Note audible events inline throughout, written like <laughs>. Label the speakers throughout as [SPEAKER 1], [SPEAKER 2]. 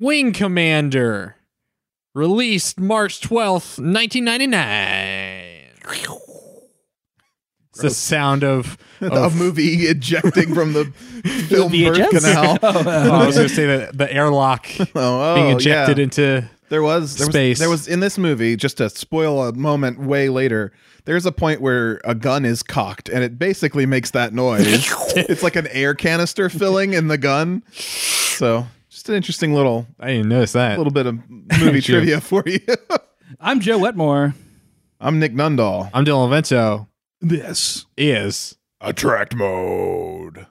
[SPEAKER 1] Wing Commander, released March 12th, 1999. It's the sound
[SPEAKER 2] <laughs>
[SPEAKER 1] of,
[SPEAKER 2] a
[SPEAKER 1] of <laughs>
[SPEAKER 2] movie ejecting from the film birth
[SPEAKER 3] VHS?
[SPEAKER 2] canal.
[SPEAKER 3] Oh,
[SPEAKER 1] oh,
[SPEAKER 3] uh,
[SPEAKER 1] I was going to say that the airlock
[SPEAKER 2] <laughs> Oh,
[SPEAKER 1] being
[SPEAKER 2] oh,
[SPEAKER 1] ejected
[SPEAKER 2] yeah.
[SPEAKER 1] into.
[SPEAKER 2] There was there
[SPEAKER 1] space.
[SPEAKER 2] Was, there was in this movie. Just to spoil a moment way later. There's a point where a gun is cocked, and it basically makes that
[SPEAKER 1] <laughs>
[SPEAKER 2] noise. it's like an air canister filling in the gun. So just an interesting little
[SPEAKER 1] I didn't notice that.
[SPEAKER 2] little bit of movie
[SPEAKER 1] Thank you.
[SPEAKER 2] trivia for you. <laughs>
[SPEAKER 3] I'm Joe Wetmore.
[SPEAKER 2] I'm Nick Nundahl.
[SPEAKER 1] I'm Dylan Vento.
[SPEAKER 3] This.
[SPEAKER 1] Is
[SPEAKER 2] Attract mode.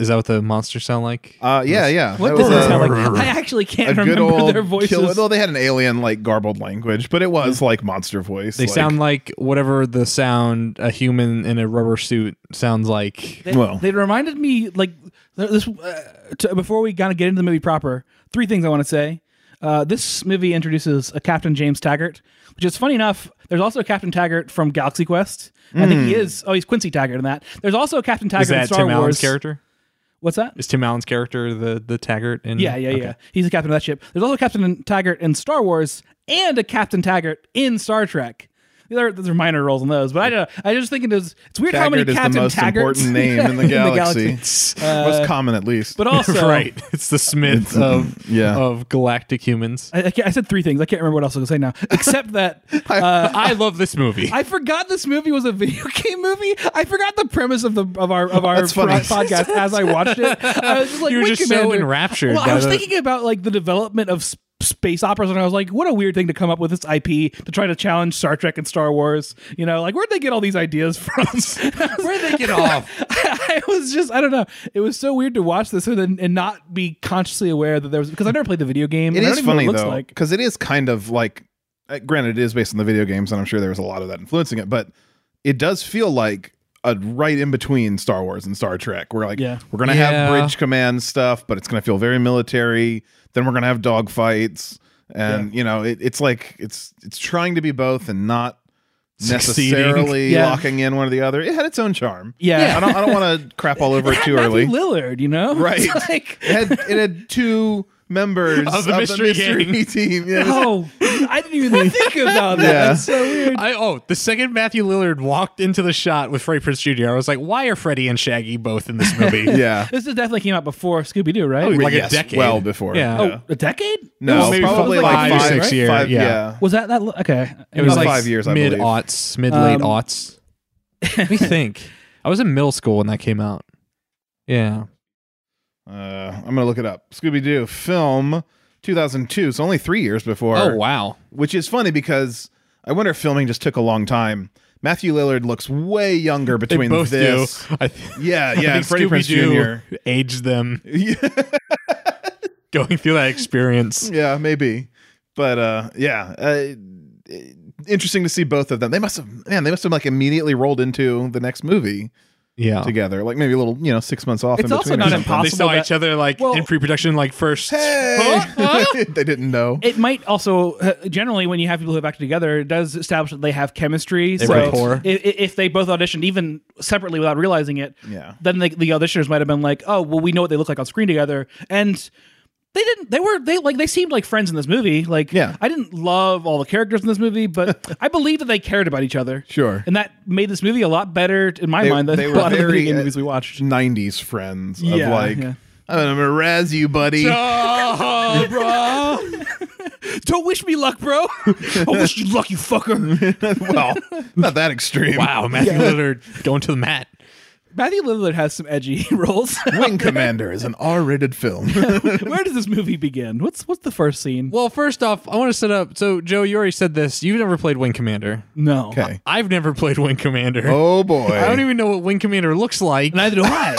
[SPEAKER 1] is that what the monsters sound like?
[SPEAKER 2] Uh, yeah, yeah. that
[SPEAKER 3] What does
[SPEAKER 2] was
[SPEAKER 3] that
[SPEAKER 2] a-
[SPEAKER 3] sound like? I actually
[SPEAKER 2] A
[SPEAKER 3] can't
[SPEAKER 2] good
[SPEAKER 3] remember
[SPEAKER 2] old
[SPEAKER 3] their voices.
[SPEAKER 2] Kill, well, they had an alien like garbled language, but it was like monster voice.
[SPEAKER 1] they
[SPEAKER 2] like-
[SPEAKER 1] sound like whatever the sound a human in a rubber suit sounds like.
[SPEAKER 3] They,
[SPEAKER 2] Well.
[SPEAKER 3] they reminded me like th- this. Uh, to, before we kind of get into the movie proper, three things I want to say. Uh, this movie introduces a Captain James Taggart, which is funny enough. There's also a Captain Taggart from Galaxy Quest. I think he is. Oh, he's Quincy Taggart in that. There's also a Captain Taggart
[SPEAKER 1] Hmm. Is that
[SPEAKER 3] in Star
[SPEAKER 1] Tim
[SPEAKER 3] Wars.
[SPEAKER 1] Allen's character?
[SPEAKER 3] What's that?
[SPEAKER 1] Is Tim Allen's character the the Taggart? In,
[SPEAKER 2] Mm-hmm.
[SPEAKER 3] Yeah, yeah,
[SPEAKER 1] Okay.
[SPEAKER 3] yeah. He's the captain of that ship. There's also Captain Taggart in Star Wars and a Captain Taggart in Star Trek. There are, those are minor roles in those, but I don't. I just think it is. It's weird how many
[SPEAKER 2] Taggart is
[SPEAKER 3] Captain
[SPEAKER 2] the most
[SPEAKER 3] Taggarts <laughs>
[SPEAKER 2] important name in the galaxy. most common, at least. <laughs>
[SPEAKER 3] Uh, But uh,
[SPEAKER 1] <laughs>
[SPEAKER 3] also,
[SPEAKER 1] right. It's the Smith of
[SPEAKER 2] um, <clears throat> yeah.
[SPEAKER 1] of galactic humans.
[SPEAKER 3] I, I can't- I said three things. I can't remember what else I was going to say now,
[SPEAKER 2] <laughs>
[SPEAKER 3] except that uh,
[SPEAKER 1] I love this movie.
[SPEAKER 3] I forgot this movie was a video <laughs> game movie. I forgot the premise of the of our of our
[SPEAKER 2] That's funny.
[SPEAKER 3] pro- <laughs> podcast as I watched it. I was just like,
[SPEAKER 1] You were
[SPEAKER 3] "Wait,
[SPEAKER 1] just so
[SPEAKER 3] Commander."
[SPEAKER 1] enraptured
[SPEAKER 3] Well,
[SPEAKER 1] by
[SPEAKER 3] I was
[SPEAKER 1] the-
[SPEAKER 3] thinking about like the development of sp- space operas, and I was like, what a weird thing to come up with this IP to try to challenge Star Trek and Star Wars. You know, like where'd they get all these ideas from? <laughs>
[SPEAKER 1] Where'd they get off?
[SPEAKER 3] I was just I don't know. It was so weird to watch this and then- and not be consciously aware that there was because I never played the video game.
[SPEAKER 2] it
[SPEAKER 3] and I
[SPEAKER 2] is
[SPEAKER 3] don't even know what
[SPEAKER 2] funny
[SPEAKER 3] it looks
[SPEAKER 2] though,
[SPEAKER 3] Like.
[SPEAKER 2] because it is kind of like. uh, Granted, it is based on the video games, and I'm sure there was a lot of that influencing it, but it does feel like a right in between Star Wars and Star Trek. We're like,
[SPEAKER 3] Yeah.
[SPEAKER 2] we're gonna
[SPEAKER 1] Yeah.
[SPEAKER 2] have bridge command stuff, but it's gonna feel very military. Then we're gonna have dog fights, and you know, it, it's like it's it's trying to be both and not
[SPEAKER 1] Succeeding.
[SPEAKER 2] necessarily
[SPEAKER 3] <laughs> Yeah.
[SPEAKER 2] locking in one or the other. It had its own charm.
[SPEAKER 3] Yeah.
[SPEAKER 2] I don't I don't want to crap all over it too
[SPEAKER 3] Matthew
[SPEAKER 2] early.
[SPEAKER 3] Lillard, you know, <laughs>
[SPEAKER 2] Right.
[SPEAKER 3] It's like
[SPEAKER 2] it had it had two members
[SPEAKER 1] Of the mystery gang.
[SPEAKER 2] <laughs> team. Yeah, it was-
[SPEAKER 3] Oh, <laughs> I didn't even think about that.
[SPEAKER 2] Yeah.
[SPEAKER 3] That's so weird.
[SPEAKER 1] <laughs> I oh, the second Matthew Lillard walked into the shot with Freddie Prince Jr., I was like, why are Freddie and Shaggy both in this movie?
[SPEAKER 2] <laughs> yeah.
[SPEAKER 3] This is definitely came out before Scooby Doo, right?
[SPEAKER 1] <laughs> Like
[SPEAKER 2] Yes,
[SPEAKER 1] a decade.
[SPEAKER 2] well before.
[SPEAKER 1] Oh, Yeah.
[SPEAKER 3] oh, a decade?
[SPEAKER 2] No,
[SPEAKER 3] It was-
[SPEAKER 1] maybe
[SPEAKER 2] probably
[SPEAKER 1] five-
[SPEAKER 2] like
[SPEAKER 1] five or
[SPEAKER 2] five,
[SPEAKER 1] six years,
[SPEAKER 2] Five,
[SPEAKER 1] yeah.
[SPEAKER 2] yeah.
[SPEAKER 3] Was that that? Okay,
[SPEAKER 1] It was like
[SPEAKER 2] five years, I
[SPEAKER 1] mid
[SPEAKER 2] believe.
[SPEAKER 1] aughts, mid late
[SPEAKER 3] Um,
[SPEAKER 1] aughts. Let me
[SPEAKER 3] <laughs>
[SPEAKER 1] think. I was in middle school when that came out. Yeah.
[SPEAKER 2] Uh, I'm gonna look it up. Scooby Doo film 2002. So only three years before.
[SPEAKER 1] Oh wow.
[SPEAKER 2] Which is funny because I wonder if filming just took a long time. Matthew Lillard looks way younger
[SPEAKER 1] They
[SPEAKER 2] between
[SPEAKER 1] both
[SPEAKER 2] this.
[SPEAKER 1] do. <laughs> I th-
[SPEAKER 2] Yeah,
[SPEAKER 1] I
[SPEAKER 2] yeah,
[SPEAKER 1] think
[SPEAKER 2] and Freddie Prinze
[SPEAKER 1] Scooby-Doo aged them
[SPEAKER 2] <laughs> Yeah.
[SPEAKER 1] <laughs> going through that
[SPEAKER 2] <laughs>
[SPEAKER 1] experience.
[SPEAKER 2] Yeah, maybe. But uh, yeah, uh, interesting to see both of them. They must have, man, they must have like immediately rolled into the next movie
[SPEAKER 1] Yeah.
[SPEAKER 2] together. Like maybe a little, you know, six months off.
[SPEAKER 3] It's
[SPEAKER 2] in
[SPEAKER 3] also
[SPEAKER 2] between or
[SPEAKER 3] not
[SPEAKER 2] something.
[SPEAKER 3] impossible.
[SPEAKER 1] They saw
[SPEAKER 3] that-
[SPEAKER 1] each other like
[SPEAKER 3] Well-
[SPEAKER 1] in pre-production, like first. <laughs> Huh? Huh?
[SPEAKER 2] Hey! <laughs> they didn't know.
[SPEAKER 3] It might also uh, generally when you have people who are back together, it does establish that they have chemistry. so
[SPEAKER 1] have rapport.
[SPEAKER 3] i- i- if they both auditioned even separately without realizing it,
[SPEAKER 2] Yeah.
[SPEAKER 3] then the, the auditioners might have been like, "Oh, well, we know what they look like on screen together," and they didn't. They were they like they seemed like friends in this movie. Like,
[SPEAKER 2] Yeah.
[SPEAKER 3] I didn't love all the characters in this movie, but
[SPEAKER 2] <laughs>
[SPEAKER 3] I believe that they cared about each other.
[SPEAKER 2] Sure.
[SPEAKER 3] and that made this movie a lot better in my
[SPEAKER 2] They-
[SPEAKER 3] mind than
[SPEAKER 2] they
[SPEAKER 3] a
[SPEAKER 2] were
[SPEAKER 3] lot of the
[SPEAKER 2] very,
[SPEAKER 3] video game
[SPEAKER 2] uh,
[SPEAKER 3] movies we watched.
[SPEAKER 2] 90s friends
[SPEAKER 3] Yeah,
[SPEAKER 2] of like,
[SPEAKER 3] yeah.
[SPEAKER 2] I'm going to razz you, buddy.
[SPEAKER 1] Oh,
[SPEAKER 2] uh,
[SPEAKER 1] bro.
[SPEAKER 3] <laughs> Don't wish me luck, bro.
[SPEAKER 2] <laughs>
[SPEAKER 3] I wish you luck, you fucker.
[SPEAKER 2] <laughs> well, not that extreme.
[SPEAKER 1] Wow, Matthew Lillard going to the mat.
[SPEAKER 3] Matthew Lillard has some edgy <laughs> roles.
[SPEAKER 2] Wing Commander is an R rated
[SPEAKER 3] <laughs>
[SPEAKER 2] film.
[SPEAKER 3] Where does this movie begin? What's what's the first scene?
[SPEAKER 1] Well, first off, I want to set up. So, Joe, you already said this. You've never played Wing Commander.
[SPEAKER 3] No.
[SPEAKER 2] Okay.
[SPEAKER 1] I've never played Wing Commander.
[SPEAKER 2] Oh boy.
[SPEAKER 1] I don't even know what Wing Commander looks like.
[SPEAKER 3] Neither do I.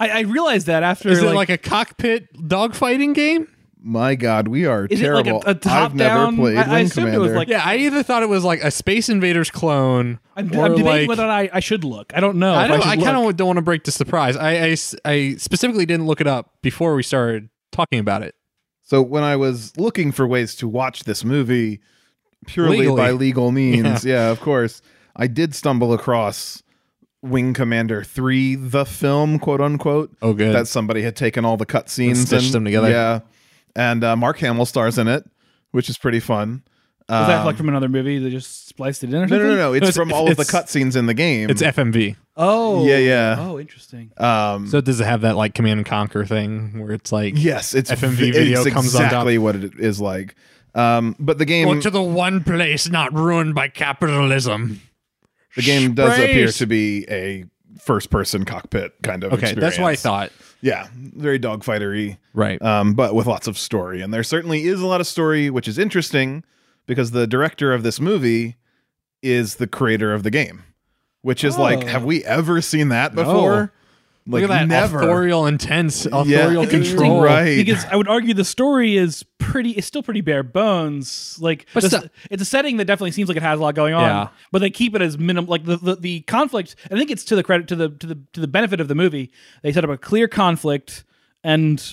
[SPEAKER 3] I, I realized that after
[SPEAKER 1] Is it
[SPEAKER 3] like,
[SPEAKER 1] like, a cockpit dogfighting game?
[SPEAKER 2] My God, we are
[SPEAKER 3] Is it like a-
[SPEAKER 2] terrible.
[SPEAKER 3] a top
[SPEAKER 2] I've never
[SPEAKER 3] down-
[SPEAKER 2] played
[SPEAKER 3] I- I
[SPEAKER 2] Wing
[SPEAKER 3] assumed
[SPEAKER 2] Commander.
[SPEAKER 3] it was like-
[SPEAKER 1] Yeah, I either thought it was like a Space Invaders clone.
[SPEAKER 3] I'm,
[SPEAKER 1] or
[SPEAKER 3] I'm debating
[SPEAKER 1] like,
[SPEAKER 3] whether or not I, I should look. I don't know.
[SPEAKER 1] I,
[SPEAKER 3] if I,
[SPEAKER 1] don't,
[SPEAKER 3] should
[SPEAKER 1] I kind
[SPEAKER 3] look.
[SPEAKER 1] of don't want to break the surprise. I, I s- I specifically didn't look it up before we started talking about it.
[SPEAKER 2] so when I was looking for ways to watch this movie purely
[SPEAKER 1] Legally.
[SPEAKER 2] by
[SPEAKER 1] <laughs>
[SPEAKER 2] legal means, yeah. of course, I did stumble across Wing Commander 3, the film, quote unquote.
[SPEAKER 1] Oh, good.
[SPEAKER 2] That somebody had taken all the cutscenes
[SPEAKER 1] And stitched them together.
[SPEAKER 2] Yeah. And uh, Mark Hamill stars in it, which is pretty fun.
[SPEAKER 3] Is that
[SPEAKER 2] Um,
[SPEAKER 3] like from another movie? They just spliced it in or
[SPEAKER 2] no,
[SPEAKER 3] something?
[SPEAKER 2] no, no, no. It's,
[SPEAKER 1] it's-
[SPEAKER 2] from all of the
[SPEAKER 1] it's-
[SPEAKER 2] cutscenes in the game.
[SPEAKER 1] it's FMV.
[SPEAKER 3] Oh.
[SPEAKER 2] Yeah, yeah.
[SPEAKER 3] Oh, interesting.
[SPEAKER 2] um,
[SPEAKER 1] So does it have that like command and conquer thing where it's like
[SPEAKER 2] Yes, it's
[SPEAKER 1] FMV
[SPEAKER 2] v-
[SPEAKER 1] video
[SPEAKER 2] it's
[SPEAKER 1] comes on top.
[SPEAKER 2] exactly what it is like. Um, but the game
[SPEAKER 1] Or to the one place not ruined by capitalism.
[SPEAKER 2] the game does
[SPEAKER 1] Sprays.
[SPEAKER 2] appear to be a first person cockpit kind of
[SPEAKER 1] Okay, that's what I
[SPEAKER 2] experience.
[SPEAKER 1] thought.
[SPEAKER 2] Yeah, very dogfightery,
[SPEAKER 1] Right.
[SPEAKER 2] um, but with lots of story. And there certainly is a lot of story, which is interesting because the director of this movie is the creator of the game, which is like,
[SPEAKER 3] Oh.
[SPEAKER 2] have we ever seen that before? Like
[SPEAKER 1] Look at that
[SPEAKER 2] never.
[SPEAKER 1] authorial intense, authorial
[SPEAKER 2] Yeah.
[SPEAKER 1] control.
[SPEAKER 2] Right.
[SPEAKER 3] Because I would argue the story is pretty. It's still pretty bare bones. Like,
[SPEAKER 1] But
[SPEAKER 3] the-
[SPEAKER 1] still-
[SPEAKER 3] it's a setting that definitely seems like it has a lot going on.
[SPEAKER 1] Yeah.
[SPEAKER 3] But they keep it as minimum. Like the, the the conflict. I think it's to the credit to the to the to the benefit of the movie. They set up a clear conflict and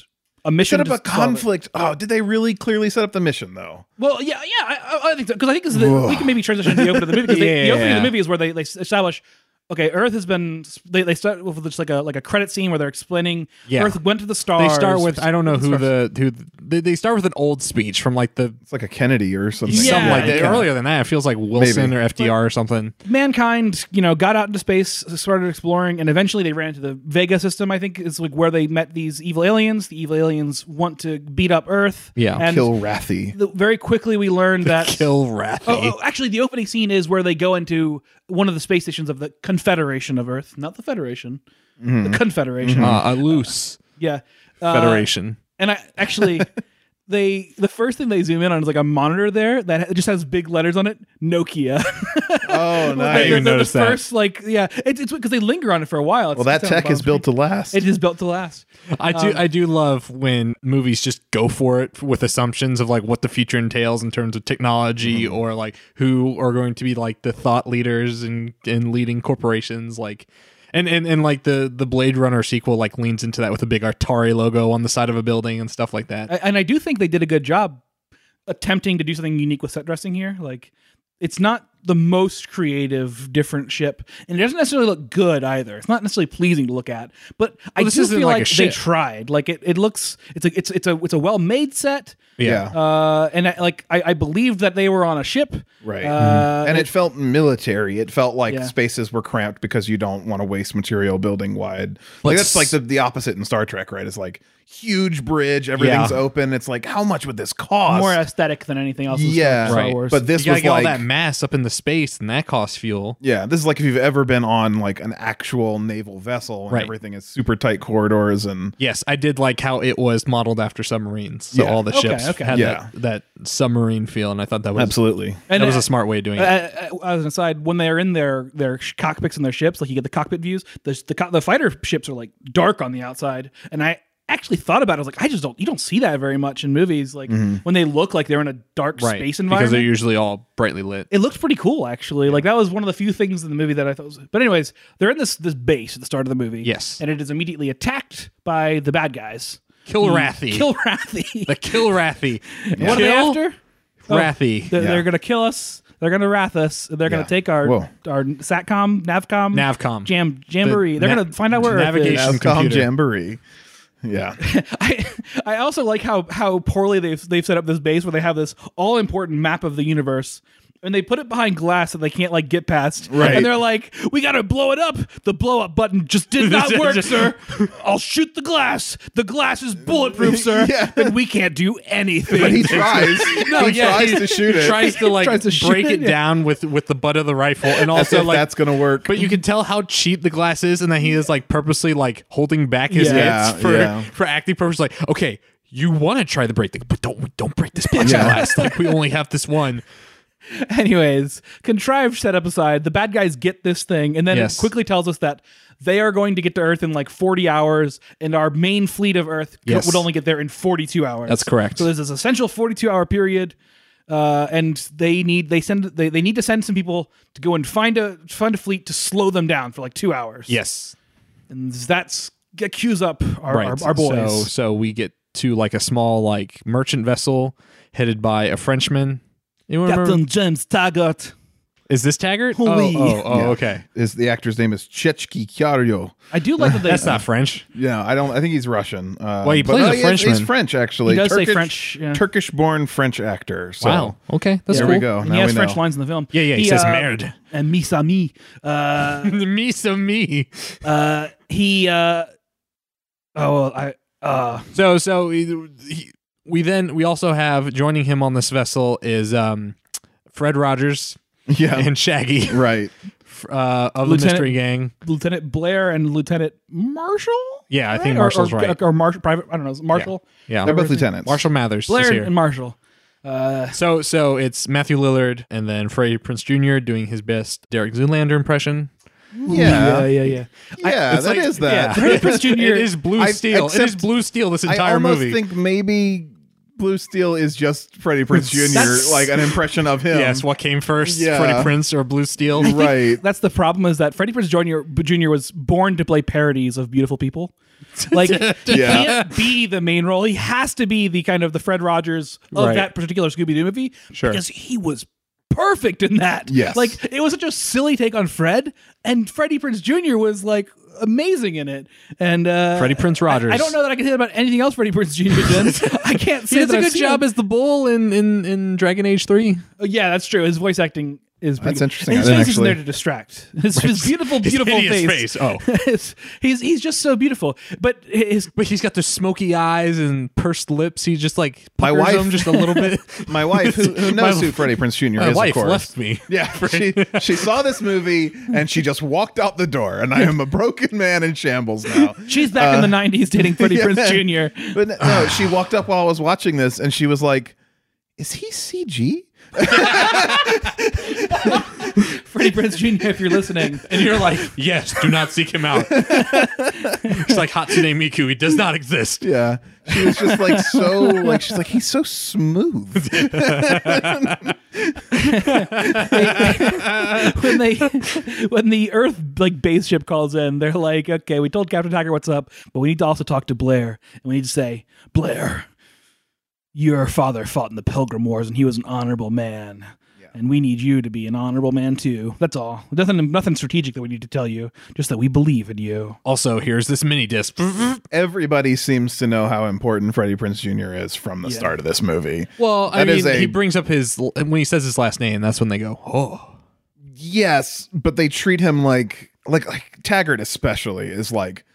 [SPEAKER 3] a mission.
[SPEAKER 2] Set up
[SPEAKER 3] to
[SPEAKER 2] a
[SPEAKER 3] solve it.
[SPEAKER 2] conflict. Oh, did they really clearly set up the mission though?
[SPEAKER 3] Well, yeah, yeah, I, I- I think so because I think this is the, we can maybe transition to the opening of the <laughs> movie because the
[SPEAKER 1] Yeah.
[SPEAKER 3] opening of the movie is where they, they establish. Okay, Earth has been. They, they start with just like a like a credit scene where they're explaining
[SPEAKER 1] Yeah.
[SPEAKER 3] Earth went to the stars.
[SPEAKER 1] They start with I don't know who the who the, they- they start with an old speech from like the
[SPEAKER 2] It's like a Kennedy or something.
[SPEAKER 3] Yeah,
[SPEAKER 1] something like that.
[SPEAKER 2] Yeah.
[SPEAKER 1] Earlier than that, it feels like Wilson
[SPEAKER 2] Maybe.
[SPEAKER 1] or FDR or something.
[SPEAKER 3] mankind, you know, got out into space, started exploring, and eventually they ran into the Vega system. I think is like where they met these evil aliens. The evil aliens want to beat up Earth.
[SPEAKER 1] Yeah.
[SPEAKER 3] and
[SPEAKER 2] Kill Rathy.
[SPEAKER 3] the- very quickly we <laughs> learned that
[SPEAKER 1] Kill Rathy.
[SPEAKER 3] Oh, oh, actually, the opening scene is where they go into one of the space stations of the Confederation of Earth, not the Federation, the Confederation.
[SPEAKER 1] Uh, a loose
[SPEAKER 3] Yeah, Uh,
[SPEAKER 1] federation.
[SPEAKER 3] And I actually, they the first thing they zoom in on is like a monitor there that ha- just has big letters on it, <laughs> Nokia.
[SPEAKER 2] <laughs> Oh,
[SPEAKER 1] didn't
[SPEAKER 3] Like, the-
[SPEAKER 1] even
[SPEAKER 2] nice.
[SPEAKER 3] the,
[SPEAKER 1] notice
[SPEAKER 3] the
[SPEAKER 1] that.
[SPEAKER 3] first, like, yeah, it, it's because they linger on it for a while. It's-
[SPEAKER 2] Well, that
[SPEAKER 3] it's on the
[SPEAKER 2] tech is
[SPEAKER 3] bottom
[SPEAKER 2] built to last.
[SPEAKER 3] screen. It is built to last.
[SPEAKER 1] I
[SPEAKER 3] Um,
[SPEAKER 1] do I do love when movies just go for it with assumptions of like what the future entails in terms of technology
[SPEAKER 3] Mm-hmm.
[SPEAKER 1] or like who are going to be like the thought leaders and and leading corporations like and, and, and like the, the Blade Runner sequel like leans into that with a big Atari logo on the side of a building and stuff like that.
[SPEAKER 3] I- and I do think they did a good job attempting to do something unique with set dressing here. Like, it's not the most creative, different ship, and it doesn't necessarily look good either. It's not necessarily pleasing to look at, but I
[SPEAKER 1] this
[SPEAKER 3] do
[SPEAKER 1] isn't
[SPEAKER 3] feel
[SPEAKER 1] like a
[SPEAKER 3] like, they
[SPEAKER 1] ship.
[SPEAKER 3] tried. Like, it, it looks it's a it's it's a it's a well made set.
[SPEAKER 2] yeah.
[SPEAKER 3] Uh, and I, like I, I believed that they were on a ship,
[SPEAKER 2] Right. Mm-hmm.
[SPEAKER 1] Mm-hmm.
[SPEAKER 3] Uh,
[SPEAKER 2] and it felt military. It felt like
[SPEAKER 3] Yeah.
[SPEAKER 2] spaces were cramped because you don't want to waste material building wide.
[SPEAKER 1] Like
[SPEAKER 2] Like
[SPEAKER 1] s-
[SPEAKER 2] that's like the, the opposite in Star Trek, right? It's like huge bridge, everything's
[SPEAKER 1] Yeah.
[SPEAKER 2] open. It's like how much would this cost?
[SPEAKER 3] more aesthetic than anything else. in Star-
[SPEAKER 2] yeah,
[SPEAKER 3] Star
[SPEAKER 1] Right.
[SPEAKER 3] Wars.
[SPEAKER 2] But this
[SPEAKER 1] you gotta
[SPEAKER 2] was
[SPEAKER 1] get
[SPEAKER 2] like
[SPEAKER 1] all that mass up in the space and that costs fuel.
[SPEAKER 2] yeah, this is like if you've ever been on like an actual naval vessel and
[SPEAKER 1] Right.
[SPEAKER 2] everything is super tight corridors and
[SPEAKER 1] Yes, I did like how it was modeled after submarines. So
[SPEAKER 2] Yeah.
[SPEAKER 1] all the
[SPEAKER 3] Okay,
[SPEAKER 1] ships
[SPEAKER 3] okay.
[SPEAKER 1] had
[SPEAKER 2] Yeah.
[SPEAKER 1] that, that submarine feel, and I thought that was
[SPEAKER 2] absolutely.
[SPEAKER 1] that
[SPEAKER 3] And,
[SPEAKER 1] was
[SPEAKER 3] uh,
[SPEAKER 1] a smart way of doing it.
[SPEAKER 3] Uh, uh, as an aside, when they're in their their sh- cockpits and their ships, like you get the cockpit views. The the, co- the fighter ships are like dark on the outside, and I actually thought about it. I was like, I just don't you don't see that very much in movies. Like when they look like they're in a dark space
[SPEAKER 1] Mm-hmm. because they're
[SPEAKER 3] environment.
[SPEAKER 1] usually all brightly lit.
[SPEAKER 3] <laughs> It looked pretty cool, actually. Like that was one of the few things in the movie that I thought was. But anyways, they're in this this base at the start of the movie.
[SPEAKER 1] Yes.
[SPEAKER 3] and it is immediately attacked by the bad guys.
[SPEAKER 1] Kilrathy.
[SPEAKER 3] Kilrathi.
[SPEAKER 1] the Kilrathy.
[SPEAKER 3] <laughs> What are they
[SPEAKER 1] Kill
[SPEAKER 3] after? Oh,
[SPEAKER 1] Rathy.
[SPEAKER 3] They're, they're
[SPEAKER 2] Yeah.
[SPEAKER 3] gonna kill us. They're gonna wrath us. They're gonna
[SPEAKER 2] Yeah.
[SPEAKER 3] take our
[SPEAKER 2] Whoa.
[SPEAKER 3] our satcom, navcom,
[SPEAKER 1] Navcom.
[SPEAKER 3] jam jamboree. they're
[SPEAKER 1] na-
[SPEAKER 3] gonna find out where
[SPEAKER 1] navigation.
[SPEAKER 3] Earth
[SPEAKER 2] Some
[SPEAKER 1] Some computer.
[SPEAKER 2] jamboree.
[SPEAKER 1] <laughs>
[SPEAKER 2] Yeah.
[SPEAKER 3] is. <laughs> I I also like how how poorly they've they've set up this base where they have this all important map of the universe. And they put it behind glass that they can't like get past.
[SPEAKER 2] Right.
[SPEAKER 3] And they're like, "We gotta blow it up." The blow up button just
[SPEAKER 1] <laughs>
[SPEAKER 3] did not work,
[SPEAKER 1] Just-
[SPEAKER 3] sir. I'll shoot the glass. The glass is
[SPEAKER 2] <laughs>
[SPEAKER 3] bulletproof, sir.
[SPEAKER 2] Yeah.
[SPEAKER 3] And we can't do anything.
[SPEAKER 2] But
[SPEAKER 3] <laughs>
[SPEAKER 2] he tries.
[SPEAKER 1] <laughs> No,
[SPEAKER 2] he
[SPEAKER 1] yeah,
[SPEAKER 2] tries
[SPEAKER 1] he
[SPEAKER 2] to shoot it.
[SPEAKER 1] Tries to like
[SPEAKER 3] Tries to shoot
[SPEAKER 1] break
[SPEAKER 3] it,
[SPEAKER 1] it
[SPEAKER 3] yeah.
[SPEAKER 1] down with with the butt of the rifle, and also
[SPEAKER 2] if
[SPEAKER 1] like
[SPEAKER 2] that's gonna work.
[SPEAKER 1] But you can tell how cheap the glass is, and that he is like purposely like holding back his
[SPEAKER 3] Yeah.
[SPEAKER 1] hits for
[SPEAKER 2] Yeah.
[SPEAKER 1] for acting purposes. Like, okay, you want to try the break thing, but don't don't break this punch
[SPEAKER 2] Yeah.
[SPEAKER 1] glass. Like, we only have this
[SPEAKER 3] <laughs>
[SPEAKER 1] one.
[SPEAKER 3] Anyways, contrived setup aside, the bad guys get this thing, and then
[SPEAKER 1] Yes.
[SPEAKER 3] it quickly tells us that they are going to get to Earth in like 40 hours, and our main fleet of Earth co-
[SPEAKER 1] Yes.
[SPEAKER 3] would only get there in 42 hours.
[SPEAKER 1] That's correct.
[SPEAKER 3] So there's this essential 42 hour period, uh, and they need they send they, they need to send some people to go and find a find a fleet to slow them down for like two hours.
[SPEAKER 1] yes.
[SPEAKER 3] and that's that queues up our,
[SPEAKER 1] Right.
[SPEAKER 3] our, our boys.
[SPEAKER 1] So, so we get to like a small like merchant vessel headed by a Frenchman. Anyone remember?
[SPEAKER 3] James Taggart.
[SPEAKER 1] Is this Taggart? Oh,
[SPEAKER 3] Holy-
[SPEAKER 1] oh, oh,
[SPEAKER 2] Yeah.
[SPEAKER 1] okay.
[SPEAKER 2] Is the actor's name is Chechki Kyario.
[SPEAKER 3] I do
[SPEAKER 1] <laughs>
[SPEAKER 3] like that they
[SPEAKER 1] That's not French.
[SPEAKER 2] Yeah, I don't. I think he's Russian. Uh,
[SPEAKER 1] Well, he
[SPEAKER 2] but
[SPEAKER 1] plays a
[SPEAKER 2] he is-
[SPEAKER 1] Frenchman.
[SPEAKER 2] He's French, actually.
[SPEAKER 3] He does say French, yeah.
[SPEAKER 2] Turkish-born French actor. So.
[SPEAKER 1] wow. Okay. That's
[SPEAKER 2] There
[SPEAKER 1] cool.
[SPEAKER 2] we go.
[SPEAKER 3] And
[SPEAKER 2] now
[SPEAKER 3] he has
[SPEAKER 2] we
[SPEAKER 3] French
[SPEAKER 2] know.
[SPEAKER 3] lines in the film. uh,
[SPEAKER 1] Yeah, yeah. He, says <laughs> "merde."
[SPEAKER 3] And mis ami.
[SPEAKER 1] <laughs>
[SPEAKER 3] Uh,
[SPEAKER 1] me some me.
[SPEAKER 3] uh, he. Uh, oh, well, I. Uh,
[SPEAKER 1] So so he, he- we then we also have joining him on this vessel is um Fred Rogers
[SPEAKER 2] <laughs> Yeah.
[SPEAKER 1] and Shaggy <laughs>
[SPEAKER 2] Right.
[SPEAKER 1] uh, of the
[SPEAKER 3] Lieutenant-
[SPEAKER 1] Mystery Gang.
[SPEAKER 3] Lieutenant Blair and Lieutenant Marshall.
[SPEAKER 1] Yeah, I think
[SPEAKER 3] Or-
[SPEAKER 1] Marshall's
[SPEAKER 3] or,
[SPEAKER 1] right.
[SPEAKER 3] Or, Marshall, private. I don't know. is it Marshall,
[SPEAKER 1] Yeah,
[SPEAKER 2] They're both lieutenants.
[SPEAKER 1] Marshall Mathers is
[SPEAKER 3] Blair,
[SPEAKER 1] here.
[SPEAKER 3] and Marshall. Uh,
[SPEAKER 1] So so it's Matthew Lillard and then Freddie Prince Jr. doing his best Derek Zoolander impression.
[SPEAKER 2] Yeah.
[SPEAKER 1] uh,
[SPEAKER 3] yeah, yeah.
[SPEAKER 2] Yeah,
[SPEAKER 1] It's
[SPEAKER 2] that
[SPEAKER 1] like-
[SPEAKER 2] is that.
[SPEAKER 1] yeah.
[SPEAKER 3] Freddie
[SPEAKER 1] <laughs>
[SPEAKER 3] Prinze Jr.
[SPEAKER 1] it is blue
[SPEAKER 2] I-
[SPEAKER 1] steel. it is
[SPEAKER 2] except-
[SPEAKER 1] blue steel. This entire
[SPEAKER 2] I almost
[SPEAKER 1] movie.
[SPEAKER 2] think maybe Blue Steel is just
[SPEAKER 1] <laughs>
[SPEAKER 2] Freddie Prince
[SPEAKER 3] That's-
[SPEAKER 2] Jr. like an impression of him.
[SPEAKER 1] yes, what came first,
[SPEAKER 2] Um, Yeah.
[SPEAKER 1] Freddie Prince or Blue Steel? <laughs>
[SPEAKER 2] right.
[SPEAKER 3] That's the problem is that Freddie Prinze Jr. Jr. was born to play parodies of beautiful people.
[SPEAKER 1] <laughs>
[SPEAKER 3] Like he
[SPEAKER 2] Yeah.
[SPEAKER 3] can't be the main role. He has to be the kind of the Fred Rogers of
[SPEAKER 1] Right.
[SPEAKER 3] that particular Scooby Doo movie
[SPEAKER 1] Sure.
[SPEAKER 3] because he was perfect in that.
[SPEAKER 2] Yes.
[SPEAKER 3] Like it was such a silly take on Fred and Freddie Prinze Jr. was like amazing in it. And uh
[SPEAKER 1] Freddie Prinze Rogers.
[SPEAKER 3] I, I don't know that I can say about anything else Freddie Prinze
[SPEAKER 1] <laughs>
[SPEAKER 3] Jr. did. I can't say
[SPEAKER 1] He does
[SPEAKER 3] that
[SPEAKER 1] a
[SPEAKER 3] I've
[SPEAKER 1] good
[SPEAKER 3] seen
[SPEAKER 1] job
[SPEAKER 3] him.
[SPEAKER 1] as the bull in in in Dragon Age Three.
[SPEAKER 3] Oh, yeah, that's true. His voice acting is pretty
[SPEAKER 2] That's
[SPEAKER 3] good.
[SPEAKER 2] interesting.
[SPEAKER 3] And
[SPEAKER 2] I
[SPEAKER 3] his
[SPEAKER 2] didn't
[SPEAKER 3] face isn't there
[SPEAKER 2] actually-
[SPEAKER 3] to distract. <laughs> His, his beautiful,
[SPEAKER 1] His
[SPEAKER 3] beautiful
[SPEAKER 1] hideous
[SPEAKER 3] face.
[SPEAKER 1] face, oh.
[SPEAKER 3] <laughs> His- he's he's just so beautiful. But his
[SPEAKER 1] <laughs> But he's got the smoky eyes and pursed lips. He just like
[SPEAKER 2] My
[SPEAKER 1] puckers
[SPEAKER 2] wife-
[SPEAKER 1] them just a little bit.
[SPEAKER 2] My wife, who, who
[SPEAKER 1] <laughs> My-
[SPEAKER 2] knows who Freddie Prince Jr.
[SPEAKER 1] My
[SPEAKER 2] is, of
[SPEAKER 1] wife
[SPEAKER 2] course.
[SPEAKER 1] left me.
[SPEAKER 2] <laughs> Yeah, she she saw this movie and she just walked out the door, and I am a broken man in
[SPEAKER 1] <laughs>
[SPEAKER 2] shambles now.
[SPEAKER 3] she's back in the '90s dating Freddie
[SPEAKER 2] Uh, <laughs> Yeah.
[SPEAKER 3] Prince Jr.
[SPEAKER 2] But no, no, she walked up while I was watching this, and she was like, "Is he CG?"
[SPEAKER 3] Freddie Prince Jr. If you're listening,
[SPEAKER 1] And you're like, yes, do not seek him <laughs> out. it's like Hatsune Miku. He does not exist.
[SPEAKER 2] Yeah, she was just like
[SPEAKER 1] <laughs>
[SPEAKER 2] so like she's like he's so smooth.
[SPEAKER 3] when they <laughs> when the Earth like base ship calls in, they're like, "Okay, we told Captain Tiger what's up, but we need to also talk to Blair, and we need to say, Blair, your father fought in the Pilgrim Wars, and he was an honorable man." And we need you to be an honorable man too. That's all. Nothing, nothing strategic that we need to tell you. Just that we believe in you.
[SPEAKER 1] Also, here's this mini disc.
[SPEAKER 2] Everybody seems to know how important Freddie Prince Jr. is from the start of this movie.
[SPEAKER 1] Well, I
[SPEAKER 2] That is
[SPEAKER 1] mean,
[SPEAKER 2] a-
[SPEAKER 1] he brings up his when he says his last name. That's when they go, oh,
[SPEAKER 2] Yes, but they treat him like like like Taggart especially is like,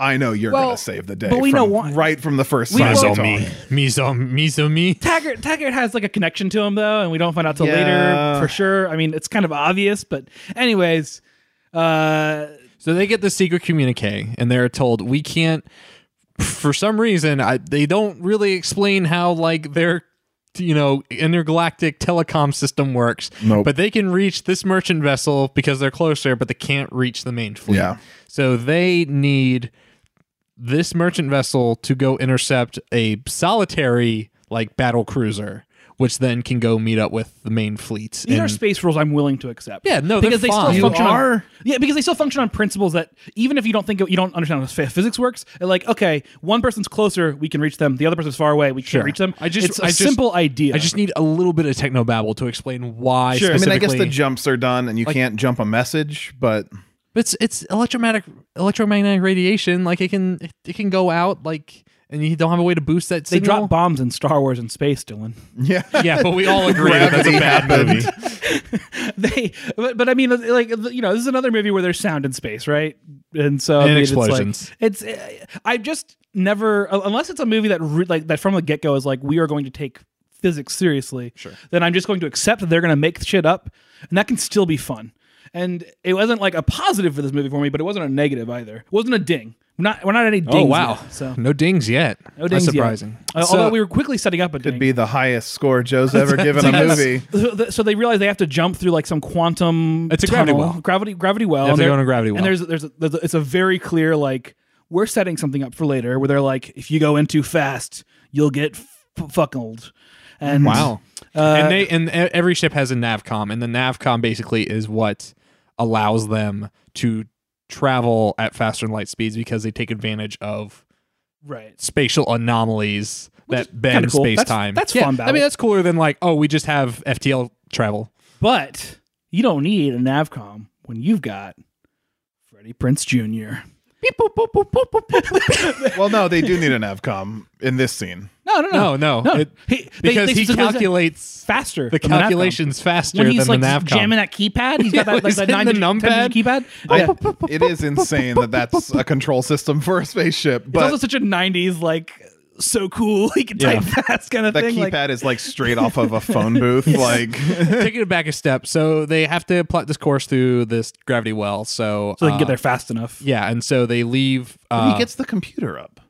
[SPEAKER 2] I know you're
[SPEAKER 3] Well,
[SPEAKER 2] gonna save the day.
[SPEAKER 3] but we
[SPEAKER 2] from-
[SPEAKER 3] know why-
[SPEAKER 2] right from the first
[SPEAKER 3] We
[SPEAKER 2] time.
[SPEAKER 3] know-
[SPEAKER 2] they
[SPEAKER 1] miso
[SPEAKER 2] talk.
[SPEAKER 1] me, miso miso me.
[SPEAKER 3] Taggart, Taggart has like a connection to him though, and we don't find out till
[SPEAKER 2] Yeah.
[SPEAKER 3] later for sure. I mean, it's kind of obvious, but anyways, uh,
[SPEAKER 1] So they get the secret communique, and they're told we can't. For some reason, I, they don't really explain how like their you know intergalactic telecom system works.
[SPEAKER 2] Nope.
[SPEAKER 1] But they can reach this merchant vessel because they're closer, but they can't reach the main fleet.
[SPEAKER 2] Yeah.
[SPEAKER 1] So they need this merchant vessel to go intercept a solitary like battle cruiser, which then can go meet up with the main fleet.
[SPEAKER 3] These are
[SPEAKER 1] And-
[SPEAKER 3] space rules I'm willing to accept.
[SPEAKER 1] Yeah, no, they're
[SPEAKER 3] because they
[SPEAKER 1] fine.
[SPEAKER 3] still
[SPEAKER 1] You
[SPEAKER 3] function on
[SPEAKER 2] are?
[SPEAKER 3] yeah, because they still function on principles that even if you don't think you don't understand how phy- physics works, they're like okay, one person's closer, we can reach them. The other person's far away, we
[SPEAKER 1] Sure.
[SPEAKER 3] can't reach them.
[SPEAKER 1] I just-
[SPEAKER 3] it's a
[SPEAKER 1] I just-
[SPEAKER 3] simple idea.
[SPEAKER 1] I just need a little bit of technobabble to explain why.
[SPEAKER 3] Sure. I
[SPEAKER 2] I mean, I guess
[SPEAKER 1] specifically-
[SPEAKER 2] the jumps are done, and you can't jump a message, but
[SPEAKER 1] But it's it's electromagnetic electromagnetic radiation. Like it can it, it can go out like and you don't have a way to boost that.
[SPEAKER 3] they
[SPEAKER 1] signal.
[SPEAKER 3] drop bombs in Star Wars in space, Dylan.
[SPEAKER 2] <laughs> yeah,
[SPEAKER 1] Yeah, but we <laughs> all agree that that's a
[SPEAKER 2] Gravity
[SPEAKER 1] bad
[SPEAKER 2] happened.
[SPEAKER 1] movie.
[SPEAKER 3] <laughs> they, but, but I mean, like you know, this is another movie where there's sound in space, right? And so I
[SPEAKER 1] And
[SPEAKER 3] mean,
[SPEAKER 1] explosions.
[SPEAKER 3] It's, like, it's I just never unless it's a movie that re, like that from the get go is like we are going to take physics seriously. Sure. Then I'm just going to accept that they're going to make shit up, and that can still be fun. And it wasn't like a positive for this movie for me, but it wasn't a negative either. It wasn't a ding. We're not we're not at any dings.
[SPEAKER 1] Oh wow!
[SPEAKER 3] yet, so
[SPEAKER 1] no dings yet.
[SPEAKER 3] no dings
[SPEAKER 1] That's
[SPEAKER 3] yet.
[SPEAKER 1] surprising.
[SPEAKER 3] Uh,
[SPEAKER 1] So-
[SPEAKER 3] although we were quickly setting up a ding.
[SPEAKER 2] Could be the highest score Joe's ever given a movie.
[SPEAKER 3] So th- so they realize they have to jump through like some quantum.
[SPEAKER 1] It's a
[SPEAKER 3] tunnel.
[SPEAKER 1] gravity well.
[SPEAKER 3] Gravity gravity well.
[SPEAKER 1] have
[SPEAKER 3] and
[SPEAKER 1] to go
[SPEAKER 3] they're-
[SPEAKER 1] in a gravity well.
[SPEAKER 3] And there's there's, a, there's a- it's a very clear like we're setting something up for later where they're like if you go in too fast you'll get f- fuckled. And
[SPEAKER 1] Wow.
[SPEAKER 3] Uh,
[SPEAKER 1] and they and e- every ship has a navcom, and the navcom basically is what allows them to travel at faster than light speeds because they take advantage of
[SPEAKER 3] right.
[SPEAKER 1] spatial anomalies that bend
[SPEAKER 3] kinda cool.
[SPEAKER 1] space
[SPEAKER 3] That's-
[SPEAKER 1] time.
[SPEAKER 3] that's
[SPEAKER 1] yeah,
[SPEAKER 3] fun
[SPEAKER 1] I
[SPEAKER 3] battle.
[SPEAKER 1] mean, that's cooler than like, oh, we just have FTL travel.
[SPEAKER 3] But you don't need a navcom when you've got Freddie Prince Jr.
[SPEAKER 2] <laughs> Well, no, they do need an avcom in this scene.
[SPEAKER 3] No, no,
[SPEAKER 1] No,
[SPEAKER 3] no,
[SPEAKER 1] no, it-
[SPEAKER 3] He- they-
[SPEAKER 1] because
[SPEAKER 3] they
[SPEAKER 1] he
[SPEAKER 3] specifically said
[SPEAKER 1] calculates
[SPEAKER 3] faster.
[SPEAKER 1] the
[SPEAKER 3] than navcom.
[SPEAKER 1] calculations faster
[SPEAKER 3] when
[SPEAKER 1] than
[SPEAKER 3] he's
[SPEAKER 1] the
[SPEAKER 3] like
[SPEAKER 1] navcom. <laughs>
[SPEAKER 3] jamming that keypad, he's got
[SPEAKER 1] Yeah,
[SPEAKER 3] that like
[SPEAKER 1] he's
[SPEAKER 3] that
[SPEAKER 1] hitting
[SPEAKER 3] nine
[SPEAKER 1] the
[SPEAKER 3] digit,
[SPEAKER 1] numpad.
[SPEAKER 3] 10 digit keypad.
[SPEAKER 2] I-
[SPEAKER 3] Yeah.
[SPEAKER 2] it is insane that that's a control system for a spaceship,
[SPEAKER 3] It's
[SPEAKER 2] but
[SPEAKER 3] also such a '90s like so cool. <laughs> He can type
[SPEAKER 1] Yeah.
[SPEAKER 3] fast kind of
[SPEAKER 2] the
[SPEAKER 3] thing.
[SPEAKER 2] keypad
[SPEAKER 3] like-
[SPEAKER 2] is like straight off of a
[SPEAKER 3] <laughs>
[SPEAKER 2] phone booth. Like,
[SPEAKER 1] Taking it back a step, so they have to plot this course through this gravity well. So,
[SPEAKER 3] so they can
[SPEAKER 1] uh,
[SPEAKER 3] get there fast enough.
[SPEAKER 1] Yeah, and so they leave. Uh,
[SPEAKER 2] he gets the computer up.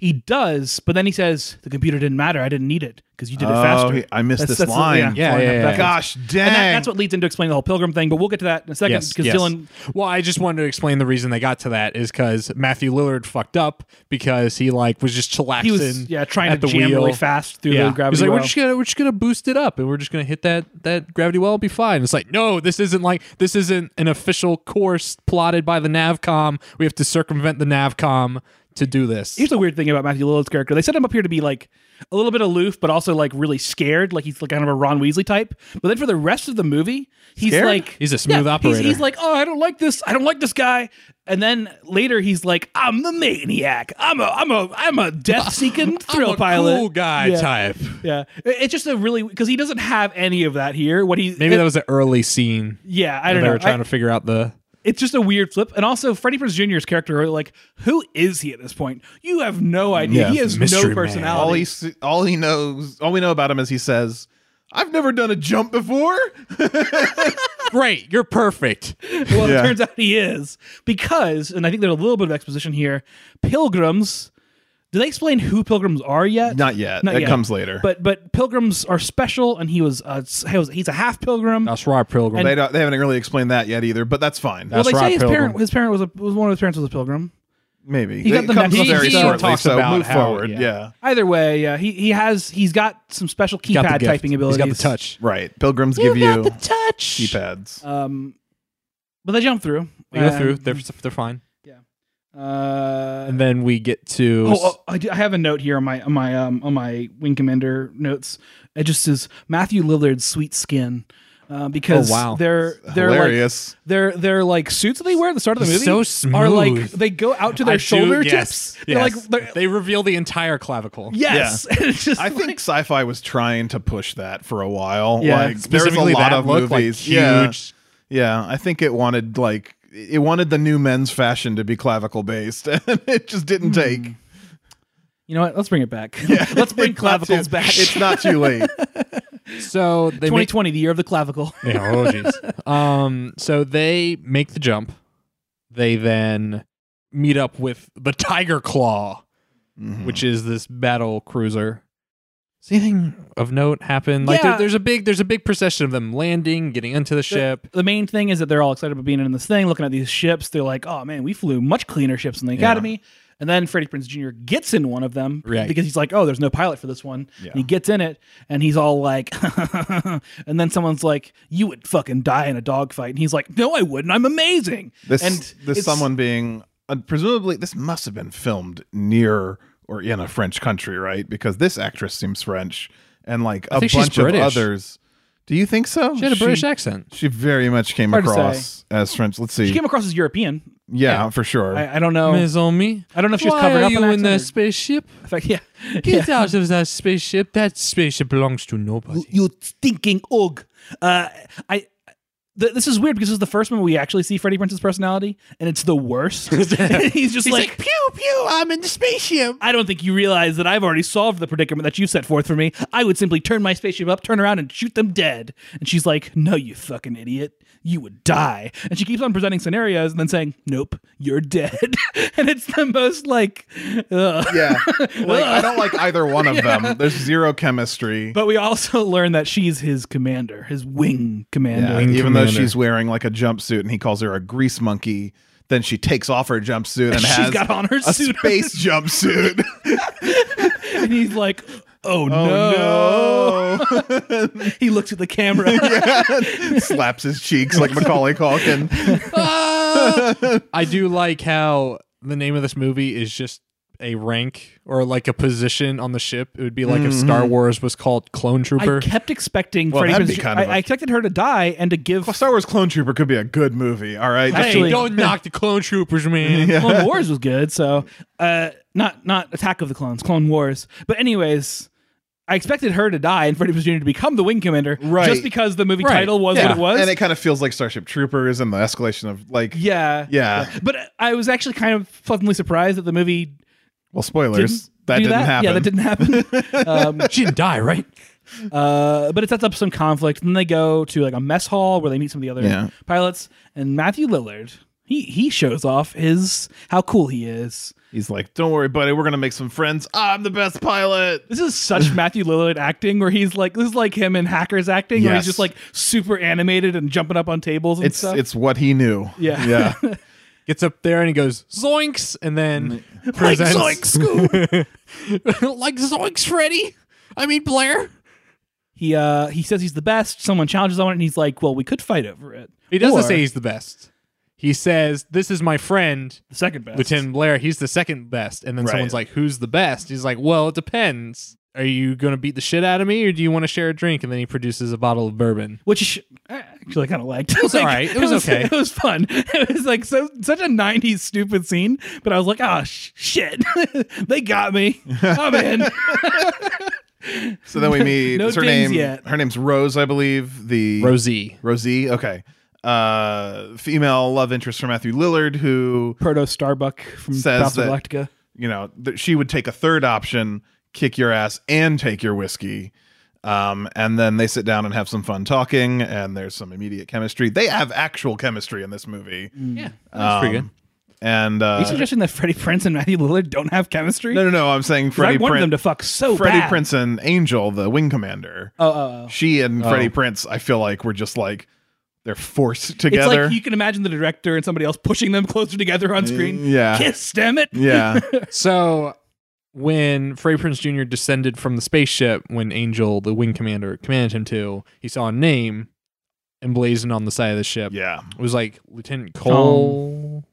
[SPEAKER 3] He does, but then he says the computer didn't matter. I didn't need it because you did it
[SPEAKER 2] Oh,
[SPEAKER 3] faster.
[SPEAKER 2] he- I missed this
[SPEAKER 3] the-
[SPEAKER 2] line.
[SPEAKER 1] Yeah,
[SPEAKER 3] line
[SPEAKER 1] yeah,
[SPEAKER 3] after
[SPEAKER 1] yeah.
[SPEAKER 3] that.
[SPEAKER 2] Gosh dang!
[SPEAKER 3] And that, that's what leads into explaining the whole pilgrim thing. But we'll get to that in a second
[SPEAKER 1] Yes,
[SPEAKER 3] because
[SPEAKER 1] yes.
[SPEAKER 3] Dylan
[SPEAKER 1] Well, I just wanted to explain the reason they got to that is because Matthew Lillard fucked up because he like was just chillaxing.
[SPEAKER 3] he was yeah trying
[SPEAKER 1] at
[SPEAKER 3] to
[SPEAKER 1] the
[SPEAKER 3] jam
[SPEAKER 1] wheel.
[SPEAKER 3] really fast through
[SPEAKER 1] Yeah,
[SPEAKER 3] the gravity.
[SPEAKER 1] he's like, we're
[SPEAKER 3] well."
[SPEAKER 1] just gonna we're just gonna boost it up and we're just gonna hit that that gravity well. It'll be fine. It's like, no, this isn't like this isn't an official course plotted by the Navcom. We have to circumvent the Navcom to do this.
[SPEAKER 3] Here's the weird thing about Matthew Lillard's character. They set him up here to be like a little bit aloof, but also like really scared, like he's like kind of a Ron Weasley type. But then for the rest of the movie, he's
[SPEAKER 2] Scared?
[SPEAKER 3] like
[SPEAKER 1] He's a smooth
[SPEAKER 3] he's-
[SPEAKER 1] operator.
[SPEAKER 3] He's, like, oh, I don't like this. I don't like this guy. And then later, he's like, I'm the maniac. I'm a I'm a I'm a death seeking
[SPEAKER 1] <laughs>
[SPEAKER 3] thrill
[SPEAKER 1] I'm a
[SPEAKER 3] pilot.
[SPEAKER 1] cool guy
[SPEAKER 3] yeah.
[SPEAKER 1] type.
[SPEAKER 3] Yeah, It- it's just a really because he doesn't have any of that here. What he
[SPEAKER 1] Maybe
[SPEAKER 3] it-
[SPEAKER 1] that was an early scene.
[SPEAKER 3] yeah, I
[SPEAKER 1] They
[SPEAKER 3] don't know.
[SPEAKER 1] were trying
[SPEAKER 3] I-
[SPEAKER 1] to figure out the
[SPEAKER 3] it's just a weird flip. And also, Freddie Prinze Jr.'s character, like, who is he at this point? You have no idea.
[SPEAKER 2] Yeah.
[SPEAKER 3] He has
[SPEAKER 1] Mystery
[SPEAKER 3] no
[SPEAKER 1] man.
[SPEAKER 2] all he
[SPEAKER 3] personality.
[SPEAKER 2] s- all he knows, all we know about him is he says, "I've never done a jump before."
[SPEAKER 1] <laughs> great. You're perfect.
[SPEAKER 3] well,
[SPEAKER 2] Yeah.
[SPEAKER 3] it turns out he is because, and I think there's a little bit of exposition here. Pilgrims. Do they explain who pilgrims are yet?
[SPEAKER 2] Not yet. It comes later.
[SPEAKER 3] But but pilgrims are special, and he was, uh, s- he was he's a half pilgrim.
[SPEAKER 1] That's right, Pilgrim.
[SPEAKER 2] they don't, they haven't really explained that yet either. But that's fine.
[SPEAKER 3] well, they
[SPEAKER 1] right,
[SPEAKER 3] say his
[SPEAKER 1] pilgrim.
[SPEAKER 3] parent his parent was a was one of his parents was a pilgrim.
[SPEAKER 2] Maybe
[SPEAKER 3] He got
[SPEAKER 2] It
[SPEAKER 3] the
[SPEAKER 2] comes
[SPEAKER 3] message.
[SPEAKER 2] very
[SPEAKER 3] He- he
[SPEAKER 2] shortly.
[SPEAKER 1] talks
[SPEAKER 2] so
[SPEAKER 1] about
[SPEAKER 2] move
[SPEAKER 1] how-
[SPEAKER 2] forward.
[SPEAKER 1] yeah.
[SPEAKER 2] Yeah.
[SPEAKER 3] Either way, yeah, he he has he's got some special
[SPEAKER 1] He's got
[SPEAKER 3] keypad
[SPEAKER 1] the gift.
[SPEAKER 3] typing abilities.
[SPEAKER 1] He's got the touch.
[SPEAKER 2] right. Pilgrims give you
[SPEAKER 1] touch.
[SPEAKER 2] keypads.
[SPEAKER 3] Um, but they jump through.
[SPEAKER 1] We go through.
[SPEAKER 3] Um,
[SPEAKER 1] They're they're fine.
[SPEAKER 3] Uh,
[SPEAKER 1] And then we get to.
[SPEAKER 3] oh, oh, I, do, I have a note here on my on my um on my wing commander notes. It just says Matthew Lillard's sweet skin. Uh, because
[SPEAKER 1] Oh, wow.
[SPEAKER 3] they're they're like
[SPEAKER 2] Hilarious.
[SPEAKER 3] they're they're like suits that they wear at the start of the
[SPEAKER 1] He's
[SPEAKER 3] movie
[SPEAKER 1] so smooth.
[SPEAKER 3] are like they go out to their
[SPEAKER 1] I do-
[SPEAKER 3] shoulder
[SPEAKER 1] yes,
[SPEAKER 3] tips.
[SPEAKER 1] yes.
[SPEAKER 3] They're like they're,
[SPEAKER 1] they reveal the entire clavicle.
[SPEAKER 3] yes. <laughs> And it's just
[SPEAKER 2] I think
[SPEAKER 3] like-
[SPEAKER 2] sci-fi was trying to push that for a while.
[SPEAKER 3] Yeah.
[SPEAKER 2] Like there was a
[SPEAKER 1] Specifically
[SPEAKER 2] lot
[SPEAKER 1] that
[SPEAKER 2] of
[SPEAKER 1] look, like,
[SPEAKER 2] movies.
[SPEAKER 1] huge.
[SPEAKER 2] Yeah. Yeah. I think it wanted like it wanted the new men's fashion to be clavicle based, <laughs> and it just didn't take.
[SPEAKER 3] you know what? Let's bring it back. <laughs> Let's
[SPEAKER 1] <laughs>
[SPEAKER 3] bring
[SPEAKER 2] <laughs> It's not too-
[SPEAKER 3] clavicles back.
[SPEAKER 2] It's
[SPEAKER 3] <laughs>
[SPEAKER 2] not too late.
[SPEAKER 1] So they make.
[SPEAKER 3] 2020, the year of the clavicle.
[SPEAKER 1] <laughs> Yeah, oh jeez. um. So they make the jump. They then meet up with the Tiger Claw,
[SPEAKER 2] Mm-hmm.
[SPEAKER 1] which is this battle cruiser. Does anything of note happen? Like there-
[SPEAKER 3] Yeah.
[SPEAKER 1] there's a big there's a big procession of them landing, getting into the ship.
[SPEAKER 3] The main thing is that they're all excited about being in this thing, looking at these ships. They're like, oh man, we flew much cleaner ships in the academy. And then Freddie Prince Jr. gets in one of them
[SPEAKER 1] Right.
[SPEAKER 3] because he's like, oh, there's no pilot for this one.
[SPEAKER 2] Yeah.
[SPEAKER 3] And he gets in it and he's all like, <laughs> and then someone's like, you would fucking die in a dogfight. And he's like, no, I wouldn't. I'm amazing.
[SPEAKER 2] This
[SPEAKER 3] and
[SPEAKER 2] this
[SPEAKER 3] it's-
[SPEAKER 2] someone being uh, presumably this must have been filmed near or in a French country, right? Because this actress seems French, and like a
[SPEAKER 1] think she's
[SPEAKER 2] bunch of
[SPEAKER 1] British.
[SPEAKER 2] others. Do you think so?
[SPEAKER 1] She had a British accent.
[SPEAKER 2] She very much came
[SPEAKER 3] Hard to
[SPEAKER 2] across as French. Let's see.
[SPEAKER 3] She came across as European.
[SPEAKER 2] yeah, for sure.
[SPEAKER 3] I, I don't know.
[SPEAKER 1] Mes amis,
[SPEAKER 3] I don't know if she was
[SPEAKER 1] why
[SPEAKER 3] covering
[SPEAKER 1] are
[SPEAKER 3] up
[SPEAKER 1] you
[SPEAKER 3] an
[SPEAKER 1] in that
[SPEAKER 3] accent
[SPEAKER 1] spaceship?
[SPEAKER 3] In
[SPEAKER 2] <laughs>
[SPEAKER 3] fact, yeah. yeah.
[SPEAKER 1] Get out of that spaceship. That spaceship belongs to nobody.
[SPEAKER 3] You stinking og. Uh, I th- this is weird because this is the first one we actually see Freddie Prince's personality, and it's the <laughs> worst. he's just like,
[SPEAKER 1] pew pew, I'm
[SPEAKER 3] <laughs>
[SPEAKER 1] in the spaceship.
[SPEAKER 3] I don't think you realize that I've already solved the predicament that you set forth for me. I would simply turn my spaceship up, turn around, and shoot them dead. And she's like, No, you fucking idiot. You would die. And she keeps on presenting scenarios and then saying, Nope, you're dead. <laughs> and it's the most like, ugh.
[SPEAKER 2] Yeah. Like I don't like either one
[SPEAKER 3] <laughs>
[SPEAKER 2] of them. There's zero chemistry.
[SPEAKER 3] But we also <laughs> learn that she's his commander, his wing
[SPEAKER 2] Yeah,
[SPEAKER 3] commander.
[SPEAKER 2] uh, even
[SPEAKER 1] Wing
[SPEAKER 2] though
[SPEAKER 1] commander.
[SPEAKER 2] she's wearing like a jumpsuit and he calls her a grease monkey, then she takes off her jumpsuit and
[SPEAKER 3] <laughs> She's
[SPEAKER 2] has
[SPEAKER 3] got on her
[SPEAKER 2] a
[SPEAKER 3] suit. <laughs>
[SPEAKER 2] space jumpsuit.
[SPEAKER 3] And he's like, Oh,
[SPEAKER 2] oh no.
[SPEAKER 3] no. He looks at
[SPEAKER 2] <laughs>
[SPEAKER 3] the camera.
[SPEAKER 2] Slaps his cheeks like Macaulay Culkin.
[SPEAKER 1] I do like how the name of this movie is just a rank or like a position on the ship. It would be like if Star Wars was called Clone Trooper.
[SPEAKER 3] I kept expecting
[SPEAKER 2] Well,
[SPEAKER 3] Freddie
[SPEAKER 2] that'd be
[SPEAKER 3] Prinze-
[SPEAKER 2] kind of
[SPEAKER 3] I,
[SPEAKER 2] a-
[SPEAKER 3] I expected her to die and to give
[SPEAKER 2] Well, Star Wars Clone Trooper could be a good movie, all right?
[SPEAKER 1] Hey,
[SPEAKER 2] Just-
[SPEAKER 3] actually-
[SPEAKER 1] don't knock the Clone Troopers, man.
[SPEAKER 2] <laughs>
[SPEAKER 3] Clone Wars was good, so uh, not not Attack of the Clones, Clone Wars. But anyways, I expected her to die and Freddie Prinze Jr. to become the Wing Commander,
[SPEAKER 2] Right.
[SPEAKER 3] Just because the movie
[SPEAKER 1] Right.
[SPEAKER 3] title was
[SPEAKER 1] Yeah.
[SPEAKER 3] what it was,
[SPEAKER 2] And it kind of feels like Starship Troopers and the escalation of like
[SPEAKER 3] yeah,
[SPEAKER 2] Yeah.
[SPEAKER 3] But I was actually kind of pleasantly surprised that the movie
[SPEAKER 2] Well, spoilers.
[SPEAKER 3] didn't
[SPEAKER 2] that
[SPEAKER 3] do
[SPEAKER 2] didn't happen.
[SPEAKER 3] Yeah, that
[SPEAKER 2] <laughs>
[SPEAKER 3] didn't happen. um,
[SPEAKER 1] She didn't die, right?
[SPEAKER 3] uh, but it sets up some conflict. And then they go to like a mess hall where they meet some of the other
[SPEAKER 2] Yeah.
[SPEAKER 3] pilots. And Matthew Lillard, he he shows off his how cool he is.
[SPEAKER 2] He's like, "Don't worry, buddy. We're gonna make some friends. I'm the best pilot."
[SPEAKER 3] This
[SPEAKER 2] <laughs>
[SPEAKER 3] is such Matthew Lillard acting, where he's like, this is like him in Hackers acting, where
[SPEAKER 2] Yes.
[SPEAKER 3] he's just like super animated and jumping up on tables and
[SPEAKER 2] It's
[SPEAKER 3] stuff.
[SPEAKER 2] it's what he knew.
[SPEAKER 3] Yeah.
[SPEAKER 2] yeah.
[SPEAKER 1] Gets up there and he goes zoinks, and then
[SPEAKER 3] like
[SPEAKER 1] presents <laughs>
[SPEAKER 3] Zoink Scoop.
[SPEAKER 1] like zoinks, Freddy. I mean Blair.
[SPEAKER 3] he uh he says he's the best. Someone challenges on it, and he's like, well, we could fight over it.
[SPEAKER 1] He doesn't
[SPEAKER 3] Or
[SPEAKER 1] say he's the best. He says, "This is my friend,
[SPEAKER 3] the second best.
[SPEAKER 1] Lieutenant Blair. He's the second best." And then
[SPEAKER 2] Right.
[SPEAKER 1] someone's like, "Who's the best?" He's like, "Well, it depends. Are you going to beat the shit out of me, or do you want to share a drink?" And then he produces a bottle of bourbon.
[SPEAKER 3] which I actually kind of liked. It <laughs>
[SPEAKER 1] was alright. It was okay.
[SPEAKER 3] It was fun. <laughs> It was like so such a '90s stupid scene, but I was like, oh sh- shit, <laughs> they got me. Oh, I'm in.
[SPEAKER 2] So then we meet.
[SPEAKER 3] <laughs> No
[SPEAKER 2] is her
[SPEAKER 3] dings
[SPEAKER 2] name.
[SPEAKER 3] yet.
[SPEAKER 2] Her name's Rose, I believe. The <laughs>
[SPEAKER 1] Rosie.
[SPEAKER 2] Rosie. Okay. Uh, female love interest for Matthew Lillard, who
[SPEAKER 3] Proto Starbuck from
[SPEAKER 2] Says
[SPEAKER 3] Battlestar
[SPEAKER 2] that-
[SPEAKER 3] Galactica.
[SPEAKER 2] you know that she would take a third option, kick your ass, and take your whiskey. Um, and then they sit down and have some fun talking, and there's some immediate chemistry. They have actual chemistry in this movie.
[SPEAKER 3] Mm.
[SPEAKER 1] Yeah, that's pretty good.
[SPEAKER 2] Um, And uh,
[SPEAKER 3] Are you suggesting that Freddie Prince and Matthew Lillard don't have chemistry?
[SPEAKER 2] no, no, no. I'm saying
[SPEAKER 3] 'Cause I
[SPEAKER 2] Freddie
[SPEAKER 3] wanted
[SPEAKER 2] Prince.
[SPEAKER 3] them to fuck so
[SPEAKER 2] Freddie
[SPEAKER 3] bad.
[SPEAKER 2] Prince and Angel, the wing commander.
[SPEAKER 3] Oh, oh, oh.
[SPEAKER 2] She and Freddie Prince, I feel like, were just like they're forced together.
[SPEAKER 3] It's like you can imagine the director and somebody else pushing them closer together on screen.
[SPEAKER 2] yeah.
[SPEAKER 3] Kiss, damn it. <laughs>
[SPEAKER 2] yeah,
[SPEAKER 1] So when Frey Prince Jr. descended from the spaceship, when Angel, the wing commander, commanded him to, he saw a name emblazoned on the side of the ship.
[SPEAKER 2] yeah.
[SPEAKER 1] It was like Lieutenant Cole.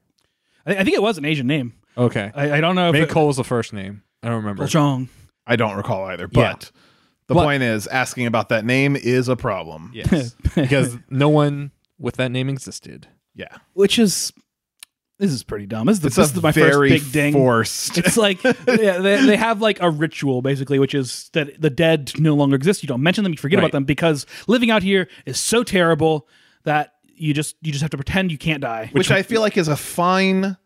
[SPEAKER 3] I, I think it was an Asian name.
[SPEAKER 1] Okay.
[SPEAKER 2] Uh,
[SPEAKER 3] I, I don't know if
[SPEAKER 1] Maybe
[SPEAKER 3] it,
[SPEAKER 1] Cole was the first name. I don't remember.
[SPEAKER 3] Chong.
[SPEAKER 2] I don't recall either.
[SPEAKER 1] Yeah.
[SPEAKER 2] But the
[SPEAKER 1] But-
[SPEAKER 2] point is, asking about that name is a problem.
[SPEAKER 1] Yes. because no one with that name existed.
[SPEAKER 2] <laughs> Yeah.
[SPEAKER 3] which is this is pretty dumb. This is, the,
[SPEAKER 2] It's
[SPEAKER 3] this
[SPEAKER 2] a
[SPEAKER 3] is my first
[SPEAKER 2] very
[SPEAKER 3] big ding.
[SPEAKER 2] forced.
[SPEAKER 3] It's like yeah, they, they have like a ritual basically, which is that the dead no longer exist. You don't mention them, you forget
[SPEAKER 1] Right.
[SPEAKER 3] about them because living out here is so terrible that you just you just have to pretend you can't die.
[SPEAKER 2] which I feel like is a fine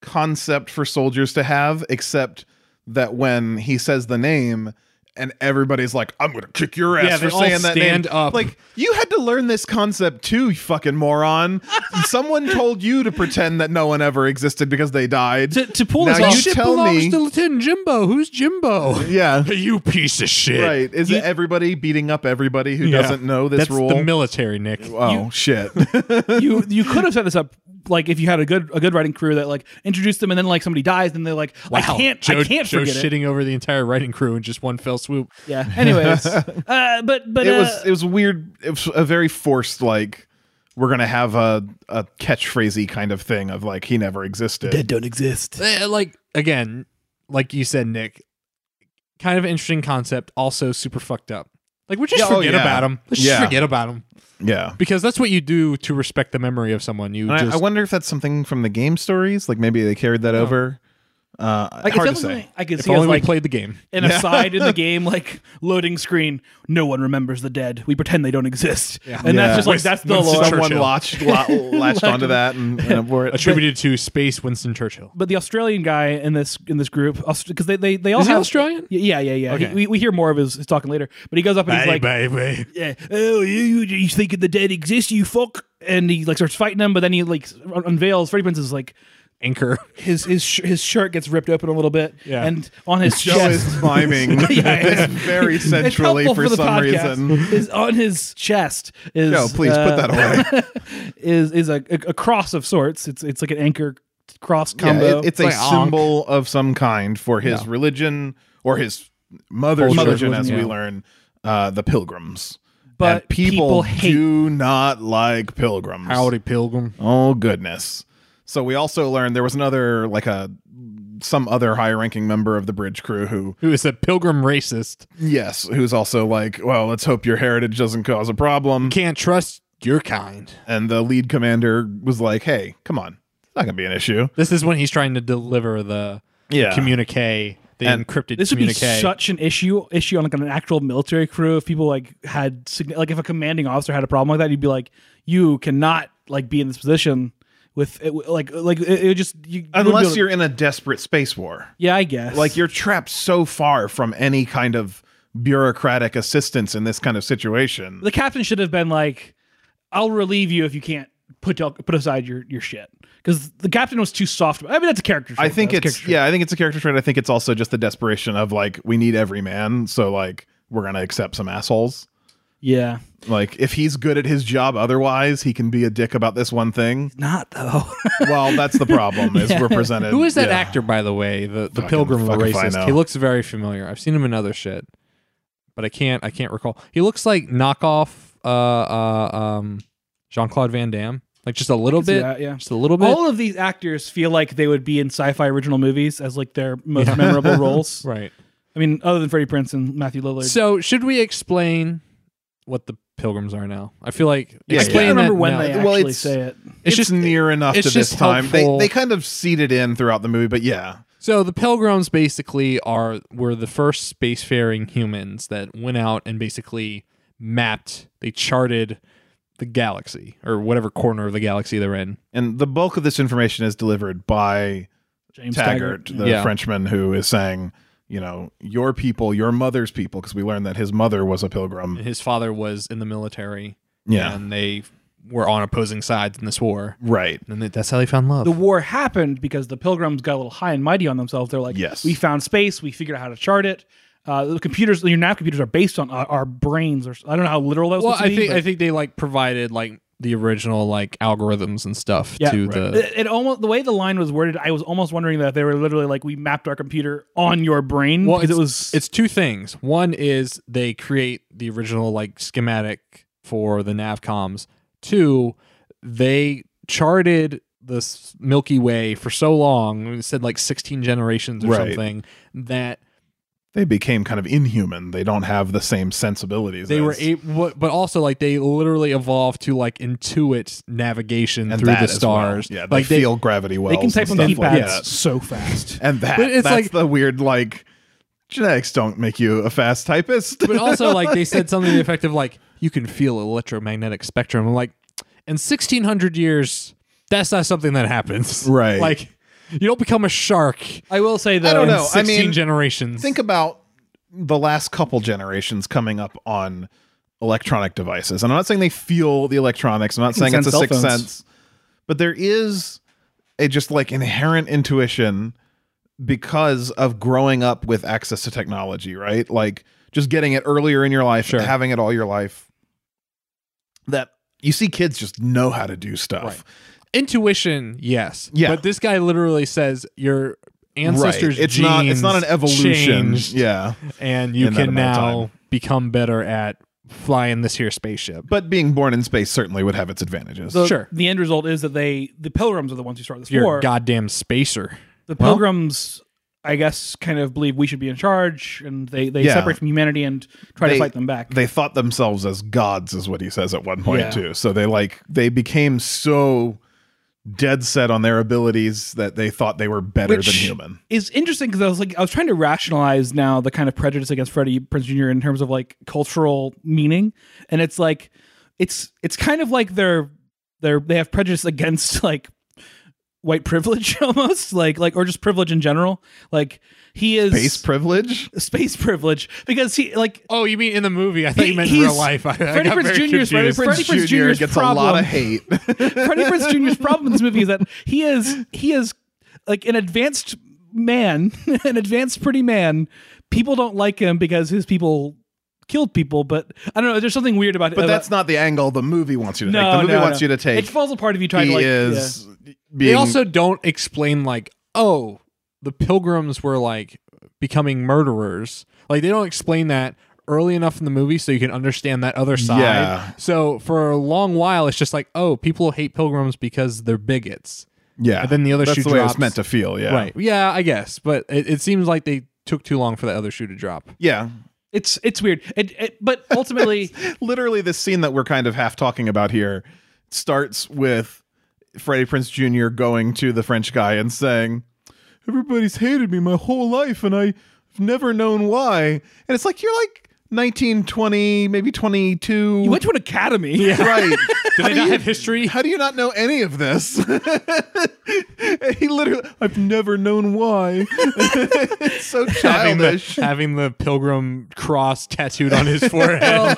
[SPEAKER 2] concept for soldiers to have, except that when he says the name and everybody's like, I'm gonna kick your ass
[SPEAKER 1] Yeah, they
[SPEAKER 2] for
[SPEAKER 1] all
[SPEAKER 2] saying that
[SPEAKER 1] stand
[SPEAKER 2] name.
[SPEAKER 1] up.
[SPEAKER 2] Like, you had to learn this concept too, you fucking moron.
[SPEAKER 3] <laughs>
[SPEAKER 2] Someone told you to pretend that no one ever existed because they died.
[SPEAKER 3] to, to pull
[SPEAKER 2] Now
[SPEAKER 3] this
[SPEAKER 2] you
[SPEAKER 3] off,
[SPEAKER 2] should- tell me-
[SPEAKER 1] Lieutenant Jimbo. Who's Jimbo? <laughs>
[SPEAKER 2] yeah.
[SPEAKER 1] you piece of shit.
[SPEAKER 2] Right. Is
[SPEAKER 3] You-
[SPEAKER 2] it everybody beating up everybody who
[SPEAKER 1] Yeah.
[SPEAKER 2] doesn't know this
[SPEAKER 1] That's
[SPEAKER 2] rule?
[SPEAKER 1] the military, Nick.
[SPEAKER 2] oh shit.
[SPEAKER 3] <laughs>
[SPEAKER 2] <laughs>
[SPEAKER 3] you you could have set this up like if you had a good a good writing crew that like introduced them and then like somebody dies and they're like I
[SPEAKER 1] Wow.
[SPEAKER 3] can't
[SPEAKER 1] Joe,
[SPEAKER 3] I can't
[SPEAKER 1] Joe
[SPEAKER 3] forget it.
[SPEAKER 1] shitting over the entire writing crew in just one fell swoop.
[SPEAKER 3] Yeah.
[SPEAKER 2] <laughs>
[SPEAKER 3] Anyways, uh, but but
[SPEAKER 2] it
[SPEAKER 3] uh,
[SPEAKER 2] was it was weird it was a very forced like we're gonna have a, a catchphrasey kind of thing of like he never existed
[SPEAKER 3] don't exist.
[SPEAKER 1] Eh, like again, like you said, Nick, kind of interesting concept. Also super fucked up. Like we just
[SPEAKER 2] Yeah, oh,
[SPEAKER 1] forget
[SPEAKER 2] yeah.
[SPEAKER 1] about him. Let's
[SPEAKER 2] Yeah.
[SPEAKER 1] just forget about him
[SPEAKER 2] yeah
[SPEAKER 1] because that's what you do to respect the memory of someone. You
[SPEAKER 2] and I,
[SPEAKER 1] just
[SPEAKER 2] I wonder if that's something from the game stories like maybe they carried that over Uh,
[SPEAKER 3] Like
[SPEAKER 2] hard
[SPEAKER 3] it's
[SPEAKER 2] to
[SPEAKER 3] definitely
[SPEAKER 2] say.
[SPEAKER 3] I could
[SPEAKER 1] If
[SPEAKER 3] see as
[SPEAKER 1] only
[SPEAKER 3] like
[SPEAKER 1] we played the game.
[SPEAKER 3] an
[SPEAKER 2] <laughs>
[SPEAKER 3] aside in the game, like loading screen. No one remembers the dead. We pretend they don't exist, and
[SPEAKER 2] Yeah.
[SPEAKER 3] that's just like
[SPEAKER 1] Winston-
[SPEAKER 3] that's the
[SPEAKER 1] Winston
[SPEAKER 3] law.
[SPEAKER 2] Someone
[SPEAKER 1] Churchill.
[SPEAKER 2] latched,
[SPEAKER 3] <laughs>
[SPEAKER 2] la- latched onto that and, and for it.
[SPEAKER 1] Attributed to Space Winston Churchill.
[SPEAKER 3] But the Australian guy in this in this group, because they, they they all
[SPEAKER 1] Is he
[SPEAKER 3] have
[SPEAKER 1] Australian?
[SPEAKER 3] Y- Yeah, yeah, yeah. He-
[SPEAKER 1] Okay.
[SPEAKER 3] we, we hear more of his, his talking later, but he goes up and he's
[SPEAKER 1] Hey,
[SPEAKER 3] like,
[SPEAKER 1] baby.
[SPEAKER 3] yeah, oh, you, you, you think the dead exist, you fuck. And he like starts fighting him, but then he like un- unveils Freddie Prince's like
[SPEAKER 1] Anchor.
[SPEAKER 3] his his sh- his shirt gets ripped open a little bit,
[SPEAKER 1] Yeah.
[SPEAKER 3] and on his
[SPEAKER 2] Joe
[SPEAKER 3] <laughs> chest.
[SPEAKER 2] is climbing
[SPEAKER 3] Yeah, yeah.
[SPEAKER 2] <laughs> very
[SPEAKER 3] It's
[SPEAKER 2] centrally
[SPEAKER 3] helpful
[SPEAKER 2] for,
[SPEAKER 3] the
[SPEAKER 2] some
[SPEAKER 3] podcast.
[SPEAKER 2] reason.
[SPEAKER 3] Is on his chest is
[SPEAKER 2] Joe,
[SPEAKER 3] uh,
[SPEAKER 2] please put that
[SPEAKER 3] <laughs>
[SPEAKER 2] away.
[SPEAKER 3] away. Is is a, a, a cross of sorts. It's it's like an anchor cross
[SPEAKER 2] Yeah,
[SPEAKER 3] combo.
[SPEAKER 2] it- it's
[SPEAKER 1] Like
[SPEAKER 2] a
[SPEAKER 1] Ankh.
[SPEAKER 2] symbol of some kind for his religion or his mother's
[SPEAKER 1] Culture.
[SPEAKER 2] religion, as we
[SPEAKER 1] Yeah.
[SPEAKER 2] learn, uh, the pilgrims.
[SPEAKER 3] But
[SPEAKER 2] And people,
[SPEAKER 3] people hate-
[SPEAKER 2] do not like pilgrims.
[SPEAKER 1] Howdy, Pilgrim.
[SPEAKER 2] Oh goodness. So we also learned there was another like a some other high ranking member of the bridge crew who
[SPEAKER 1] Who is a Pilgrim racist?
[SPEAKER 2] yes, who's also like, well, let's hope your heritage doesn't cause a problem.
[SPEAKER 1] Can't trust your kind.
[SPEAKER 2] And the lead commander was like, "Hey, come on. It's not going to be an issue."
[SPEAKER 1] This is when he's trying to deliver the
[SPEAKER 2] Yeah.
[SPEAKER 1] communique, the
[SPEAKER 2] And
[SPEAKER 1] encrypted
[SPEAKER 3] this would be
[SPEAKER 1] communique.
[SPEAKER 3] such an issue issue on like an actual military crew if people like had signi- like if a commanding officer had a problem like that you'd be like you cannot like be in this position with it, w- like like it, it would just you wouldn't be able
[SPEAKER 2] Unless
[SPEAKER 3] to-
[SPEAKER 2] you're in a desperate space war.
[SPEAKER 3] yeah I guess
[SPEAKER 2] Like you're trapped so far from any kind of bureaucratic assistance in this kind of situation.
[SPEAKER 3] the captain should have been like I'll relieve you if you can't put uh, put aside your your shit because the captain was too soft I mean that's a character
[SPEAKER 2] I
[SPEAKER 3] trait,
[SPEAKER 2] think
[SPEAKER 3] though. That's a
[SPEAKER 2] it's
[SPEAKER 3] character trait.
[SPEAKER 2] yeah, I think it's a character trait. I think it's also just the desperation of like we need every man, so like we're gonna accept some assholes.
[SPEAKER 3] yeah
[SPEAKER 2] Like if he's good at his job, otherwise he can be a dick about this one thing.
[SPEAKER 3] not though <laughs>
[SPEAKER 2] Well, that's the problem is we're presented.
[SPEAKER 1] Who is that
[SPEAKER 2] yeah.
[SPEAKER 1] actor, by the way? The the
[SPEAKER 2] Fucking-
[SPEAKER 1] Pilgrim
[SPEAKER 2] fuck if I
[SPEAKER 1] racist.
[SPEAKER 2] know.
[SPEAKER 1] He looks very familiar. I've seen him in other shit, but I can't I can't recall. He looks like knockoff uh, uh, um, Jean Claude Van Damme, like just a little
[SPEAKER 3] see
[SPEAKER 1] bit,
[SPEAKER 3] that, yeah.
[SPEAKER 1] just a little bit.
[SPEAKER 3] all of these actors feel like they would be in sci-fi original movies as like their
[SPEAKER 2] <laughs>
[SPEAKER 3] most memorable roles
[SPEAKER 1] right.
[SPEAKER 3] I mean, other than Freddie Prince and Matthew Lillard.
[SPEAKER 1] So should we explain what the Pilgrims are now? I feel like
[SPEAKER 2] Yeah,
[SPEAKER 3] I
[SPEAKER 1] explain
[SPEAKER 3] can't remember
[SPEAKER 1] that
[SPEAKER 3] when
[SPEAKER 1] now.
[SPEAKER 3] they
[SPEAKER 2] Well,
[SPEAKER 3] actually
[SPEAKER 2] it's-
[SPEAKER 3] say it.
[SPEAKER 2] It's, just near enough
[SPEAKER 1] it's
[SPEAKER 2] to this
[SPEAKER 1] just
[SPEAKER 2] time. They
[SPEAKER 1] helpful.
[SPEAKER 2] they kind of seeded in throughout the movie, but yeah,
[SPEAKER 1] So the Pilgrims basically are were the first spacefaring humans that went out and basically mapped, they charted the galaxy or whatever corner of the galaxy they're in.
[SPEAKER 2] and the bulk of this information is delivered by
[SPEAKER 3] James
[SPEAKER 2] Taggart, the
[SPEAKER 1] Yeah.
[SPEAKER 2] Frenchman who is saying, you know, your people, your mother's people, because we learned that his mother was a pilgrim.
[SPEAKER 1] And his father was in the military.
[SPEAKER 2] Yeah.
[SPEAKER 1] And they were on opposing sides in this war.
[SPEAKER 2] Right.
[SPEAKER 1] And they- that's how they found love.
[SPEAKER 3] The war happened because the Pilgrims got a little high and mighty on themselves. They're like,
[SPEAKER 2] Yes.
[SPEAKER 3] we found space. We figured out how to chart it. Uh, the computers, your nav computers, are based on our, our brains. Or s- I don't know how literal that was.
[SPEAKER 1] well, I
[SPEAKER 3] supposed to be,
[SPEAKER 1] think
[SPEAKER 3] but
[SPEAKER 1] I think they like provided like the original like algorithms and stuff
[SPEAKER 3] Yeah.
[SPEAKER 1] to
[SPEAKER 3] Right.
[SPEAKER 1] the
[SPEAKER 3] it, it almost the way the line was worded. I was almost wondering that they were literally like, we mapped our computer on your brain.
[SPEAKER 1] Well,
[SPEAKER 3] because
[SPEAKER 1] it's-
[SPEAKER 3] it was.
[SPEAKER 1] It's two things. One is they create the original like schematic for the navcoms. Two, they charted this Milky Way for so long, it said like 16 generations or
[SPEAKER 2] Right.
[SPEAKER 1] something, that
[SPEAKER 2] They became kind of inhuman. They don't have the same sensibilities.
[SPEAKER 1] they were
[SPEAKER 2] as-
[SPEAKER 1] able, but also like they literally evolved to like intuit navigation
[SPEAKER 2] and
[SPEAKER 1] through
[SPEAKER 2] that
[SPEAKER 1] the
[SPEAKER 2] as well.
[SPEAKER 1] stars.
[SPEAKER 2] Yeah, they
[SPEAKER 1] like
[SPEAKER 2] feel gravity wells.
[SPEAKER 3] they can type on
[SPEAKER 2] and
[SPEAKER 3] the
[SPEAKER 2] stuff like
[SPEAKER 3] keypads
[SPEAKER 2] that.
[SPEAKER 3] so fast.
[SPEAKER 2] And that,
[SPEAKER 1] But it's
[SPEAKER 2] that's
[SPEAKER 1] like-
[SPEAKER 2] the weird, like, genetics don't make you a fast typist. <laughs>
[SPEAKER 1] but <laughs> also like they said something to the effect of like you can feel electromagnetic spectrum. I'm like, in 1600 years, that's not something that happens, <laughs>
[SPEAKER 2] Right.
[SPEAKER 1] Like, you don't become a shark.
[SPEAKER 3] I will say though,
[SPEAKER 2] I don't
[SPEAKER 1] in
[SPEAKER 2] know. I
[SPEAKER 1] 16
[SPEAKER 2] mean,
[SPEAKER 1] generations.
[SPEAKER 2] think about the last couple generations coming up on electronic devices. And I'm not saying they feel the electronics. I'm not saying it's a
[SPEAKER 3] sense
[SPEAKER 2] sixth
[SPEAKER 3] cell phones.
[SPEAKER 2] sense. But there is a just like inherent intuition because of growing up with access to technology, right? Like just getting it earlier in your life,
[SPEAKER 1] Sure.
[SPEAKER 2] having it all your life. That you see kids just know how to do stuff.
[SPEAKER 1] Right. intuition, yes,
[SPEAKER 2] Yeah.
[SPEAKER 1] But this guy literally says your ancestors'
[SPEAKER 2] It's not it's not an
[SPEAKER 1] genes
[SPEAKER 2] evolution.
[SPEAKER 1] changed,
[SPEAKER 2] Yeah.
[SPEAKER 1] and you
[SPEAKER 2] in that
[SPEAKER 1] can
[SPEAKER 2] amount of
[SPEAKER 1] now become better at flying this here spaceship.
[SPEAKER 2] But being born in space certainly would have its advantages.
[SPEAKER 3] the,
[SPEAKER 1] Sure.
[SPEAKER 3] the end result is that they the pilgrims are the ones who start this
[SPEAKER 1] You're
[SPEAKER 3] war.
[SPEAKER 1] a goddamn spacer.
[SPEAKER 3] the pilgrims i guess kind of believe we should be in charge and they they
[SPEAKER 2] Yeah.
[SPEAKER 3] separate from humanity and try
[SPEAKER 2] They-
[SPEAKER 3] to fight them back
[SPEAKER 2] they thought themselves as gods is what he says at one point
[SPEAKER 3] Yeah.
[SPEAKER 2] too so they like they became so dead set on their abilities that they thought they were better than
[SPEAKER 3] Which
[SPEAKER 2] human.
[SPEAKER 3] Is interesting because I was like, I was trying to rationalize now the kind of prejudice against Freddie Prince Jr. in terms of like cultural meaning, and it's like, it's it's kind of like they're they're they have prejudice against <laughs> like white privilege <laughs> almost like like or just privilege in general. Like he is
[SPEAKER 2] Base privilege?
[SPEAKER 3] space privilege because he like
[SPEAKER 1] Oh, you mean in the movie? I thought you meant in
[SPEAKER 3] he's-
[SPEAKER 1] real life. <laughs> I, I
[SPEAKER 3] Freddie
[SPEAKER 1] got
[SPEAKER 3] Prinze
[SPEAKER 1] very
[SPEAKER 3] Jr. 's Freddie
[SPEAKER 1] confused.
[SPEAKER 3] Prinze- Prince
[SPEAKER 2] Jr.
[SPEAKER 3] Jr.'s
[SPEAKER 2] gets a lot
[SPEAKER 3] problem.
[SPEAKER 2] of hate.
[SPEAKER 3] <laughs> Freddie Prince Jr.'s problem in this movie is that he is he is like an advanced man, <laughs> an advanced pretty man. People don't like him because his people killed people, but I don't know. There's something weird about it.
[SPEAKER 2] but that's not the angle the movie wants you to take. The movie wants you to
[SPEAKER 3] It
[SPEAKER 2] take.
[SPEAKER 3] falls apart if you try
[SPEAKER 2] he
[SPEAKER 3] to like.
[SPEAKER 2] is
[SPEAKER 1] They
[SPEAKER 2] being
[SPEAKER 1] also don't explain like, oh, the pilgrims were like becoming murderers. Like they don't explain that early enough in the movie so you can understand that other side.
[SPEAKER 2] Yeah.
[SPEAKER 1] So for a long while it's just like, oh, people hate pilgrims because they're bigots.
[SPEAKER 2] yeah.
[SPEAKER 1] and then the other
[SPEAKER 2] That's
[SPEAKER 1] shoe
[SPEAKER 2] the way
[SPEAKER 1] drops.
[SPEAKER 2] it's meant to feel. Yeah.
[SPEAKER 1] Right. Yeah, I guess. But it, it seems like they took too long for that other shoe to drop.
[SPEAKER 2] Yeah.
[SPEAKER 3] Yeah. It's it's weird. It, it,
[SPEAKER 2] <laughs>
[SPEAKER 3] but ultimately,
[SPEAKER 2] literally this scene that we're kind of half talking about here starts with Freddie Prince Jr. going to the French guy and saying, Everybody's hated me my whole life and I've never known why. And it's like you're like 19, 20, maybe 22.
[SPEAKER 3] you went to an academy.
[SPEAKER 2] <laughs> right.
[SPEAKER 1] Do they not have history?
[SPEAKER 2] How do you not know any of this? <laughs> he literally, I've never known why. <laughs> it's so
[SPEAKER 1] Having the,
[SPEAKER 2] childish.
[SPEAKER 1] having the pilgrim cross tattooed on his
[SPEAKER 2] <laughs>
[SPEAKER 1] forehead.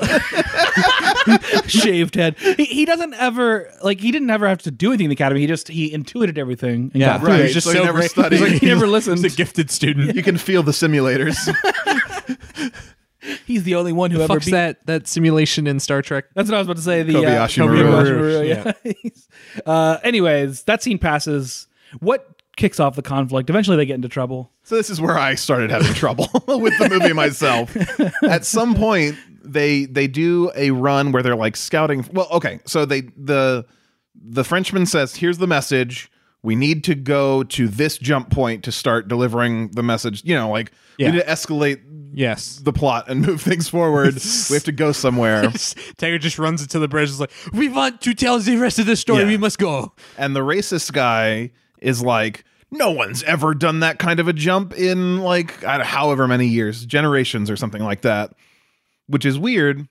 [SPEAKER 3] <laughs>
[SPEAKER 1] <laughs>
[SPEAKER 3] shaved head. He, he doesn't ever like. He didn't ever have to do anything in the academy. He just he intuited everything. And got through
[SPEAKER 2] right.
[SPEAKER 3] it.
[SPEAKER 1] He's just
[SPEAKER 2] so
[SPEAKER 1] so,
[SPEAKER 2] he never
[SPEAKER 1] great.
[SPEAKER 2] studied.
[SPEAKER 1] He's like,
[SPEAKER 3] He never
[SPEAKER 1] he's-
[SPEAKER 3] listened.
[SPEAKER 1] He's a gifted student.
[SPEAKER 2] you can feel the simulators.
[SPEAKER 3] He's the only one who ever
[SPEAKER 1] Fucks
[SPEAKER 3] beat.
[SPEAKER 1] that that simulation in Star Trek.
[SPEAKER 3] That's what I was about to say. The
[SPEAKER 2] Kobayashi
[SPEAKER 3] uh,
[SPEAKER 2] Maru.
[SPEAKER 3] Kobayashi Maru, yeah. <laughs> uh, anyways, that scene passes. What kicks off the conflict? Eventually, they get into trouble.
[SPEAKER 2] So this is where I started having trouble <laughs> with the movie myself. At some point, they they do a run where they're like scouting. Well, okay, so they the the Frenchman says, "Here's the message. We need to go to this jump point to start delivering the message. You know, like
[SPEAKER 1] Yeah.
[SPEAKER 2] we need to escalate
[SPEAKER 1] Yes. <laughs>
[SPEAKER 2] the plot and move things forward. we have to go somewhere."
[SPEAKER 1] Tiger just runs into the bridge. Is like, we want to tell the rest of the story.
[SPEAKER 2] Yeah.
[SPEAKER 1] We must go.
[SPEAKER 2] and the racist guy is like no one's ever done that kind of a jump in like I don't- however many years generations or something like that which is weird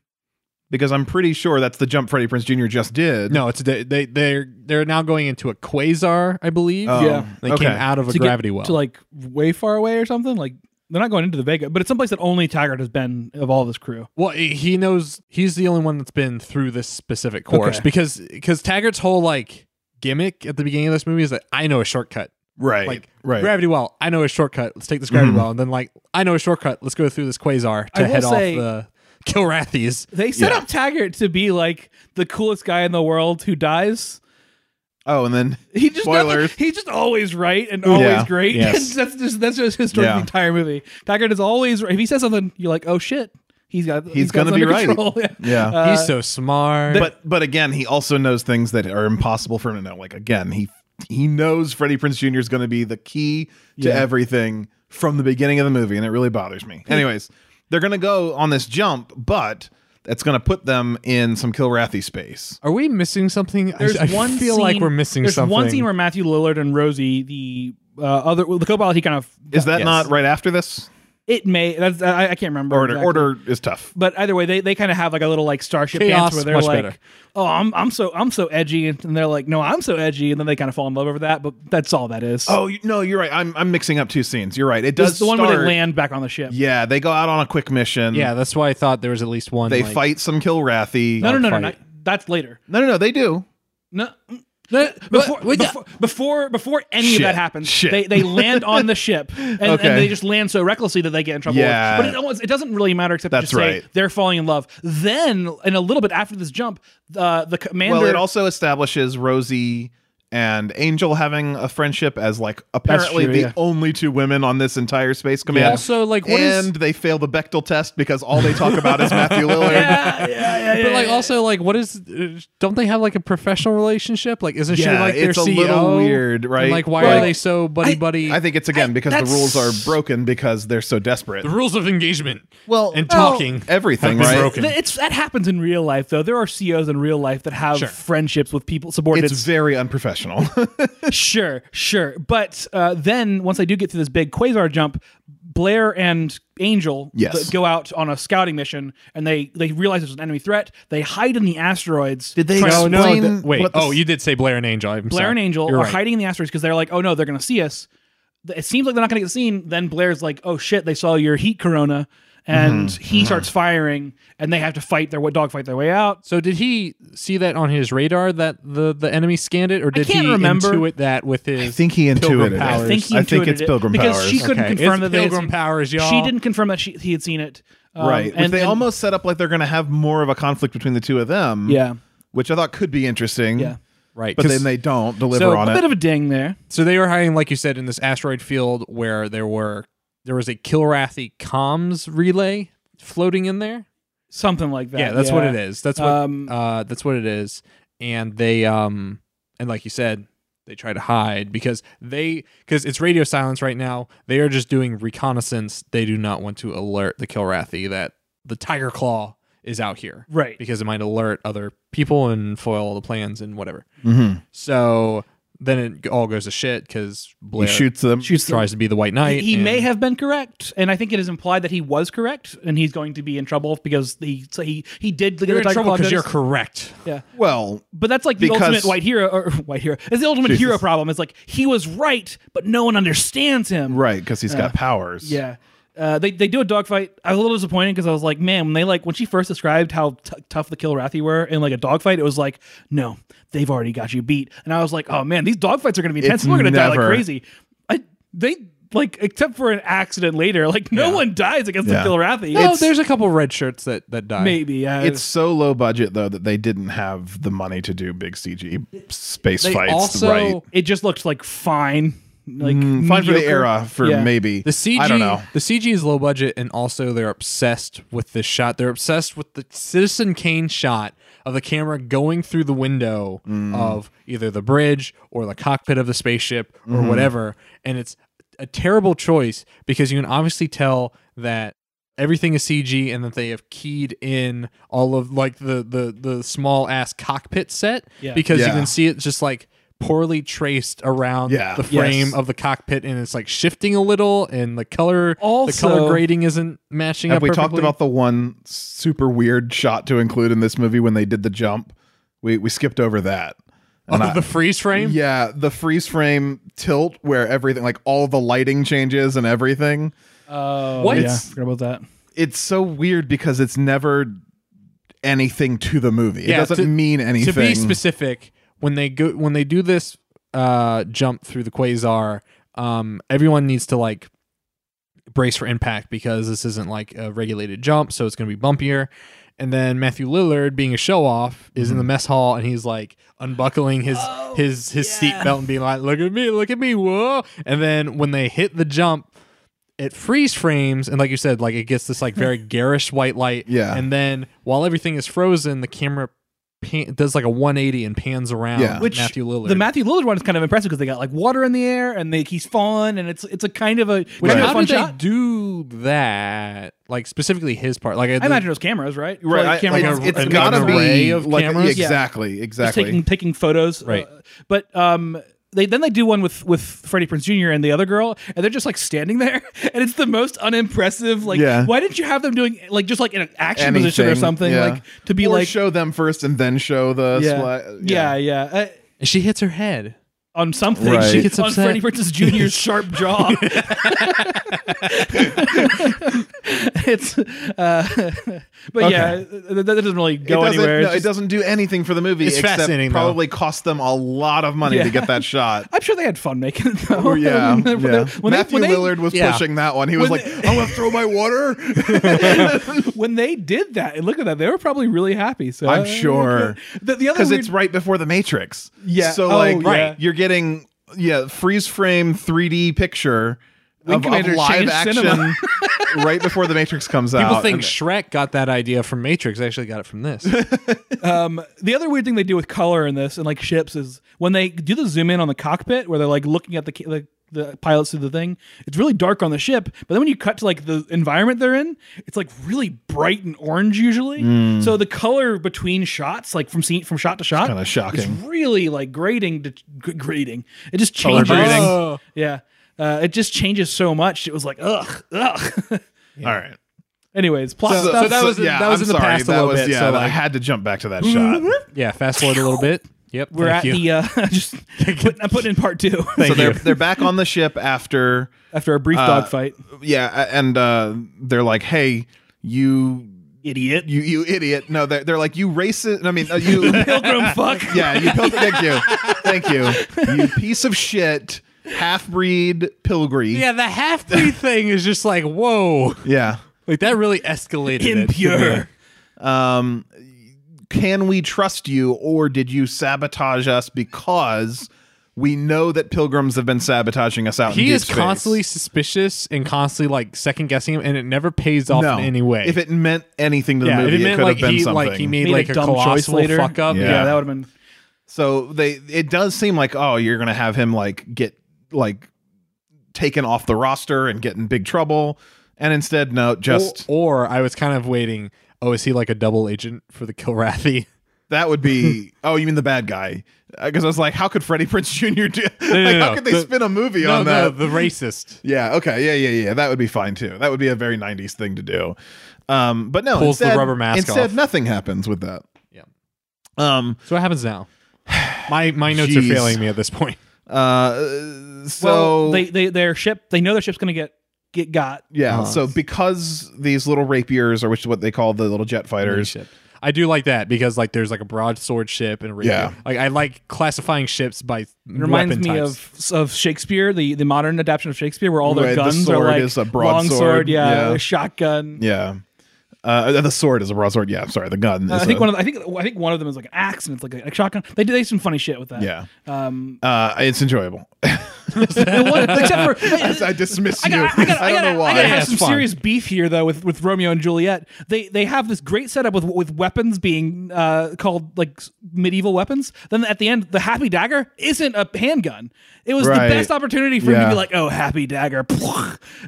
[SPEAKER 2] because i'm pretty sure that's the jump freddie prince jr just did
[SPEAKER 1] No, it's they, they they're they're now going into a quasar, I believe.
[SPEAKER 2] Oh,
[SPEAKER 3] Yeah.
[SPEAKER 1] they
[SPEAKER 2] okay.
[SPEAKER 1] came out of a
[SPEAKER 3] To get
[SPEAKER 1] gravity well.
[SPEAKER 3] to like way far away or something. Like they're not going into the Vega, but it's someplace that only Taggart has been of all of his crew.
[SPEAKER 1] well, he he knows he's the only one that's been through this specific course
[SPEAKER 3] Okay.
[SPEAKER 1] because because Taggart's whole like gimmick at the beginning of this movie is that I know a shortcut.
[SPEAKER 2] right
[SPEAKER 1] Like
[SPEAKER 2] right Mm-hmm.
[SPEAKER 1] gravity well, I know a shortcut. Let's take this gravity well, and then like I know a shortcut. Let's go through this quasar
[SPEAKER 3] I
[SPEAKER 1] to
[SPEAKER 3] will
[SPEAKER 1] head off
[SPEAKER 3] say-
[SPEAKER 1] the Kilrathies.
[SPEAKER 3] They set
[SPEAKER 2] Yeah.
[SPEAKER 3] up Taggart to be like the coolest guy in the world who dies.
[SPEAKER 2] oh and then <laughs>
[SPEAKER 3] He just
[SPEAKER 2] Spoilers.
[SPEAKER 3] he's just always right and always
[SPEAKER 2] Yeah.
[SPEAKER 3] great. <laughs>
[SPEAKER 1] Yes.
[SPEAKER 3] that's just that's just his story of
[SPEAKER 2] Yeah.
[SPEAKER 3] the entire movie. Taggart is always right. If he says something, you're like, oh shit, he's got he's, got
[SPEAKER 2] gonna
[SPEAKER 3] this
[SPEAKER 2] be
[SPEAKER 3] under
[SPEAKER 2] right.
[SPEAKER 3] control. <laughs> Yeah.
[SPEAKER 2] yeah
[SPEAKER 3] Uh,
[SPEAKER 1] he's so smart.
[SPEAKER 2] but but again he also knows things that are impossible for him to know like again he he knows freddie prince jr is going to be the key to
[SPEAKER 3] Yeah.
[SPEAKER 2] everything from the beginning of the movie and it really bothers me anyways they're going to go on this jump but that's going to put them in some kilrathy space
[SPEAKER 1] Are we missing something? I-
[SPEAKER 3] There's
[SPEAKER 1] I,
[SPEAKER 3] one
[SPEAKER 1] feel like
[SPEAKER 3] scene-
[SPEAKER 1] we're missing
[SPEAKER 3] there's
[SPEAKER 1] something.
[SPEAKER 3] one scene where Matthew Lillard and Rosie, the uh, other well, the co-pilot, he kind of
[SPEAKER 2] is that
[SPEAKER 1] Yes.
[SPEAKER 2] not right after this
[SPEAKER 3] it may that's I, I can't remember
[SPEAKER 2] order
[SPEAKER 3] exactly.
[SPEAKER 2] order is tough
[SPEAKER 3] But either way, they, they kind of have like a little like starship
[SPEAKER 1] Chaos,
[SPEAKER 3] dance where they're
[SPEAKER 1] much
[SPEAKER 3] like,
[SPEAKER 1] better.
[SPEAKER 3] "Oh, I'm I'm so I'm so edgy," and they're like, "No, I'm so edgy," and then they kind of fall in love over that. But that's all that is.
[SPEAKER 2] oh you, no you're right i'm i'm mixing up two scenes you're right it
[SPEAKER 3] This
[SPEAKER 2] does
[SPEAKER 3] is the one where they
[SPEAKER 2] start-
[SPEAKER 3] land back on the ship.
[SPEAKER 2] yeah they go out on a quick mission
[SPEAKER 1] yeah, that's why I thought there was at least one.
[SPEAKER 2] they
[SPEAKER 1] like-
[SPEAKER 2] fight some kilrathy
[SPEAKER 3] No, no, no, no, no.
[SPEAKER 1] fight.
[SPEAKER 3] That's later.
[SPEAKER 2] no no no they do
[SPEAKER 3] No. before,
[SPEAKER 1] wait,
[SPEAKER 3] before, before before any
[SPEAKER 2] Shit.
[SPEAKER 3] of that happens,
[SPEAKER 2] Shit.
[SPEAKER 3] they they land on
[SPEAKER 2] <laughs>
[SPEAKER 3] the ship and, and
[SPEAKER 2] Okay.
[SPEAKER 3] they just land so recklessly that they get in trouble.
[SPEAKER 2] Yeah.
[SPEAKER 3] But it, almost- it doesn't really matter except
[SPEAKER 2] That's
[SPEAKER 3] to just
[SPEAKER 2] right.
[SPEAKER 3] say they're falling in love. Then, and a little bit after this jump, uh, the commander.
[SPEAKER 2] Well, it also establishes Rosie and Angel having a friendship as like apparently
[SPEAKER 3] true,
[SPEAKER 2] the
[SPEAKER 3] yeah.
[SPEAKER 2] only two women on this entire space command.
[SPEAKER 1] Also, like, what is-
[SPEAKER 2] and they fail the Bechtel test because all they talk about
[SPEAKER 1] <laughs>
[SPEAKER 2] is Matthew Lillard.
[SPEAKER 3] <laughs> yeah, yeah, yeah,
[SPEAKER 2] <laughs>
[SPEAKER 3] yeah,
[SPEAKER 1] But like,
[SPEAKER 3] yeah.
[SPEAKER 1] also, like, what is? uh, Don't they have like a professional relationship? Like, isn't she
[SPEAKER 2] Yeah,
[SPEAKER 1] like their
[SPEAKER 2] it's a
[SPEAKER 1] CEO?
[SPEAKER 2] little weird, right?
[SPEAKER 1] And, like, why
[SPEAKER 2] Well,
[SPEAKER 1] are they so buddy buddy?
[SPEAKER 2] I think it's again because the
[SPEAKER 3] that's-
[SPEAKER 2] rules are broken because they're so desperate.
[SPEAKER 1] rules of engagement.
[SPEAKER 2] Well,
[SPEAKER 1] and
[SPEAKER 2] well,
[SPEAKER 1] talking,
[SPEAKER 2] everything,
[SPEAKER 1] have been
[SPEAKER 2] right?
[SPEAKER 1] broken.
[SPEAKER 3] Th- It's that happens in real life though. There are CEOs in real life that have
[SPEAKER 1] Sure.
[SPEAKER 3] friendships with people
[SPEAKER 2] It's,
[SPEAKER 3] subordinates
[SPEAKER 2] very
[SPEAKER 1] <laughs>
[SPEAKER 2] unprofessional. rational.
[SPEAKER 3] sure, sure. But uh, then once they do get to this big quasar jump, Blair and Angel
[SPEAKER 2] Yes.
[SPEAKER 3] th- go out on a scouting mission, and they they realize there's an enemy threat. They hide in the asteroids. Did
[SPEAKER 2] they
[SPEAKER 1] Oh no!
[SPEAKER 2] Explain
[SPEAKER 1] th- wait.
[SPEAKER 2] what the
[SPEAKER 1] oh,
[SPEAKER 2] s-
[SPEAKER 1] you did say Blair and Angel. I'm
[SPEAKER 3] Blair
[SPEAKER 1] sorry.
[SPEAKER 3] and Angel
[SPEAKER 1] You're
[SPEAKER 3] are
[SPEAKER 1] right.
[SPEAKER 3] hiding in the asteroids because they're like, oh no, they're gonna see us. Th- It seems like they're not gonna get seen. Then Blair's like, oh shit, they saw your heat corona, and
[SPEAKER 2] Mm-hmm.
[SPEAKER 3] he starts firing, and they have to fight their dog fight their way out.
[SPEAKER 1] So did he see that on his radar that the the enemy scanned it, or did
[SPEAKER 3] can't
[SPEAKER 1] he
[SPEAKER 3] remember.
[SPEAKER 1] intuit that with his?
[SPEAKER 2] I think he intuited it.
[SPEAKER 1] powers?
[SPEAKER 3] I think he
[SPEAKER 2] I think
[SPEAKER 3] intuited
[SPEAKER 2] it's Pilgrim
[SPEAKER 3] it because
[SPEAKER 2] Powers.
[SPEAKER 3] she couldn't
[SPEAKER 1] Okay.
[SPEAKER 3] confirm
[SPEAKER 1] It's
[SPEAKER 3] that they had
[SPEAKER 1] Pilgrim
[SPEAKER 3] seen-
[SPEAKER 1] Powers, y'all.
[SPEAKER 3] She didn't confirm that she, he had seen it. Um,
[SPEAKER 2] right.
[SPEAKER 3] and
[SPEAKER 2] And, they
[SPEAKER 3] and-
[SPEAKER 2] almost set up like they're going to have more of a conflict between the two of them.
[SPEAKER 3] Yeah.
[SPEAKER 2] Which I thought could be interesting.
[SPEAKER 3] Yeah.
[SPEAKER 1] right.
[SPEAKER 2] But
[SPEAKER 1] 'cause-
[SPEAKER 2] then they don't deliver
[SPEAKER 1] So-
[SPEAKER 2] on
[SPEAKER 3] a
[SPEAKER 2] it.
[SPEAKER 3] bit of a ding there.
[SPEAKER 1] so they were hiding, like you said, in this asteroid field where there were there was a Kilrathi comms relay floating in there.
[SPEAKER 3] Something like that.
[SPEAKER 1] yeah, that's what it is. That's what
[SPEAKER 3] Um,
[SPEAKER 1] uh, that's what it is. And they um and like you said, they try to hide because they because it's radio silence right now. They are just doing reconnaissance. They do not want to alert the Kilrathi that the Tiger Claw is out here,
[SPEAKER 3] Right.
[SPEAKER 1] Because it might alert other people and foil all the plans and whatever.
[SPEAKER 2] Mhm.
[SPEAKER 1] So then it all goes to shit because
[SPEAKER 2] He
[SPEAKER 1] Blair
[SPEAKER 2] shoots them.
[SPEAKER 3] Shoots
[SPEAKER 1] tries to be the White Knight.
[SPEAKER 3] He
[SPEAKER 1] and-
[SPEAKER 3] may have been correct, and I think it is implied that he was correct, and he's going to be in trouble because he so he he did get
[SPEAKER 1] You're
[SPEAKER 3] the
[SPEAKER 1] in
[SPEAKER 3] Tiger
[SPEAKER 1] trouble
[SPEAKER 3] Claw
[SPEAKER 1] because you're
[SPEAKER 3] notice.
[SPEAKER 1] correct.
[SPEAKER 3] Yeah,
[SPEAKER 2] Well,
[SPEAKER 3] but that's like the
[SPEAKER 2] Because-
[SPEAKER 3] ultimate white hero or <laughs> white hero. It's the ultimate hero problem. It's like he was right, but no one understands him.
[SPEAKER 2] right, because he's got powers.
[SPEAKER 3] Yeah. Uh, they, they do a dogfight. I was a little disappointed because I was like, man, when they like when she first described how t- tough the Kilrathi were in like a dogfight, it was like, no, they've already got you beat. And I was like, oh man, these dogfights are going to be intense.
[SPEAKER 2] It's
[SPEAKER 3] We're going to die like
[SPEAKER 2] never-
[SPEAKER 3] crazy. I, they like except for an accident later, like no one dies against
[SPEAKER 2] Yeah.
[SPEAKER 3] the Kilrathi.
[SPEAKER 1] No,
[SPEAKER 3] It's-
[SPEAKER 1] there's a couple red shirts that that die.
[SPEAKER 3] maybe uh,
[SPEAKER 2] It's so low budget though that they didn't have the money to do big CG space
[SPEAKER 1] They
[SPEAKER 2] fights.
[SPEAKER 1] also
[SPEAKER 2] right.
[SPEAKER 3] it just looked like fine, like
[SPEAKER 2] Mm, Fine for the
[SPEAKER 3] mediocre.
[SPEAKER 2] era for
[SPEAKER 3] Yeah.
[SPEAKER 2] maybe.
[SPEAKER 1] The CG,
[SPEAKER 2] I don't know.
[SPEAKER 1] The CG is low budget, and also they're obsessed with this shot. They're obsessed with the Citizen Kane shot of the camera going through the window
[SPEAKER 2] Mm.
[SPEAKER 1] of either the bridge or the cockpit of the spaceship or
[SPEAKER 2] Mm-hmm.
[SPEAKER 1] whatever. And it's a terrible choice because you can obviously tell that everything is CG and that they have keyed in all of like the the the small ass cockpit set
[SPEAKER 3] Yeah.
[SPEAKER 1] because you
[SPEAKER 2] Yeah.
[SPEAKER 1] can see it just like poorly traced around
[SPEAKER 2] Yeah.
[SPEAKER 1] the frame
[SPEAKER 3] Yes.
[SPEAKER 1] of the cockpit and it's like shifting a little and the color the
[SPEAKER 3] Also-
[SPEAKER 1] color grading isn't matching
[SPEAKER 2] Have
[SPEAKER 1] up
[SPEAKER 2] we talked
[SPEAKER 1] perfectly. <laughs>
[SPEAKER 2] about the one super weird shot to include in this movie when they did the jump? We we skipped over that.
[SPEAKER 1] Oh,
[SPEAKER 2] And I-
[SPEAKER 1] the freeze frame
[SPEAKER 2] yeah, the freeze frame tilt where everything like all the lighting changes and everything.
[SPEAKER 3] Oh,
[SPEAKER 1] What?
[SPEAKER 3] Yeah, forgot about that.
[SPEAKER 2] It's so weird because it's never anything to the movie.
[SPEAKER 1] Yeah,
[SPEAKER 2] it doesn't
[SPEAKER 1] to-
[SPEAKER 2] mean
[SPEAKER 1] to
[SPEAKER 2] anything.
[SPEAKER 1] be specific when they go when they do this uh jump through the quasar um everyone needs to like brace for impact because this isn't like a regulated jump so it's going to be bumpier and then Matthew Lillard being a show off is
[SPEAKER 2] Mm-hmm.
[SPEAKER 1] in the mess hall and he's like unbuckling his his his
[SPEAKER 3] yeah.
[SPEAKER 1] seatbelt and being like look at me look at me whoa and then when they hit the jump it freeze frames and like you said like it gets this like very garish white light
[SPEAKER 2] Yeah.
[SPEAKER 1] and then while everything is frozen the camera pan- does like a 180 and pans around
[SPEAKER 2] Yeah.
[SPEAKER 1] which matthew lillard
[SPEAKER 3] The Matthew Lillard one is kind of impressive because they got like water in the air and they, he's falling and it's it's a kind of a
[SPEAKER 1] which
[SPEAKER 3] kind of a
[SPEAKER 1] how
[SPEAKER 3] fun
[SPEAKER 1] did they
[SPEAKER 3] shot.
[SPEAKER 1] do that like specifically his part like
[SPEAKER 3] I imagine it was cameras, right?
[SPEAKER 2] right? I-
[SPEAKER 3] Like camera
[SPEAKER 2] it's-
[SPEAKER 1] like a-
[SPEAKER 2] it's
[SPEAKER 1] like an
[SPEAKER 2] gotta
[SPEAKER 1] array
[SPEAKER 2] be
[SPEAKER 1] of
[SPEAKER 2] like
[SPEAKER 1] cameras?
[SPEAKER 3] Yeah.
[SPEAKER 2] exactly,
[SPEAKER 3] just
[SPEAKER 2] exactly.
[SPEAKER 3] taking taking photos,
[SPEAKER 1] Right.
[SPEAKER 3] Uh, but um, they then they do one with with Freddie Prinze Jr. and the other girl, and they're just like standing there, <laughs> and it's the most unimpressive. Like,
[SPEAKER 2] Yeah.
[SPEAKER 3] why didn't you have them doing like just like in an action position or
[SPEAKER 2] Anything,
[SPEAKER 3] something?
[SPEAKER 2] yeah.
[SPEAKER 3] Like to be
[SPEAKER 2] or
[SPEAKER 3] like,
[SPEAKER 2] show them first and then show the
[SPEAKER 3] yeah,
[SPEAKER 2] sli-
[SPEAKER 3] yeah, yeah. Uh,
[SPEAKER 1] and she hits her head
[SPEAKER 3] on something,
[SPEAKER 2] Right. She
[SPEAKER 1] gets
[SPEAKER 3] on
[SPEAKER 1] upset.
[SPEAKER 3] Freddie Prinze Jr.'s <laughs> sharp jaw. it's, uh, <laughs> but yeah,
[SPEAKER 2] Okay.
[SPEAKER 3] th- th- that doesn't really
[SPEAKER 2] It
[SPEAKER 3] go
[SPEAKER 2] doesn't,
[SPEAKER 3] anywhere.
[SPEAKER 2] no,
[SPEAKER 3] It's just-
[SPEAKER 2] it doesn't do anything for the movie
[SPEAKER 1] It's
[SPEAKER 2] except
[SPEAKER 1] fascinating, though.
[SPEAKER 2] probably cost them a lot of money
[SPEAKER 3] Yeah.
[SPEAKER 2] to get
[SPEAKER 3] <laughs>
[SPEAKER 2] that shot.
[SPEAKER 3] I'm sure they had fun making it though.
[SPEAKER 2] Or Oh, yeah,
[SPEAKER 3] <laughs> When they- when
[SPEAKER 2] yeah.
[SPEAKER 3] they- when they-
[SPEAKER 2] Matthew
[SPEAKER 3] when they-
[SPEAKER 2] Lillard was
[SPEAKER 1] yeah.
[SPEAKER 2] pushing that one. He was
[SPEAKER 3] When
[SPEAKER 2] like, "I'm gonna throw my
[SPEAKER 3] <laughs>
[SPEAKER 2] water." <laughs>
[SPEAKER 3] when they did that and look at that, they were probably really happy. So
[SPEAKER 2] I'm
[SPEAKER 3] uh, <laughs>
[SPEAKER 2] sure.
[SPEAKER 3] The, the other
[SPEAKER 2] because
[SPEAKER 1] Oh,
[SPEAKER 3] weird-
[SPEAKER 2] it's right before the Matrix.
[SPEAKER 3] Yeah.
[SPEAKER 2] So
[SPEAKER 3] Oh,
[SPEAKER 2] like,
[SPEAKER 3] yeah.
[SPEAKER 2] you're getting yeah freeze frame 3D picture
[SPEAKER 3] Wing
[SPEAKER 2] of, of
[SPEAKER 3] Commander
[SPEAKER 2] live
[SPEAKER 3] changed
[SPEAKER 2] action
[SPEAKER 3] cinema.
[SPEAKER 1] <laughs>
[SPEAKER 2] right before the Matrix comes out.
[SPEAKER 1] People think
[SPEAKER 2] And-
[SPEAKER 1] Shrek got that idea from Matrix. I actually got it from
[SPEAKER 3] <laughs>
[SPEAKER 1] this.
[SPEAKER 3] The other weird thing they do with color in this and like ships is when they do the zoom in on the cockpit where they're like looking at the ca- the, the pilots through the thing, it's really dark on the ship. But then when you cut to like the environment they're in, it's like really bright and orange usually. So the color between shots, like from scene from shot to shot,
[SPEAKER 2] kinda
[SPEAKER 3] is
[SPEAKER 2] shocking.
[SPEAKER 3] really like grading to g- grading. It just changes.
[SPEAKER 2] grading.
[SPEAKER 1] Oh.
[SPEAKER 3] Yeah, uh, it just changes so much. It was like ugh ugh. <laughs>
[SPEAKER 2] All right.
[SPEAKER 3] Anyways, plot
[SPEAKER 1] So- so
[SPEAKER 3] stuff.
[SPEAKER 1] that was in- that was in the past a
[SPEAKER 2] That
[SPEAKER 1] little
[SPEAKER 2] was,
[SPEAKER 1] bit,
[SPEAKER 2] Yeah,
[SPEAKER 1] so,
[SPEAKER 2] I
[SPEAKER 1] like- Mm-hmm.
[SPEAKER 2] had to jump back to that shot.
[SPEAKER 1] yeah, fast forward a little bit. Yep.
[SPEAKER 3] we're
[SPEAKER 1] thank
[SPEAKER 3] at
[SPEAKER 1] you.
[SPEAKER 3] the uh, <laughs> just put, I'm putting in part two
[SPEAKER 2] so they're
[SPEAKER 1] you.
[SPEAKER 2] they're back on the ship after
[SPEAKER 3] after a brief
[SPEAKER 2] uh,
[SPEAKER 3] dogfight.
[SPEAKER 2] Yeah, a- and uh, they're like, "Hey, you,
[SPEAKER 3] Idiot.
[SPEAKER 2] you, you idiot!" No, they're they're like, "You racist!" I mean, uh,
[SPEAKER 1] <laughs>
[SPEAKER 2] you.
[SPEAKER 3] pilgrim
[SPEAKER 2] <laughs>
[SPEAKER 3] fuck.
[SPEAKER 2] yeah, you. Pil- thank you, thank you. You piece of shit, half breed
[SPEAKER 1] <laughs>
[SPEAKER 2] pilgrim.
[SPEAKER 1] yeah, the half
[SPEAKER 3] <laughs>
[SPEAKER 1] breed thing is just like whoa.
[SPEAKER 2] yeah.
[SPEAKER 1] Like that really escalated. it to me.
[SPEAKER 3] Impure.
[SPEAKER 2] um, can we trust you or did you sabotage us because we know that pilgrims have been sabotaging us out in
[SPEAKER 1] He
[SPEAKER 2] deep
[SPEAKER 1] is
[SPEAKER 2] space.
[SPEAKER 1] constantly suspicious and constantly like second guessing him, and it never pays off
[SPEAKER 2] no.
[SPEAKER 1] in any way.
[SPEAKER 2] if it meant anything to the
[SPEAKER 1] yeah,
[SPEAKER 2] movie
[SPEAKER 1] if it
[SPEAKER 2] it,
[SPEAKER 1] meant
[SPEAKER 2] could
[SPEAKER 1] like
[SPEAKER 2] have been
[SPEAKER 1] he
[SPEAKER 2] something
[SPEAKER 1] like he made, like a, colossal fuck up.
[SPEAKER 2] Yeah.
[SPEAKER 3] Yeah. that would have been.
[SPEAKER 2] so they it does seem like oh you're gonna have him like get like taken off the roster and get in big trouble and instead no just
[SPEAKER 1] or, or I was kind of waiting. Oh, is he like a double agent for the Kilrathi?
[SPEAKER 2] that would be
[SPEAKER 1] <laughs>
[SPEAKER 2] oh you mean the bad guy because I was like how could Freddie Prince <laughs> Jr. do like
[SPEAKER 1] no,
[SPEAKER 2] how
[SPEAKER 1] no.
[SPEAKER 2] could they
[SPEAKER 1] The-
[SPEAKER 2] spin a movie
[SPEAKER 1] No,
[SPEAKER 2] <laughs> on that
[SPEAKER 1] no, the racist
[SPEAKER 2] Yeah. Okay. Yeah. Yeah. Yeah. That would be fine too. That would be a very '90s thing to do. Um, but no,
[SPEAKER 1] Pulls the
[SPEAKER 2] instead,
[SPEAKER 1] rubber mask
[SPEAKER 2] Instead,
[SPEAKER 1] off.
[SPEAKER 2] nothing happens with that.
[SPEAKER 1] Yeah.
[SPEAKER 2] Um.
[SPEAKER 1] So what happens now? My my notes
[SPEAKER 2] Jeez.
[SPEAKER 1] are failing me at this point.
[SPEAKER 2] Uh. So
[SPEAKER 3] Well, they, they their ship. They know their ship's gonna get get got.
[SPEAKER 2] yeah.
[SPEAKER 1] uh,
[SPEAKER 2] So because these little rapiers, or which is what they call the little jet fighters,
[SPEAKER 1] I do like that because like there's like a broadsword ship and a rapier.
[SPEAKER 2] Yeah.
[SPEAKER 1] Like I like classifying ships by
[SPEAKER 3] It reminds
[SPEAKER 1] weapon
[SPEAKER 3] me
[SPEAKER 1] types.
[SPEAKER 3] of of Shakespeare, the, the modern adaptation of Shakespeare, where all their
[SPEAKER 2] Right, the
[SPEAKER 3] guns
[SPEAKER 2] sword
[SPEAKER 3] are like
[SPEAKER 2] is a broadsword,
[SPEAKER 3] long sword, yeah,
[SPEAKER 2] yeah.
[SPEAKER 3] shotgun.
[SPEAKER 2] yeah. Uh, the sword is a broadsword. Yeah. Sorry. The gun.
[SPEAKER 3] I
[SPEAKER 2] is
[SPEAKER 3] think
[SPEAKER 2] a-
[SPEAKER 3] one of the, I think I think one of them is like an axe and it's like a, a shotgun. They do they do some funny shit with that.
[SPEAKER 2] Yeah.
[SPEAKER 3] Um.
[SPEAKER 2] Uh, it's enjoyable.
[SPEAKER 3] the one- except for
[SPEAKER 2] <laughs> I dismiss
[SPEAKER 3] I
[SPEAKER 2] you.
[SPEAKER 3] got, I, got, I,
[SPEAKER 2] don't
[SPEAKER 3] gotta,
[SPEAKER 2] know why.
[SPEAKER 3] I gotta
[SPEAKER 1] Yeah,
[SPEAKER 3] have
[SPEAKER 1] it's
[SPEAKER 3] some
[SPEAKER 1] fun.
[SPEAKER 3] serious beef here, though, with, with Romeo and Juliet. They they have this great setup with with weapons being uh, called like s- medieval weapons. Then at the end, the happy dagger isn't a handgun. It was
[SPEAKER 2] Right.
[SPEAKER 3] the best opportunity for him
[SPEAKER 2] Yeah.
[SPEAKER 3] to be like, "Oh, happy dagger,"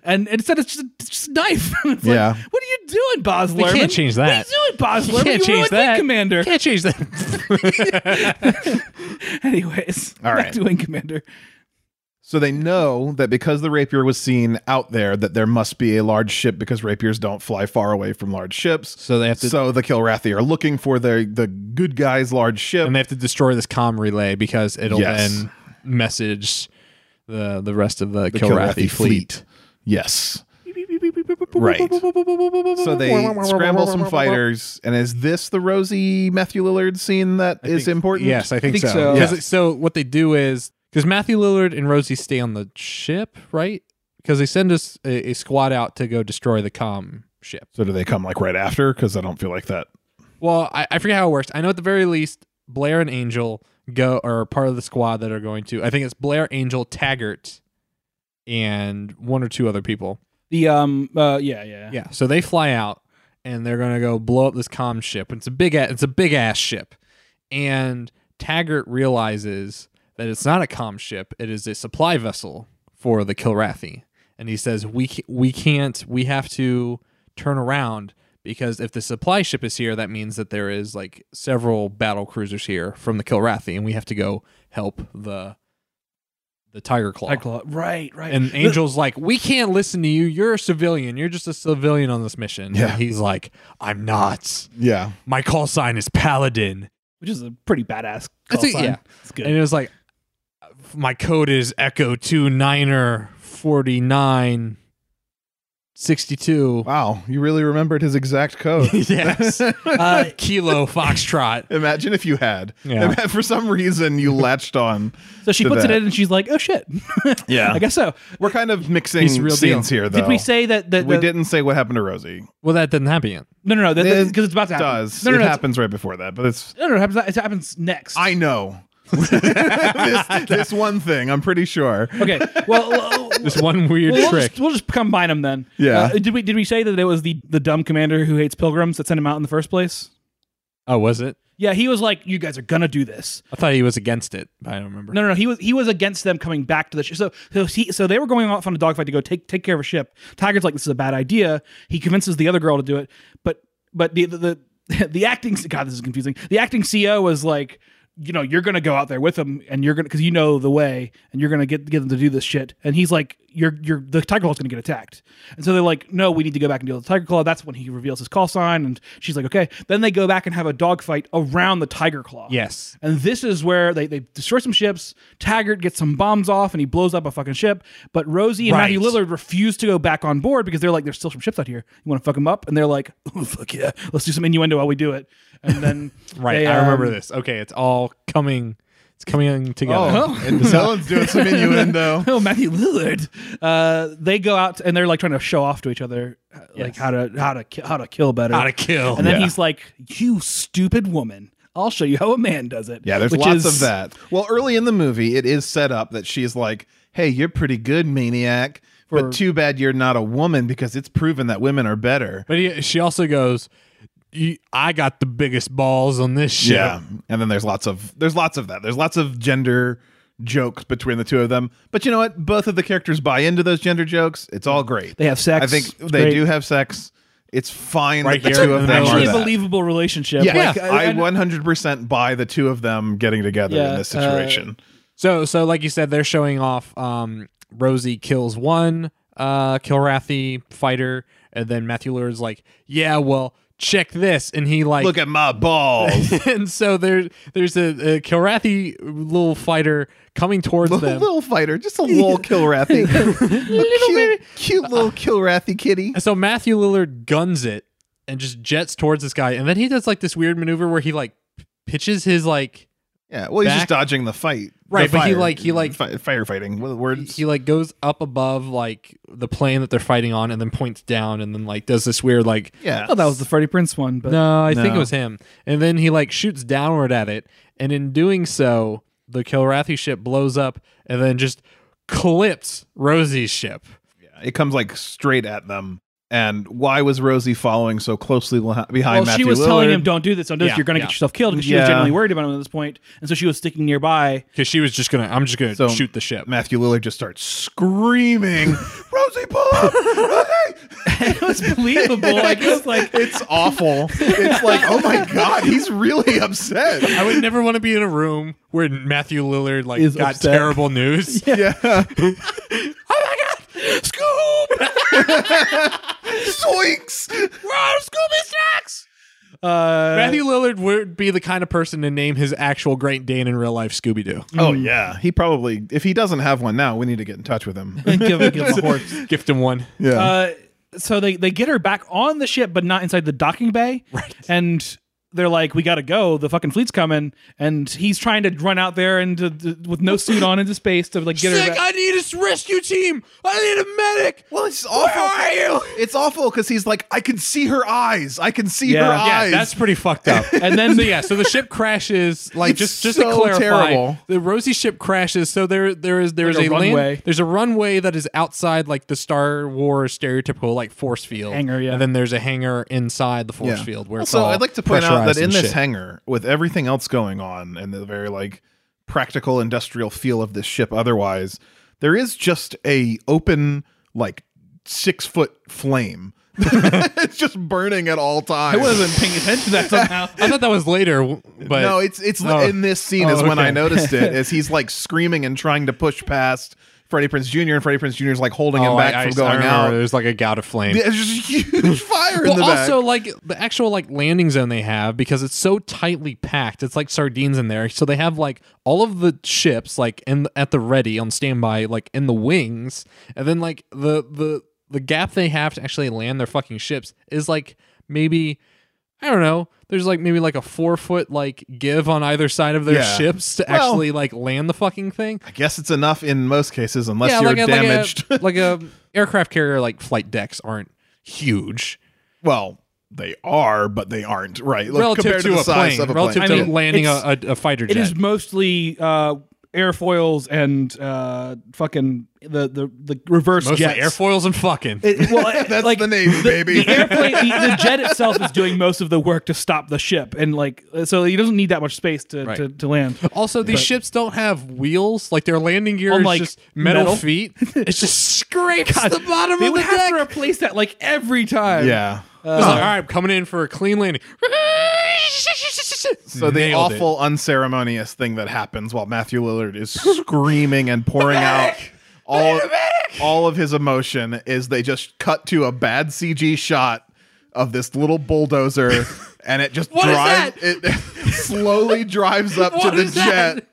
[SPEAKER 3] and instead it's just, it's just a knife. <laughs> It's like,
[SPEAKER 2] Yeah.
[SPEAKER 3] what are you doing, Bos
[SPEAKER 1] We can't
[SPEAKER 3] Lerman?
[SPEAKER 1] change that.
[SPEAKER 3] What are you doing, Bos Lerman?
[SPEAKER 1] Can't
[SPEAKER 3] you
[SPEAKER 1] change
[SPEAKER 3] ruined Wing
[SPEAKER 1] that,
[SPEAKER 3] Commander.
[SPEAKER 1] Can't change that. <laughs>
[SPEAKER 3] <laughs> Anyways,
[SPEAKER 2] All
[SPEAKER 3] back
[SPEAKER 2] right.
[SPEAKER 3] to Wing Commander.
[SPEAKER 2] So they know that because the rapier was seen out there, that there must be a large ship because rapiers don't fly far away from large ships.
[SPEAKER 1] So they have to-
[SPEAKER 2] So the Kilrathi are looking for the the good guys' large ship.
[SPEAKER 1] and they have to destroy this comm relay because it'll
[SPEAKER 2] Yes.
[SPEAKER 1] then message the the rest of the,
[SPEAKER 2] Kilrathi
[SPEAKER 1] Kilrathi fleet.
[SPEAKER 2] Yes. Right. So they scramble some fighters, and is this the Rosie Matthew Lillard scene that is important?
[SPEAKER 1] Yes, I think,
[SPEAKER 3] think
[SPEAKER 1] so.
[SPEAKER 3] so.
[SPEAKER 1] 'Cause
[SPEAKER 2] Yeah.
[SPEAKER 1] it- so what they do is because Matthew Lillard and Rosie stay on the ship, right? Because they send us a, a squad out to go destroy the comm ship.
[SPEAKER 2] So do they come like right after? Because I don't feel like that.
[SPEAKER 1] Well, I, I forget how it works. I know at the very least, Blair and Angel go are part of the squad that are going to. I think it's Blair, Angel, Taggart, and one or two other people.
[SPEAKER 3] The um uh yeah yeah
[SPEAKER 1] Yeah. So they fly out and they're gonna go blow up this comm ship. It's a big a- it's a big ass ship. And Taggart realizes that it's not a comm ship, it is a supply vessel for the Kilrathi. And he says, We ca- we can't we have to turn around because if the supply ship is here, that means that there is like several battle cruisers here from the Kilrathi, and we have to go help the the Tiger Claw.
[SPEAKER 3] I call it- right right
[SPEAKER 1] And Angel's like, we can't listen to you. You're a civilian. You're just a civilian on this mission.
[SPEAKER 2] Yeah.
[SPEAKER 1] And he's like, I'm not.
[SPEAKER 2] Yeah.
[SPEAKER 1] My call sign is Paladin.
[SPEAKER 3] which is a pretty badass.
[SPEAKER 1] That's
[SPEAKER 3] Call
[SPEAKER 1] it,
[SPEAKER 3] sign.
[SPEAKER 1] yeah.
[SPEAKER 3] it's good.
[SPEAKER 1] And it was like, my code is Echo 29er 49
[SPEAKER 3] <laughs>
[SPEAKER 1] 62.
[SPEAKER 2] Wow. You really remembered his exact code.
[SPEAKER 1] <laughs>
[SPEAKER 2] <laughs>
[SPEAKER 1] yes.
[SPEAKER 3] Uh,
[SPEAKER 1] Kilo Foxtrot.
[SPEAKER 2] Imagine if you had.
[SPEAKER 1] Yeah.
[SPEAKER 2] Ima- For some reason,
[SPEAKER 3] <laughs>
[SPEAKER 2] you latched on.
[SPEAKER 3] so she
[SPEAKER 2] to
[SPEAKER 3] puts
[SPEAKER 2] that.
[SPEAKER 3] it in and she's like, "Oh shit."
[SPEAKER 2] Yeah.
[SPEAKER 3] I
[SPEAKER 2] <laughs>
[SPEAKER 3] guess so.
[SPEAKER 2] We're kind of mixing
[SPEAKER 1] He's real deal.
[SPEAKER 2] scenes here, though.
[SPEAKER 3] Did we say that? that
[SPEAKER 2] We
[SPEAKER 3] the-
[SPEAKER 2] didn't say what happened to Rosie.
[SPEAKER 1] Well, that didn't happen yet.
[SPEAKER 3] No, no, no.
[SPEAKER 2] It
[SPEAKER 3] Because it's about to happen.
[SPEAKER 2] does.
[SPEAKER 3] No, no,
[SPEAKER 2] it
[SPEAKER 3] no. it's-
[SPEAKER 2] happens right before that, but it's.
[SPEAKER 3] No, no, it happens. It happens next.
[SPEAKER 2] I know. <laughs> this, this one thing, I'm pretty sure.
[SPEAKER 3] <laughs> Okay. Well,
[SPEAKER 2] <laughs>
[SPEAKER 3] l-
[SPEAKER 1] This one weird
[SPEAKER 3] well, we'll,
[SPEAKER 1] trick.
[SPEAKER 3] just, we'll just combine them then.
[SPEAKER 2] Yeah.
[SPEAKER 3] Uh, did we did we say that it was the the dumb commander who hates pilgrims that sent him out in the first place?
[SPEAKER 1] oh, was it?
[SPEAKER 3] Yeah, he was like, "You guys are gonna do this."
[SPEAKER 1] I thought he was against it. but I don't remember.
[SPEAKER 3] No, no, no. He was he was against them coming back to the ship. So so he, so they were going off on a dogfight to go take take care of a ship. Tiger's like, this is a bad idea. He convinces the other girl to do it, but but the the the, <laughs> the acting God, this is confusing. The acting CEO was like. You know, you're gonna go out there with them, and you're gonna because you know the way, and you're gonna get get them to do this shit. And he's like, "You're you're the tiger claw's gonna get attacked." And so they're like, "No, we need to go back and deal with the tiger claw." That's when he reveals his call sign, and she's like, "Okay." Then they go back and have a dogfight around the tiger claw.
[SPEAKER 1] Yes.
[SPEAKER 3] And this is where they, they destroy some ships. Taggart gets some bombs off and he blows up a fucking ship. But Rosie and
[SPEAKER 1] Right.
[SPEAKER 3] Matthew Lillard refuse to go back on board because they're like, there's still some ships out here. You want to fuck them up? And they're like, <laughs> oh, fuck yeah. Let's do some innuendo while we do it. And then.
[SPEAKER 1] Right.
[SPEAKER 3] they,
[SPEAKER 1] I remember
[SPEAKER 3] um,
[SPEAKER 1] this. Okay, it's all coming. It's coming together.
[SPEAKER 2] Oh, and Helen's doing
[SPEAKER 3] <laughs>
[SPEAKER 2] some innuendo.
[SPEAKER 3] <laughs> Oh, Matthew Lillard! Uh, they go out and they're like trying to show off to each other, uh, like how to how to ki- how to kill better,
[SPEAKER 1] How to kill.
[SPEAKER 3] And then
[SPEAKER 1] Yeah.
[SPEAKER 3] he's like, "You stupid woman! I'll show you how a man does it."
[SPEAKER 2] Yeah, there's
[SPEAKER 3] Which
[SPEAKER 2] lots
[SPEAKER 3] is-
[SPEAKER 2] of that. Well, early in the movie, it is set up that she's like, "Hey, you're pretty good, maniac,
[SPEAKER 3] For-
[SPEAKER 2] but too bad you're not a woman because it's proven that women are better."
[SPEAKER 1] But he, she also goes, "You- "I got the biggest balls on this ship."
[SPEAKER 2] and then there's lots of there's lots of that. There's lots of gender jokes between the two of them. But you know what? Both of the characters buy into those gender jokes. It's all great.
[SPEAKER 3] They have sex.
[SPEAKER 2] I think
[SPEAKER 3] It's
[SPEAKER 2] they
[SPEAKER 3] great.
[SPEAKER 2] do have sex. It's fine
[SPEAKER 1] Right
[SPEAKER 2] that the
[SPEAKER 1] here
[SPEAKER 2] two
[SPEAKER 1] in the
[SPEAKER 2] of them
[SPEAKER 1] middle
[SPEAKER 2] are
[SPEAKER 3] actually
[SPEAKER 1] of
[SPEAKER 3] a
[SPEAKER 2] that.
[SPEAKER 3] believable relationship.
[SPEAKER 2] Yeah,
[SPEAKER 3] Like,
[SPEAKER 2] I 100% buy the two of them getting together
[SPEAKER 3] Yeah,
[SPEAKER 2] in this
[SPEAKER 3] uh,
[SPEAKER 2] situation.
[SPEAKER 1] So, so like you said, they're showing off. Um, Rosie kills one uh, Kilrathi fighter, and then Matthew Lillard's like, "Yeah, well, check this," and he like,
[SPEAKER 2] Look at my
[SPEAKER 3] <laughs>
[SPEAKER 1] <laughs>
[SPEAKER 2] balls.
[SPEAKER 1] and so there, there's a, a Kilrathi little fighter coming towards
[SPEAKER 2] A
[SPEAKER 1] them.
[SPEAKER 2] little fighter, just a
[SPEAKER 3] <laughs>
[SPEAKER 2] little Kilrathy, <laughs> little cute, cute little
[SPEAKER 3] Uh,
[SPEAKER 2] Kilrathy kitty.
[SPEAKER 1] And so Matthew Lillard guns it and just jets towards this guy, and then he does like this weird maneuver where he like pitches his like
[SPEAKER 2] Yeah, well, he's
[SPEAKER 1] back-
[SPEAKER 2] just dodging the fight,
[SPEAKER 1] Right,
[SPEAKER 2] The
[SPEAKER 1] but he
[SPEAKER 2] fire.
[SPEAKER 1] like- he like-
[SPEAKER 2] Fi- firefighting. What are the words?
[SPEAKER 1] he like goes up above like the plane that they're fighting on and then points down and then like does this weird like
[SPEAKER 2] yeah,
[SPEAKER 3] Oh, that was the Freddie Prince one, but
[SPEAKER 1] no i think it
[SPEAKER 2] No.
[SPEAKER 1] was him and then he like shoots downward at it and in doing so the kilrathi ship blows up and then just clips rosie's ship
[SPEAKER 2] Yeah, it comes like straight at them. And why was Rosie following so closely li- behind?
[SPEAKER 3] well, she
[SPEAKER 2] Matthew
[SPEAKER 3] was telling
[SPEAKER 2] Lillard?
[SPEAKER 3] him, "Don't do this. Don't do
[SPEAKER 1] Yeah,
[SPEAKER 3] this. You're going to
[SPEAKER 1] yeah.
[SPEAKER 3] get yourself killed." Because she was
[SPEAKER 2] Yeah.
[SPEAKER 3] genuinely worried about him at this point, and so she was sticking <laughs> nearby.
[SPEAKER 1] because she was just gonna i'm just gonna
[SPEAKER 2] So-
[SPEAKER 1] shoot the ship
[SPEAKER 2] Matthew Lillard just starts
[SPEAKER 3] <laughs>
[SPEAKER 2] screaming, "Rosie, pull! Rosie!"
[SPEAKER 3] it was believable. <laughs> like it was like
[SPEAKER 2] it's awful. It's like, oh my god, he's really
[SPEAKER 3] <laughs>
[SPEAKER 2] upset.
[SPEAKER 1] i would never want to be in a room where matthew lillard like
[SPEAKER 3] Is
[SPEAKER 1] got
[SPEAKER 3] upset.
[SPEAKER 1] terrible news
[SPEAKER 2] <laughs> yeah,
[SPEAKER 1] oh my god scoop
[SPEAKER 2] <laughs> zoinks.
[SPEAKER 1] Run, Scooby snacks
[SPEAKER 3] uh, <laughs>
[SPEAKER 1] Matthew Lillard would be the kind of person to name his actual Great Dane in real life Scooby Doo.
[SPEAKER 2] Oh
[SPEAKER 3] Hmm.
[SPEAKER 2] yeah, he probably. If he doesn't have one now, we need to get in touch with
[SPEAKER 3] <laughs>
[SPEAKER 2] him.
[SPEAKER 3] give, him- give him a horse.
[SPEAKER 1] Gift him one.
[SPEAKER 2] yeah,
[SPEAKER 3] <laughs> Uh, so they they get her back on the ship, but not inside the docking bay.
[SPEAKER 1] Right.
[SPEAKER 3] and. They're like, we gotta go. The fucking fleet's coming, and he's trying to run out there and to, to- with no suit on into space to like get her. back.
[SPEAKER 1] I need a rescue team. I need a medic.
[SPEAKER 2] Well, it's awful. Where are you? It's awful because he's like, I can see her eyes. I can see
[SPEAKER 3] Yeah.
[SPEAKER 2] her
[SPEAKER 3] Yeah,
[SPEAKER 1] Yeah,
[SPEAKER 2] eyes.
[SPEAKER 1] that's pretty fucked
[SPEAKER 2] <laughs>
[SPEAKER 1] up.
[SPEAKER 3] And then <laughs>
[SPEAKER 1] so yeah, so the ship crashes. Like
[SPEAKER 2] It's
[SPEAKER 1] just just to
[SPEAKER 2] so
[SPEAKER 1] clarify,
[SPEAKER 2] terrible.
[SPEAKER 1] the Rosie ship crashes. So there there is there is
[SPEAKER 3] Like a
[SPEAKER 1] a, land-
[SPEAKER 3] runway.
[SPEAKER 1] there's a runway that is outside like the Star Wars stereotypical like force field
[SPEAKER 3] Hangar, yeah.
[SPEAKER 1] And then there's a hangar inside the force
[SPEAKER 2] Yeah.
[SPEAKER 1] field where it's
[SPEAKER 2] also,
[SPEAKER 1] all
[SPEAKER 2] I'd like to point
[SPEAKER 1] pressurized
[SPEAKER 2] out that in
[SPEAKER 1] and
[SPEAKER 2] this
[SPEAKER 1] shit.
[SPEAKER 2] hangar, with everything else going on and the very like practical industrial feel of this ship, otherwise, there is just a open like six foot flame. <laughs> it's just burning at all
[SPEAKER 3] I
[SPEAKER 2] times.
[SPEAKER 3] wasn't paying attention to that <laughs> somehow.
[SPEAKER 1] I thought that was later, w- but
[SPEAKER 2] no, it's it's
[SPEAKER 1] Oh.
[SPEAKER 2] in this scene is
[SPEAKER 1] Oh,
[SPEAKER 2] when I
[SPEAKER 1] okay. <laughs>
[SPEAKER 2] noticed it. As he's like screaming and trying to push past Freddie Prince Jr. and Freddie Prince Jr. is like holding
[SPEAKER 1] oh,
[SPEAKER 2] him back
[SPEAKER 1] I, I,
[SPEAKER 2] from going
[SPEAKER 1] I remember
[SPEAKER 2] out.
[SPEAKER 1] There's like a gout of flame.
[SPEAKER 2] Yeah, It's just
[SPEAKER 1] <laughs>
[SPEAKER 2] a huge fire in
[SPEAKER 1] well,
[SPEAKER 2] the back.
[SPEAKER 1] also like the actual like landing zone they have because it's so tightly packed. It's like sardines in there. So they have like all of the ships like in at the ready on standby, like in the wings, and then like the the the gap they have to actually land their fucking ships is like maybe I don't know. There's like maybe like a four foot like give on either side of their
[SPEAKER 2] Yeah.
[SPEAKER 1] ships to
[SPEAKER 2] Well-
[SPEAKER 1] actually like land the fucking thing.
[SPEAKER 2] I guess it's enough in most cases, unless
[SPEAKER 1] yeah,
[SPEAKER 2] you're
[SPEAKER 1] like a,
[SPEAKER 2] damaged. <laughs>
[SPEAKER 1] like a like a aircraft carrier like flight decks aren't huge.
[SPEAKER 2] well, they are, but they aren't. Right. Like,
[SPEAKER 1] relative
[SPEAKER 2] compared
[SPEAKER 1] to, a,
[SPEAKER 2] the size
[SPEAKER 1] plane,
[SPEAKER 2] of a
[SPEAKER 1] relative
[SPEAKER 2] plane.
[SPEAKER 3] I
[SPEAKER 1] to
[SPEAKER 3] mean,
[SPEAKER 1] landing a,
[SPEAKER 3] it's-
[SPEAKER 1] a, a fighter
[SPEAKER 3] It
[SPEAKER 1] jet.
[SPEAKER 3] is mostly uh, airfoils and uh, fucking the the the reverse
[SPEAKER 1] Mostly
[SPEAKER 3] jets.
[SPEAKER 1] airfoils and fucking.
[SPEAKER 3] It- well,
[SPEAKER 2] That's
[SPEAKER 3] like,
[SPEAKER 2] the Navy, baby.
[SPEAKER 3] the airplane, the,
[SPEAKER 1] <laughs>
[SPEAKER 3] the jet itself is doing most of the work to stop the ship, and like uh, so, he doesn't need that much space to
[SPEAKER 1] Right.
[SPEAKER 3] to, to land.
[SPEAKER 1] also, these ships don't have wheels. Like their landing gear
[SPEAKER 3] On,
[SPEAKER 1] is
[SPEAKER 3] like,
[SPEAKER 1] just metal,
[SPEAKER 3] metal? <laughs>
[SPEAKER 1] feet. It just scrapes the bottom
[SPEAKER 3] They
[SPEAKER 1] of the
[SPEAKER 3] would have
[SPEAKER 1] deck.
[SPEAKER 3] to replace that like every time.
[SPEAKER 2] yeah.
[SPEAKER 1] It's like, all right, I'm coming in for a clean landing. <laughs>
[SPEAKER 2] So the
[SPEAKER 1] Nailed it.
[SPEAKER 2] awful unceremonious thing that happens while Matthew Lillard is screaming and pouring out all all of his emotion is they just cut to a bad CG shot of this
[SPEAKER 1] <laughs>
[SPEAKER 2] little bulldozer and it just
[SPEAKER 1] What is
[SPEAKER 2] drives it <laughs> slowly drives up to
[SPEAKER 1] What
[SPEAKER 2] the
[SPEAKER 1] is that?
[SPEAKER 2] jet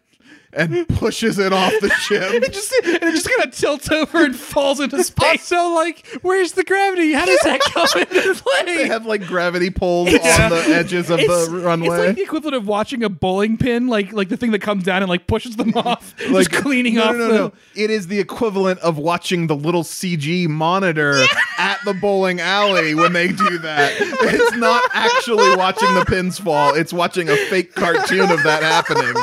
[SPEAKER 2] and pushes it off
[SPEAKER 1] <laughs>
[SPEAKER 2] the ship.
[SPEAKER 3] It <laughs> just and it just kind of tilts over and falls into space.
[SPEAKER 1] Also, like, where's the gravity? How does that come
[SPEAKER 3] <laughs>
[SPEAKER 1] into
[SPEAKER 2] They
[SPEAKER 1] play?
[SPEAKER 2] have like gravity poles
[SPEAKER 3] Yeah.
[SPEAKER 2] on the edges of
[SPEAKER 3] It's,
[SPEAKER 2] the runway.
[SPEAKER 3] it's like the equivalent of watching a bowling pin, like like the thing that comes down and like pushes them <laughs> off,
[SPEAKER 2] like
[SPEAKER 3] just cleaning
[SPEAKER 2] no,
[SPEAKER 3] off
[SPEAKER 2] No,
[SPEAKER 3] the.
[SPEAKER 2] no, no. It is the equivalent of watching the little CG monitor at the bowling alley when they do that. It's not actually watching the pins fall. It's watching a fake cartoon of that happening.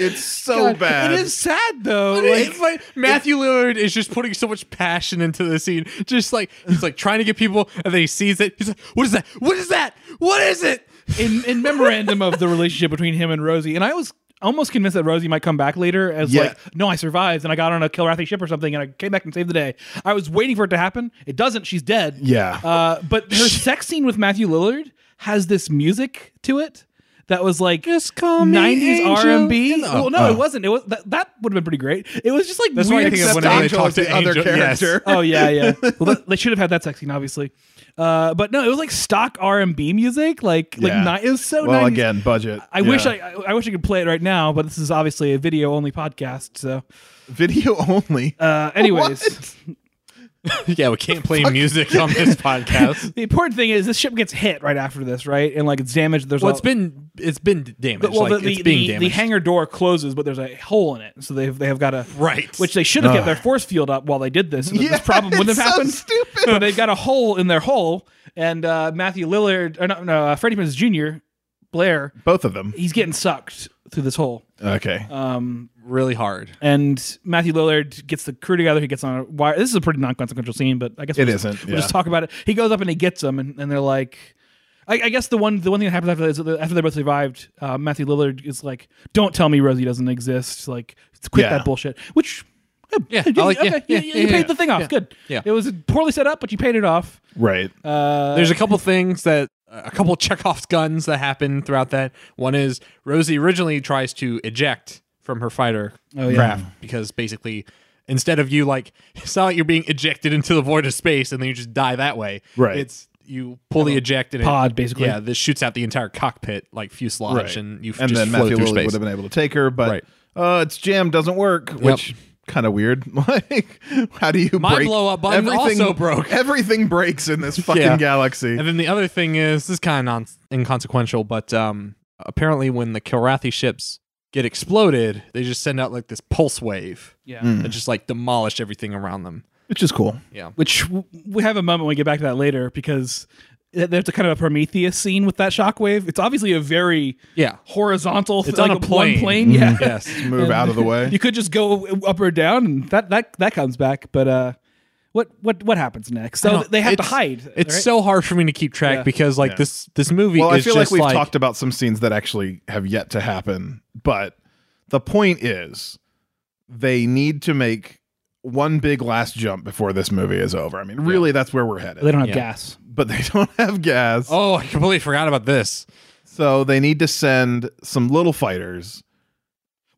[SPEAKER 2] It's so
[SPEAKER 3] God,
[SPEAKER 2] bad.
[SPEAKER 3] It is sad though. like,
[SPEAKER 1] It's like Matthew Lillard is just putting so much passion into the scene. Just like he's like trying to get people, and then he sees it. He's like, "What is that? What is that? What is it?"
[SPEAKER 3] in, in memorandum of the relationship between him and Rosie, and I was almost convinced that Rosie might come back later as
[SPEAKER 2] Yeah.
[SPEAKER 3] like, no, I survived and I got on a Kilrathi ship or something and I came back and saved the day. I was waiting for it to happen. It doesn't. She's dead.
[SPEAKER 2] Yeah.
[SPEAKER 3] Uh, but her sex scene with Matthew Lillard has this music to it that was like
[SPEAKER 1] Just call me
[SPEAKER 3] 90s
[SPEAKER 1] Angel.
[SPEAKER 3] R&B.
[SPEAKER 1] Oh,
[SPEAKER 3] well, no, it wasn't. It was that, that would have been pretty great. It was just like
[SPEAKER 1] That's why I
[SPEAKER 3] weird
[SPEAKER 1] think of
[SPEAKER 2] Except
[SPEAKER 1] when I
[SPEAKER 2] Angel
[SPEAKER 1] talk
[SPEAKER 2] is
[SPEAKER 1] to
[SPEAKER 2] the other
[SPEAKER 1] Angel- yes.
[SPEAKER 2] character.
[SPEAKER 3] <laughs> oh yeah, yeah. Well, th- they should have had that sex scene, obviously. Uh, but no, it was like stock R and B music, like
[SPEAKER 2] Yeah.
[SPEAKER 3] like ni- it was so.
[SPEAKER 2] well,
[SPEAKER 3] 90s.
[SPEAKER 2] again, budget.
[SPEAKER 3] I wish
[SPEAKER 2] Yeah.
[SPEAKER 3] I I I wish I could play it right now, but this is obviously a video only podcast. So,
[SPEAKER 2] video only. <laughs>
[SPEAKER 3] uh, anyways,
[SPEAKER 1] <laughs> Yeah, we can't play music on this podcast.
[SPEAKER 3] the important thing is this ship gets hit right after this, right? And like it's damaged. There's
[SPEAKER 1] Well,
[SPEAKER 3] all-
[SPEAKER 1] it's been it's been damaged.
[SPEAKER 3] well
[SPEAKER 1] like,
[SPEAKER 3] the,
[SPEAKER 1] it's
[SPEAKER 3] the,
[SPEAKER 1] being
[SPEAKER 3] the, the
[SPEAKER 1] damaged.
[SPEAKER 3] hangar door closes, but there's a hole in it, so they have, they have got a
[SPEAKER 1] Right.
[SPEAKER 3] which they should have kept their force field up while they did this. So that
[SPEAKER 2] Yeah,
[SPEAKER 3] this problem wouldn't
[SPEAKER 2] it's
[SPEAKER 3] have
[SPEAKER 2] so
[SPEAKER 3] happened.
[SPEAKER 2] stupid.
[SPEAKER 3] But they've got a hole in their hole, and uh, Matthew Lillard or no, no uh, Freddie Prinze Jr. Blair,
[SPEAKER 2] Both of them.
[SPEAKER 3] he's getting sucked through this hole.
[SPEAKER 2] Okay.
[SPEAKER 3] Um,
[SPEAKER 1] really hard.
[SPEAKER 3] and Matthew Lillard gets the crew together. He gets on a wire. This is a pretty non-consequential scene, but I guess
[SPEAKER 2] It
[SPEAKER 3] we'll
[SPEAKER 2] isn't,
[SPEAKER 3] Just, we'll
[SPEAKER 2] yeah.
[SPEAKER 3] just talk about it. He goes up and he gets them, and, and they're like, I, I guess the one the one thing that happens after that is that after they're both revived, uh, Matthew Lillard is like, "Don't tell me Rosie doesn't exist. Like, quit
[SPEAKER 2] Yeah.
[SPEAKER 3] that bullshit." Which, oh,
[SPEAKER 1] Yeah,
[SPEAKER 3] you-
[SPEAKER 1] I like-
[SPEAKER 3] okay,
[SPEAKER 1] yeah, yeah,
[SPEAKER 3] you, you
[SPEAKER 1] yeah,
[SPEAKER 3] paid
[SPEAKER 1] yeah.
[SPEAKER 3] the thing off.
[SPEAKER 1] Yeah.
[SPEAKER 3] Good.
[SPEAKER 1] Yeah.
[SPEAKER 3] it was poorly set up, but you paid it off.
[SPEAKER 2] right.
[SPEAKER 3] Uh,
[SPEAKER 1] There's a couple things that a couple <laughs> Chekhov's guns that happen throughout that. One is Rosie originally tries to eject from her fighter
[SPEAKER 3] Oh, yeah.
[SPEAKER 1] craft because basically instead of you like it's not like you're being ejected into the void of space and then you just die that way.
[SPEAKER 2] Right.
[SPEAKER 1] It's you pull the eject and it-
[SPEAKER 3] pod, basically.
[SPEAKER 1] Yeah, this shoots out the entire cockpit like fuselage
[SPEAKER 2] Right.
[SPEAKER 1] and you f-
[SPEAKER 2] and
[SPEAKER 1] just
[SPEAKER 2] then
[SPEAKER 1] float
[SPEAKER 2] Matthew
[SPEAKER 1] through
[SPEAKER 2] Lillard
[SPEAKER 1] space.
[SPEAKER 2] would have been able to take her, but
[SPEAKER 1] Right.
[SPEAKER 2] uh, its jam doesn't work, which kind of weird. <laughs> like, how do you
[SPEAKER 1] My
[SPEAKER 2] break?
[SPEAKER 1] blow up button also broke.
[SPEAKER 2] <laughs> Everything breaks in this fucking
[SPEAKER 1] Yeah.
[SPEAKER 2] galaxy.
[SPEAKER 1] And then the other thing is this is kind of non- inconsequential, but um, apparently when the Kilrathi ships get exploded, they just send out like this pulse wave
[SPEAKER 3] yeah.
[SPEAKER 2] Hmm.
[SPEAKER 1] and just like demolish everything around them.
[SPEAKER 2] Which is cool.
[SPEAKER 1] Yeah.
[SPEAKER 3] which w- we have a moment when we get back to that later because th- there's a kind of a Prometheus scene with that shockwave. It's obviously a very
[SPEAKER 1] Yeah.
[SPEAKER 3] horizontal.
[SPEAKER 1] It's
[SPEAKER 3] like
[SPEAKER 1] on a plane. Hmm. Mm-hmm.
[SPEAKER 3] One plane. Yeah.
[SPEAKER 1] <laughs> Yes.
[SPEAKER 2] Move out of
[SPEAKER 1] <laughs>
[SPEAKER 2] the way.
[SPEAKER 3] <laughs> You could just go up or down, and that that that comes back. But uh, what what what happens next? So they have to
[SPEAKER 1] It's-
[SPEAKER 3] hide.
[SPEAKER 1] It's
[SPEAKER 3] right?
[SPEAKER 1] so hard for me to keep track
[SPEAKER 3] Yeah.
[SPEAKER 1] because like
[SPEAKER 2] Yeah.
[SPEAKER 1] this this movie
[SPEAKER 2] Well, I
[SPEAKER 1] is
[SPEAKER 2] feel like
[SPEAKER 1] just
[SPEAKER 2] we've talked about some scenes that actually have yet to happen, but the point is they need to make one big last jump before this movie is over. I mean, really, that's where we're headed.
[SPEAKER 3] they don't have
[SPEAKER 1] Yeah.
[SPEAKER 3] gas.
[SPEAKER 2] but they <laughs> don't have gas.
[SPEAKER 1] Oh, I completely forgot about this.
[SPEAKER 2] So they need to send some little fighters.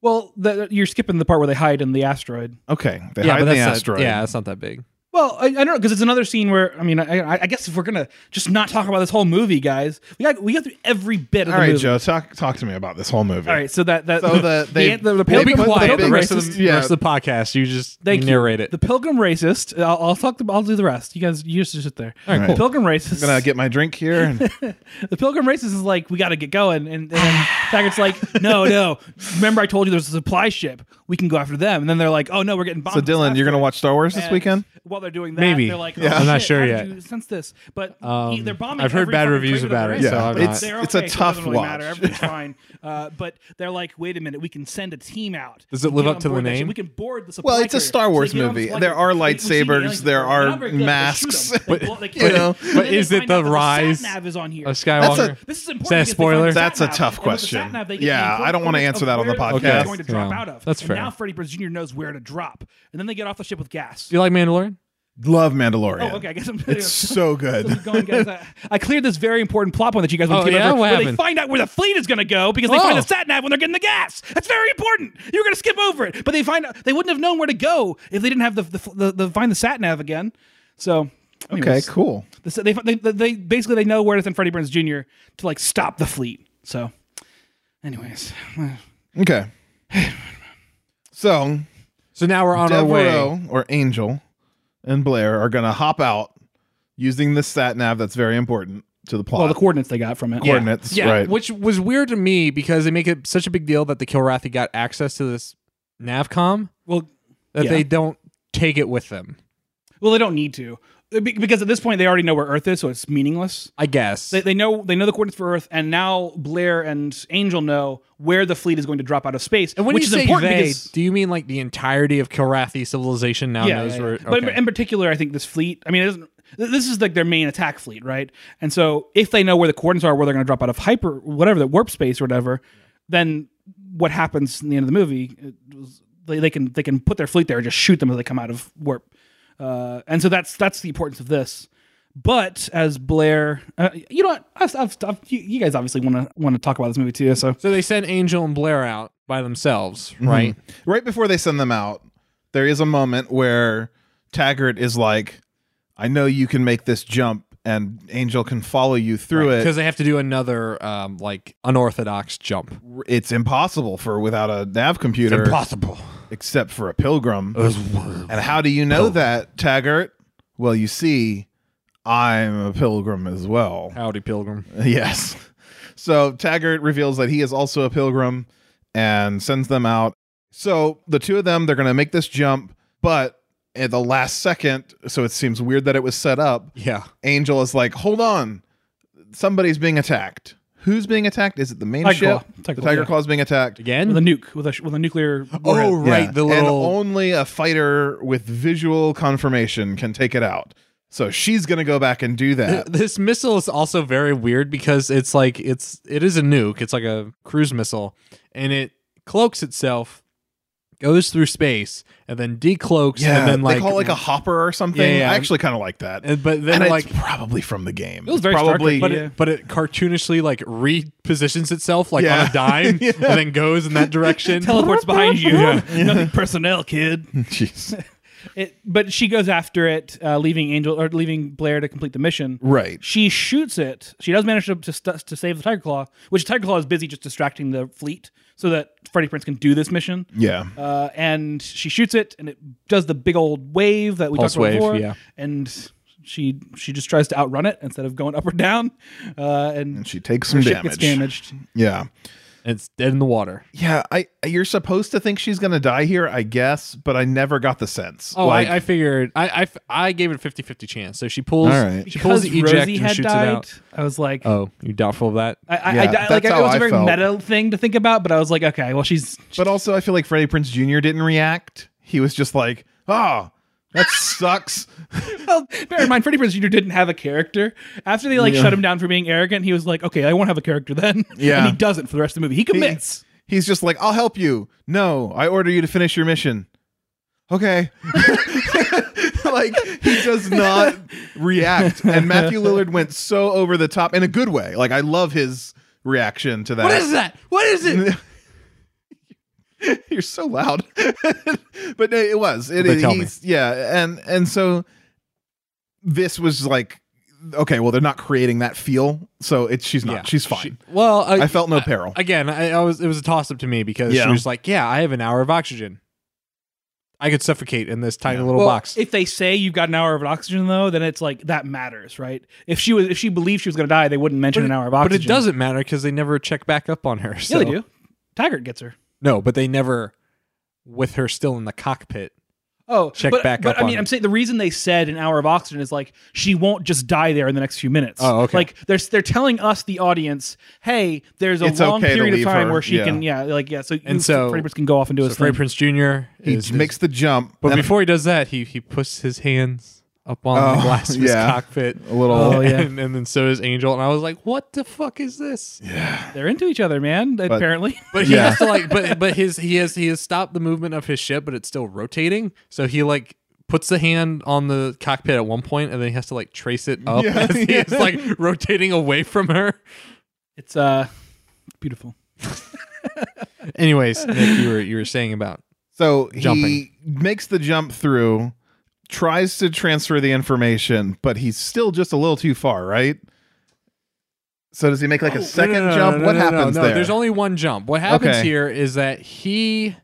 [SPEAKER 3] Well, the, you're skipping the part where they hide in the asteroid.
[SPEAKER 2] Okay, they
[SPEAKER 1] yeah,
[SPEAKER 2] hide
[SPEAKER 1] but
[SPEAKER 2] in the
[SPEAKER 1] that's not-
[SPEAKER 2] asteroid.
[SPEAKER 1] yeah, that's not that big.
[SPEAKER 3] Well, I, I don't know because it's another scene where I mean, I, I, I guess if we're gonna just not talk about this whole movie, guys, we got we got through every bit of
[SPEAKER 2] All
[SPEAKER 3] the
[SPEAKER 2] right,
[SPEAKER 3] movie.
[SPEAKER 2] Joe, talk talk to me about this whole movie.
[SPEAKER 3] All right, so that that <laughs>
[SPEAKER 2] So the- they-
[SPEAKER 3] the, the,
[SPEAKER 2] they
[SPEAKER 1] We'll be
[SPEAKER 3] Pilgrim-
[SPEAKER 2] put the
[SPEAKER 1] quiet the
[SPEAKER 2] big
[SPEAKER 1] rest of
[SPEAKER 2] racist-
[SPEAKER 1] the
[SPEAKER 2] yeah.
[SPEAKER 1] rest of the podcast. You just
[SPEAKER 3] Thank
[SPEAKER 1] you
[SPEAKER 3] you.
[SPEAKER 1] narrate it.
[SPEAKER 3] The Pilgrim racist. I'll, I'll talk. To, I'll do the rest. You guys, you just sit there. All
[SPEAKER 2] right, cool.
[SPEAKER 3] Pilgrim racist.
[SPEAKER 2] I'm gonna Uh, get my drink here.
[SPEAKER 3] <laughs>
[SPEAKER 2] And
[SPEAKER 3] the Pilgrim racist is like, we got to get going, and, and then Taggart's like, no, no. Remember, I told you there's a supply ship. We can go after them. And then they're like, oh no, we're getting bombed.
[SPEAKER 2] so, Dylan, you're gonna watch Star Wars this
[SPEAKER 3] And-
[SPEAKER 2] weekend?
[SPEAKER 3] while they're doing that,
[SPEAKER 1] Maybe.
[SPEAKER 3] they're like,
[SPEAKER 1] Yeah.
[SPEAKER 3] oh,
[SPEAKER 1] I'm not
[SPEAKER 3] shit,
[SPEAKER 1] sure
[SPEAKER 3] how did
[SPEAKER 1] yet.
[SPEAKER 3] you sense this, but
[SPEAKER 1] Um,
[SPEAKER 3] they're bombing.
[SPEAKER 1] I've heard
[SPEAKER 3] every
[SPEAKER 1] bad
[SPEAKER 3] fucking
[SPEAKER 1] reviews
[SPEAKER 3] trailer
[SPEAKER 1] about
[SPEAKER 3] there
[SPEAKER 1] it,
[SPEAKER 3] is.
[SPEAKER 1] so I'm
[SPEAKER 2] It's-
[SPEAKER 3] They're
[SPEAKER 2] it's a
[SPEAKER 3] okay, so it
[SPEAKER 2] tough
[SPEAKER 3] doesn't really Matter.
[SPEAKER 2] watch.
[SPEAKER 3] Everything's fine, uh, but they're like, wait a minute, we can send a team out.
[SPEAKER 1] Does it
[SPEAKER 3] We
[SPEAKER 1] live
[SPEAKER 3] get
[SPEAKER 1] up
[SPEAKER 3] on
[SPEAKER 1] to the
[SPEAKER 3] board that ship.
[SPEAKER 1] name?
[SPEAKER 3] We can board the. supply
[SPEAKER 2] Well, it's a
[SPEAKER 3] carrier.
[SPEAKER 2] Star
[SPEAKER 3] So
[SPEAKER 2] Wars
[SPEAKER 3] they get on
[SPEAKER 2] movie.
[SPEAKER 3] supply
[SPEAKER 2] There
[SPEAKER 3] carrier.
[SPEAKER 2] are
[SPEAKER 3] We- we see the
[SPEAKER 2] lightsabers,
[SPEAKER 3] aliens
[SPEAKER 2] there
[SPEAKER 3] before. They're
[SPEAKER 2] are
[SPEAKER 3] not very good, but they shoot
[SPEAKER 2] masks.
[SPEAKER 3] 'em. They
[SPEAKER 1] But-
[SPEAKER 3] blow-
[SPEAKER 2] <laughs>
[SPEAKER 3] they
[SPEAKER 1] but-
[SPEAKER 3] kill 'em.
[SPEAKER 1] but
[SPEAKER 3] And then they
[SPEAKER 1] is it
[SPEAKER 3] find
[SPEAKER 1] the
[SPEAKER 3] out that
[SPEAKER 1] rise
[SPEAKER 3] sat nav is on here.
[SPEAKER 1] of Skywalker?
[SPEAKER 2] That's a-
[SPEAKER 3] This
[SPEAKER 1] Is that
[SPEAKER 3] is important.
[SPEAKER 1] a
[SPEAKER 3] because they find
[SPEAKER 1] spoiler?
[SPEAKER 3] the sat
[SPEAKER 2] That's a
[SPEAKER 3] nav,
[SPEAKER 2] tough
[SPEAKER 3] and with the sat
[SPEAKER 2] question.
[SPEAKER 3] nav, they get
[SPEAKER 2] Yeah,
[SPEAKER 3] the
[SPEAKER 2] I don't wanna
[SPEAKER 3] coordinates
[SPEAKER 2] answer
[SPEAKER 3] of
[SPEAKER 2] that on the
[SPEAKER 3] where
[SPEAKER 2] podcast.
[SPEAKER 3] they're going to
[SPEAKER 1] Okay.
[SPEAKER 3] drop
[SPEAKER 1] Yeah.
[SPEAKER 3] out of.
[SPEAKER 1] That's
[SPEAKER 3] And
[SPEAKER 1] fair.
[SPEAKER 3] Now Freddie Prinze Jr. knows where to drop, and then they get off the ship with gas.
[SPEAKER 1] Do you like Mandalorian?
[SPEAKER 2] Love Mandalorian.
[SPEAKER 3] Oh, okay. I guess I'm.
[SPEAKER 2] It's so
[SPEAKER 3] So
[SPEAKER 2] good.
[SPEAKER 3] <laughs> keep going, guys. I, I cleared this very important plot point that you guys want
[SPEAKER 1] Oh,
[SPEAKER 3] to
[SPEAKER 1] yeah?
[SPEAKER 3] over,
[SPEAKER 1] What
[SPEAKER 3] where they
[SPEAKER 1] happened?
[SPEAKER 3] find out where the fleet is going to go because they find
[SPEAKER 1] Oh.
[SPEAKER 3] the sat nav when they're getting the gas. That's very important. You're going to skip over it, but they find out they wouldn't have known where to go if they didn't have the the, the, the find the sat nav again. So
[SPEAKER 2] okay,
[SPEAKER 3] anyways,
[SPEAKER 2] cool.
[SPEAKER 3] The sa- they, fi- they, they they basically they know where to send Freddie Burns Jr. to like stop the fleet. So, anyways,
[SPEAKER 2] Okay. So
[SPEAKER 1] So now we're on our way.
[SPEAKER 2] Devereaux or Angel and Blair are gonna hop out using the sat nav that's very important to the plot.
[SPEAKER 3] well the coordinates they got from it.
[SPEAKER 2] coordinates,
[SPEAKER 1] Yeah,
[SPEAKER 2] right?
[SPEAKER 1] which was weird to me because they make it such a big deal that the Kilrathi got access to this Navcom
[SPEAKER 3] Well,
[SPEAKER 1] that
[SPEAKER 3] Yeah.
[SPEAKER 1] they don't take it with them.
[SPEAKER 3] well they don't need to Be- because at this point they already know where Earth is, so it's meaningless.
[SPEAKER 1] I guess.
[SPEAKER 3] They, they know they know the coordinates for Earth, and now Blair and Angel know where the fleet is going to drop out of space,
[SPEAKER 1] and when
[SPEAKER 3] which
[SPEAKER 1] you
[SPEAKER 3] is
[SPEAKER 1] say
[SPEAKER 3] important
[SPEAKER 1] they,
[SPEAKER 3] because
[SPEAKER 1] do you mean like the entirety of Kilrathi civilization now
[SPEAKER 3] yeah,
[SPEAKER 1] knows
[SPEAKER 3] yeah, yeah.
[SPEAKER 1] where?
[SPEAKER 3] but in,
[SPEAKER 1] okay.
[SPEAKER 3] in particular, I think this fleet. I mean, it doesn't. th- This is like their main attack fleet, right? And so if they know where the coordinates are, where they're going to drop out of hyper, whatever the warp space or whatever, then what happens in the end of the movie? it was- They, they can they can put their fleet there and just shoot them as they come out of warp. Uh, and so that's that's the importance of this. But as Blair, uh, you know, what? I've, I've, I've, you, you guys obviously want to want to talk about this movie too. So
[SPEAKER 1] so they send Angel and Blair out by themselves,
[SPEAKER 2] Mm-hmm.
[SPEAKER 1] right?
[SPEAKER 2] right before they send them out, there is a moment where Taggart is like, I know you can make this jump and Angel can follow you through
[SPEAKER 1] Because
[SPEAKER 2] it.
[SPEAKER 1] they have to do another um, like unorthodox jump.
[SPEAKER 2] It's impossible for without a nav computer
[SPEAKER 1] Impossible.
[SPEAKER 2] except for a pilgrim. And how do you know that, Taggart? Well, you see, I'm a pilgrim as well.
[SPEAKER 1] Howdy,
[SPEAKER 2] <laughs>
[SPEAKER 1] Pilgrim.
[SPEAKER 2] Yes. So Taggart reveals that he is also a pilgrim and sends them out. So the two of them, they're going to make this jump, but at the last second, so it seems weird that it was set up,
[SPEAKER 1] Yeah.
[SPEAKER 2] Angel is like, hold on, somebody's being attacked. Who's being attacked? Is it the main
[SPEAKER 3] Tiger
[SPEAKER 2] ship?
[SPEAKER 3] Claw. Tiger
[SPEAKER 2] Tiger,
[SPEAKER 3] Claw, yeah.
[SPEAKER 2] Claw's being attacked.
[SPEAKER 1] Again.
[SPEAKER 3] with a nuke with a sh- with a nuclear. warhead.
[SPEAKER 1] oh right,
[SPEAKER 2] Yeah.
[SPEAKER 1] the little.
[SPEAKER 2] And only a fighter with visual confirmation can take it out. So she's going to go back and do
[SPEAKER 1] <laughs>
[SPEAKER 2] that.
[SPEAKER 1] this missile is also very weird because it's like it's it is a nuke. It's like a cruise missile, and it cloaks itself, goes through space, and then decloaks,
[SPEAKER 2] Yeah,
[SPEAKER 1] and then like
[SPEAKER 2] they call it like a hopper or something.
[SPEAKER 1] Yeah, yeah.
[SPEAKER 2] I actually kind of like that.
[SPEAKER 1] and- Uh, but then
[SPEAKER 2] and
[SPEAKER 1] like.
[SPEAKER 2] it's probably from the game. It
[SPEAKER 3] was very Star
[SPEAKER 2] probably
[SPEAKER 1] But
[SPEAKER 3] Trek, Yeah.
[SPEAKER 1] it, but it cartoonishly like repositions itself like on
[SPEAKER 2] Yeah. <laughs>
[SPEAKER 1] a dime and then goes in that direction.
[SPEAKER 3] teleports behind
[SPEAKER 1] <laughs>
[SPEAKER 3] you. Nothing personnel, kid.
[SPEAKER 2] <laughs> Jeez.
[SPEAKER 3] It, but she goes after it, uh, leaving Angel or leaving Blair to complete the mission.
[SPEAKER 2] right.
[SPEAKER 3] She shoots it. She does manage to to, st- to save the Tiger Claw, which Tiger Claw is busy just distracting the fleet so that Freddie Prince can do this mission.
[SPEAKER 2] Yeah.
[SPEAKER 3] Uh, and she shoots it, and it does the big old wave that we
[SPEAKER 1] Pulse
[SPEAKER 3] talked about
[SPEAKER 1] wave,
[SPEAKER 3] before.
[SPEAKER 1] yeah.
[SPEAKER 3] And she she just tries to outrun it instead of going <laughs> up or down. Uh, and,
[SPEAKER 2] And she takes
[SPEAKER 3] her
[SPEAKER 2] some
[SPEAKER 3] ship gets
[SPEAKER 2] damage.
[SPEAKER 3] damaged.
[SPEAKER 2] Yeah.
[SPEAKER 1] It's dead in the water.
[SPEAKER 2] Yeah. I you're supposed to think she's gonna die here, I guess, but I never got the sense.
[SPEAKER 1] Oh,
[SPEAKER 2] like
[SPEAKER 1] I, I figured I, I f- I gave it a 50-50 chance. So she pulls
[SPEAKER 2] All right.
[SPEAKER 1] she pulls the eject
[SPEAKER 3] Rosie
[SPEAKER 1] and
[SPEAKER 3] had
[SPEAKER 1] shoots
[SPEAKER 3] died,
[SPEAKER 1] it out.
[SPEAKER 3] I was like,
[SPEAKER 1] Oh, you doubtful of that?
[SPEAKER 3] I, I,
[SPEAKER 2] Yeah,
[SPEAKER 3] I, di- like
[SPEAKER 2] that's
[SPEAKER 3] it
[SPEAKER 2] how
[SPEAKER 3] was a
[SPEAKER 2] I
[SPEAKER 3] very
[SPEAKER 2] felt.
[SPEAKER 3] meta thing to think about, but I was like, okay, well, she's
[SPEAKER 2] but also I feel like Freddie Prince Jr. didn't react. He was just like, Oh, that sucks.
[SPEAKER 3] well. Bear in mind, Freddie Prinze Jr. didn't have a character. After they like shut him down for being arrogant, he was like, okay, I won't have a character then. <laughs>
[SPEAKER 2] Yeah.
[SPEAKER 3] and he doesn't for the rest of the movie. He
[SPEAKER 2] He-
[SPEAKER 3] commits.
[SPEAKER 2] he's just like, I'll help you. No, I order you to finish your mission. Okay. <laughs> like he does not react. And Matthew Lillard went so over the top in a good way. Like I love his reaction to that.
[SPEAKER 1] that? What is
[SPEAKER 2] <laughs>
[SPEAKER 1] it?
[SPEAKER 2] You're so loud. <laughs> but no, it was. It
[SPEAKER 1] They
[SPEAKER 2] is
[SPEAKER 1] tell me.
[SPEAKER 2] he's, yeah, and and so this was like okay, well they're not creating that feel, so it's she's not.
[SPEAKER 1] Yeah.
[SPEAKER 2] she's fine.
[SPEAKER 1] well, I,
[SPEAKER 2] I felt no peril.
[SPEAKER 1] again. I, I was it was a toss up to me because
[SPEAKER 2] Yeah.
[SPEAKER 1] she was like, "Yeah, I have an hour of oxygen. I could suffocate in this tiny
[SPEAKER 2] Yeah.
[SPEAKER 1] little
[SPEAKER 3] Well,
[SPEAKER 1] box."
[SPEAKER 3] If they say you've got an hour of oxygen though, then it's like that matters, right? If she was, if she believed she was going to die, they wouldn't mention an hour of
[SPEAKER 1] but
[SPEAKER 3] oxygen.
[SPEAKER 1] it doesn't matter because they never check back up on her.
[SPEAKER 3] Yeah,
[SPEAKER 1] So.
[SPEAKER 3] they do. Taggart gets her.
[SPEAKER 1] No, but they never with her still in the cockpit.
[SPEAKER 3] Oh,
[SPEAKER 1] Check
[SPEAKER 3] but,
[SPEAKER 1] back up
[SPEAKER 3] but I
[SPEAKER 1] on
[SPEAKER 3] mean,
[SPEAKER 1] it.
[SPEAKER 3] I'm saying the reason they said an hour of oxygen is like she won't just die there in the next few minutes.
[SPEAKER 1] Oh, okay.
[SPEAKER 3] Like they're they're telling us the audience, hey, there's a
[SPEAKER 2] It's
[SPEAKER 3] long
[SPEAKER 2] okay to
[SPEAKER 3] period of
[SPEAKER 2] leave
[SPEAKER 3] time
[SPEAKER 2] her,
[SPEAKER 3] where she
[SPEAKER 2] yeah.
[SPEAKER 3] can, yeah, like yeah. So
[SPEAKER 1] And so-
[SPEAKER 3] Freddie Prinze can go off and do
[SPEAKER 1] So
[SPEAKER 3] his
[SPEAKER 1] Freddie
[SPEAKER 3] thing.
[SPEAKER 1] Prince Jr.
[SPEAKER 2] He
[SPEAKER 1] is,
[SPEAKER 2] makes the jump,
[SPEAKER 1] but
[SPEAKER 2] and
[SPEAKER 1] before he does that, he he puts his hands up on the
[SPEAKER 2] Oh,
[SPEAKER 1] glass of his
[SPEAKER 2] yeah.
[SPEAKER 1] cockpit,
[SPEAKER 2] a little.
[SPEAKER 3] Oh, yeah.
[SPEAKER 1] and, and then so does Angel, and I was like, "What the fuck is this?"
[SPEAKER 3] They're into each other, man. apparently.
[SPEAKER 1] <laughs> But he
[SPEAKER 2] Yeah.
[SPEAKER 1] has to like, but but his he has he has stopped the movement of his ship, but it's still rotating. So he like puts the hand on the cockpit at one point, and then he has to like trace it up
[SPEAKER 2] Yeah,
[SPEAKER 1] as
[SPEAKER 2] <laughs>
[SPEAKER 1] he
[SPEAKER 2] yeah.
[SPEAKER 1] is like rotating away from her.
[SPEAKER 3] <laughs> It's uh beautiful.
[SPEAKER 1] Anyways, Nick, you were you were saying about
[SPEAKER 2] So he
[SPEAKER 1] Jumping.
[SPEAKER 2] makes the jump through, tries to transfer the information, but he's still just a little too far, right? So does he make like a second
[SPEAKER 1] Oh, No, no, no,
[SPEAKER 2] jump?
[SPEAKER 1] no,
[SPEAKER 2] what
[SPEAKER 1] no, no,
[SPEAKER 2] happens
[SPEAKER 1] no,
[SPEAKER 2] there?
[SPEAKER 1] There's only one jump. What happens
[SPEAKER 2] Okay.
[SPEAKER 1] here is that he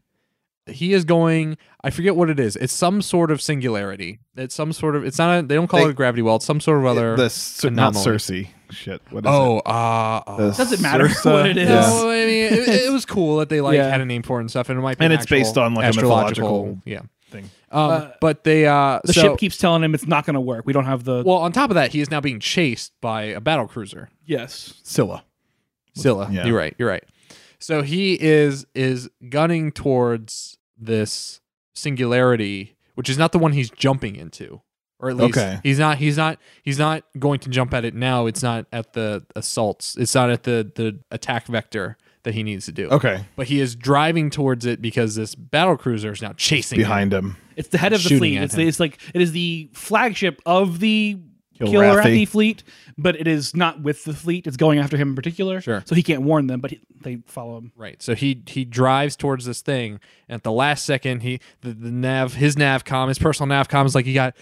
[SPEAKER 1] he is going. I forget what it is. It's some sort of singularity. It's some sort of. It's not. A, they don't call
[SPEAKER 2] They-
[SPEAKER 1] it a gravity well. It's some sort of other.
[SPEAKER 2] the Cer- not
[SPEAKER 1] anomaly.
[SPEAKER 2] Cersei. Shit. What is
[SPEAKER 1] oh, uh, uh,
[SPEAKER 2] it? The
[SPEAKER 3] Doesn't
[SPEAKER 1] <laughs>
[SPEAKER 3] matter
[SPEAKER 2] Circe?
[SPEAKER 3] what it is.
[SPEAKER 1] No,
[SPEAKER 2] Yeah.
[SPEAKER 1] I mean, it, it was cool that they like
[SPEAKER 3] Yeah.
[SPEAKER 1] had a name for it and stuff, and it might be
[SPEAKER 2] And
[SPEAKER 1] an
[SPEAKER 2] it's based
[SPEAKER 1] actual
[SPEAKER 2] on, like, a
[SPEAKER 1] astrological
[SPEAKER 2] mythological
[SPEAKER 1] yeah
[SPEAKER 2] thing.
[SPEAKER 1] Um,
[SPEAKER 3] Uh,
[SPEAKER 1] but they uh,
[SPEAKER 3] The
[SPEAKER 1] so-
[SPEAKER 3] ship keeps telling him it's not going to work. We don't have the
[SPEAKER 1] well on top of that, he is now being chased by a battle cruiser.
[SPEAKER 3] yes.
[SPEAKER 2] Scylla.
[SPEAKER 1] Scylla.
[SPEAKER 2] Yeah.
[SPEAKER 1] You're right. You're right. So he is is gunning towards this singularity, which is not the one he's jumping into. Or at least
[SPEAKER 2] Okay.
[SPEAKER 1] he's not he's not he's not going to jump at it now. It's not at the assaults. It's not at the the attack vector that he needs to do.
[SPEAKER 2] Okay.
[SPEAKER 1] But he is driving towards it because this battle cruiser is now chasing him.
[SPEAKER 2] Behind him.
[SPEAKER 3] It's the head of the
[SPEAKER 1] Shooting
[SPEAKER 3] fleet.
[SPEAKER 1] at
[SPEAKER 3] It's, the,
[SPEAKER 1] him.
[SPEAKER 3] it's like it is the flagship of the
[SPEAKER 2] Kilrathi.
[SPEAKER 3] Kilrathi fleet, but it is not with the fleet. It's going after him in particular.
[SPEAKER 1] Sure.
[SPEAKER 3] So he can't warn them, but he, they follow him.
[SPEAKER 1] Right. So he he drives towards this thing, and at the last second, he the, the nav his nav com his personal nav com is like he got.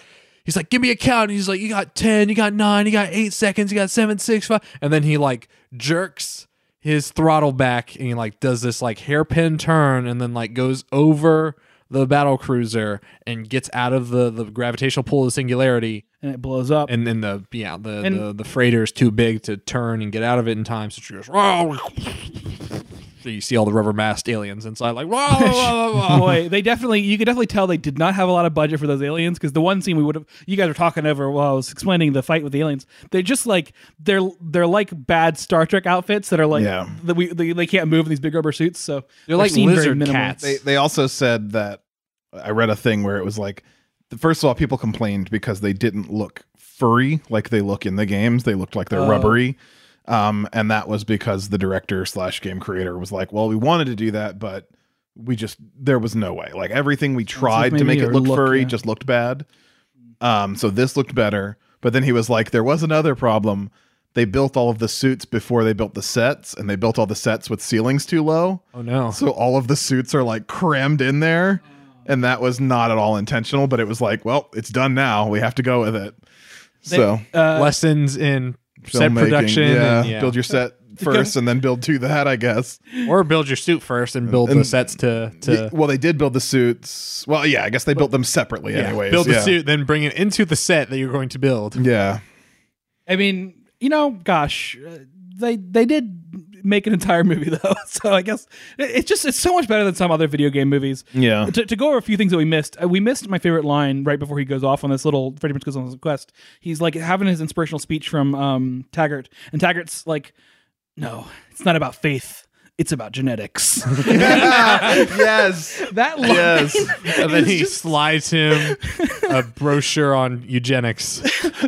[SPEAKER 1] He's like, give me a count. And he's like, you got ten, you got nine, you got eight seconds, you got seven, six, five, and then he like jerks his throttle back and he like does this like hairpin turn and then like goes over the battle cruiser and gets out of the the gravitational pull of singularity
[SPEAKER 3] And it blows up.
[SPEAKER 1] and then the yeah the
[SPEAKER 3] And-
[SPEAKER 1] the, the freighter is too big to turn and get out of it in time, so she goes. "Wow." So you see all the rubber masked aliens inside, like whoa, whoa, whoa, whoa,
[SPEAKER 3] <laughs>
[SPEAKER 1] whoa."
[SPEAKER 3] Boy, Oh, they definitely you could definitely tell they did not have a lot of budget for those aliens because the one scene we would have you guys were talking over while I was explaining the fight with the aliens. They're just like they're they're like bad Star Trek outfits that are like
[SPEAKER 2] Yeah.
[SPEAKER 3] that we they, they can't move in these big rubber suits. So
[SPEAKER 1] They're like
[SPEAKER 3] seen very
[SPEAKER 1] lizard
[SPEAKER 3] minimal.
[SPEAKER 1] cats.
[SPEAKER 2] They they also said that I read a thing where it was like the first of all people complained because they didn't look furry like they look in the games. They looked like they're
[SPEAKER 3] Oh.
[SPEAKER 2] rubbery. Um, and that was because the director slash game creator was like, well, we wanted to do that, but we just there was no way. Like everything we tried to
[SPEAKER 3] maybe
[SPEAKER 2] make it
[SPEAKER 3] your
[SPEAKER 2] look,
[SPEAKER 3] look,
[SPEAKER 2] furry
[SPEAKER 3] yeah.
[SPEAKER 2] just looked bad. Um, so this looked better. But then he was like, there was another problem. They built all of the suits before they built the sets, and they built all the sets with ceilings too low.
[SPEAKER 1] oh no!
[SPEAKER 2] So all of the suits are like crammed in there. And that was not at all intentional, but it was like, well, it's done now. We have to go with it.
[SPEAKER 3] They-
[SPEAKER 2] so
[SPEAKER 3] uh,
[SPEAKER 1] Lessons in set
[SPEAKER 2] filmmaking,
[SPEAKER 1] production,
[SPEAKER 2] yeah,
[SPEAKER 1] and- yeah.
[SPEAKER 2] build
[SPEAKER 1] <laughs>
[SPEAKER 2] your set first and then build to that, I guess.
[SPEAKER 1] or build your suit first and build the
[SPEAKER 2] And-
[SPEAKER 1] sets to to.
[SPEAKER 2] Y- well, they did build the suits. Well, yeah, I guess they built them separately,
[SPEAKER 1] yeah,
[SPEAKER 2] anyways.
[SPEAKER 1] build the
[SPEAKER 2] yeah.
[SPEAKER 1] suit, then bring it into the set that you're going to
[SPEAKER 2] <laughs>
[SPEAKER 1] build.
[SPEAKER 2] Yeah,
[SPEAKER 3] I mean, you know, gosh, uh, they they did make an entire <laughs> movie though, so I guess it- it's just it's so much better than some other video game movies.
[SPEAKER 2] yeah,
[SPEAKER 3] <laughs> To, to go over a few things that we missed, uh, we missed my favorite line right before he goes off on this little Freddie Prinze goes on this quest. He's like having his inspirational speech from um, Taggart, and Taggart's like, "No, it's not about faith." It's about genetics.
[SPEAKER 2] <laughs>
[SPEAKER 1] <laughs>
[SPEAKER 2] yes,
[SPEAKER 3] that line,
[SPEAKER 2] Yes.
[SPEAKER 1] And then
[SPEAKER 3] is
[SPEAKER 1] he
[SPEAKER 3] just-
[SPEAKER 1] slides
[SPEAKER 2] <laughs>
[SPEAKER 1] him a brochure on eugenics.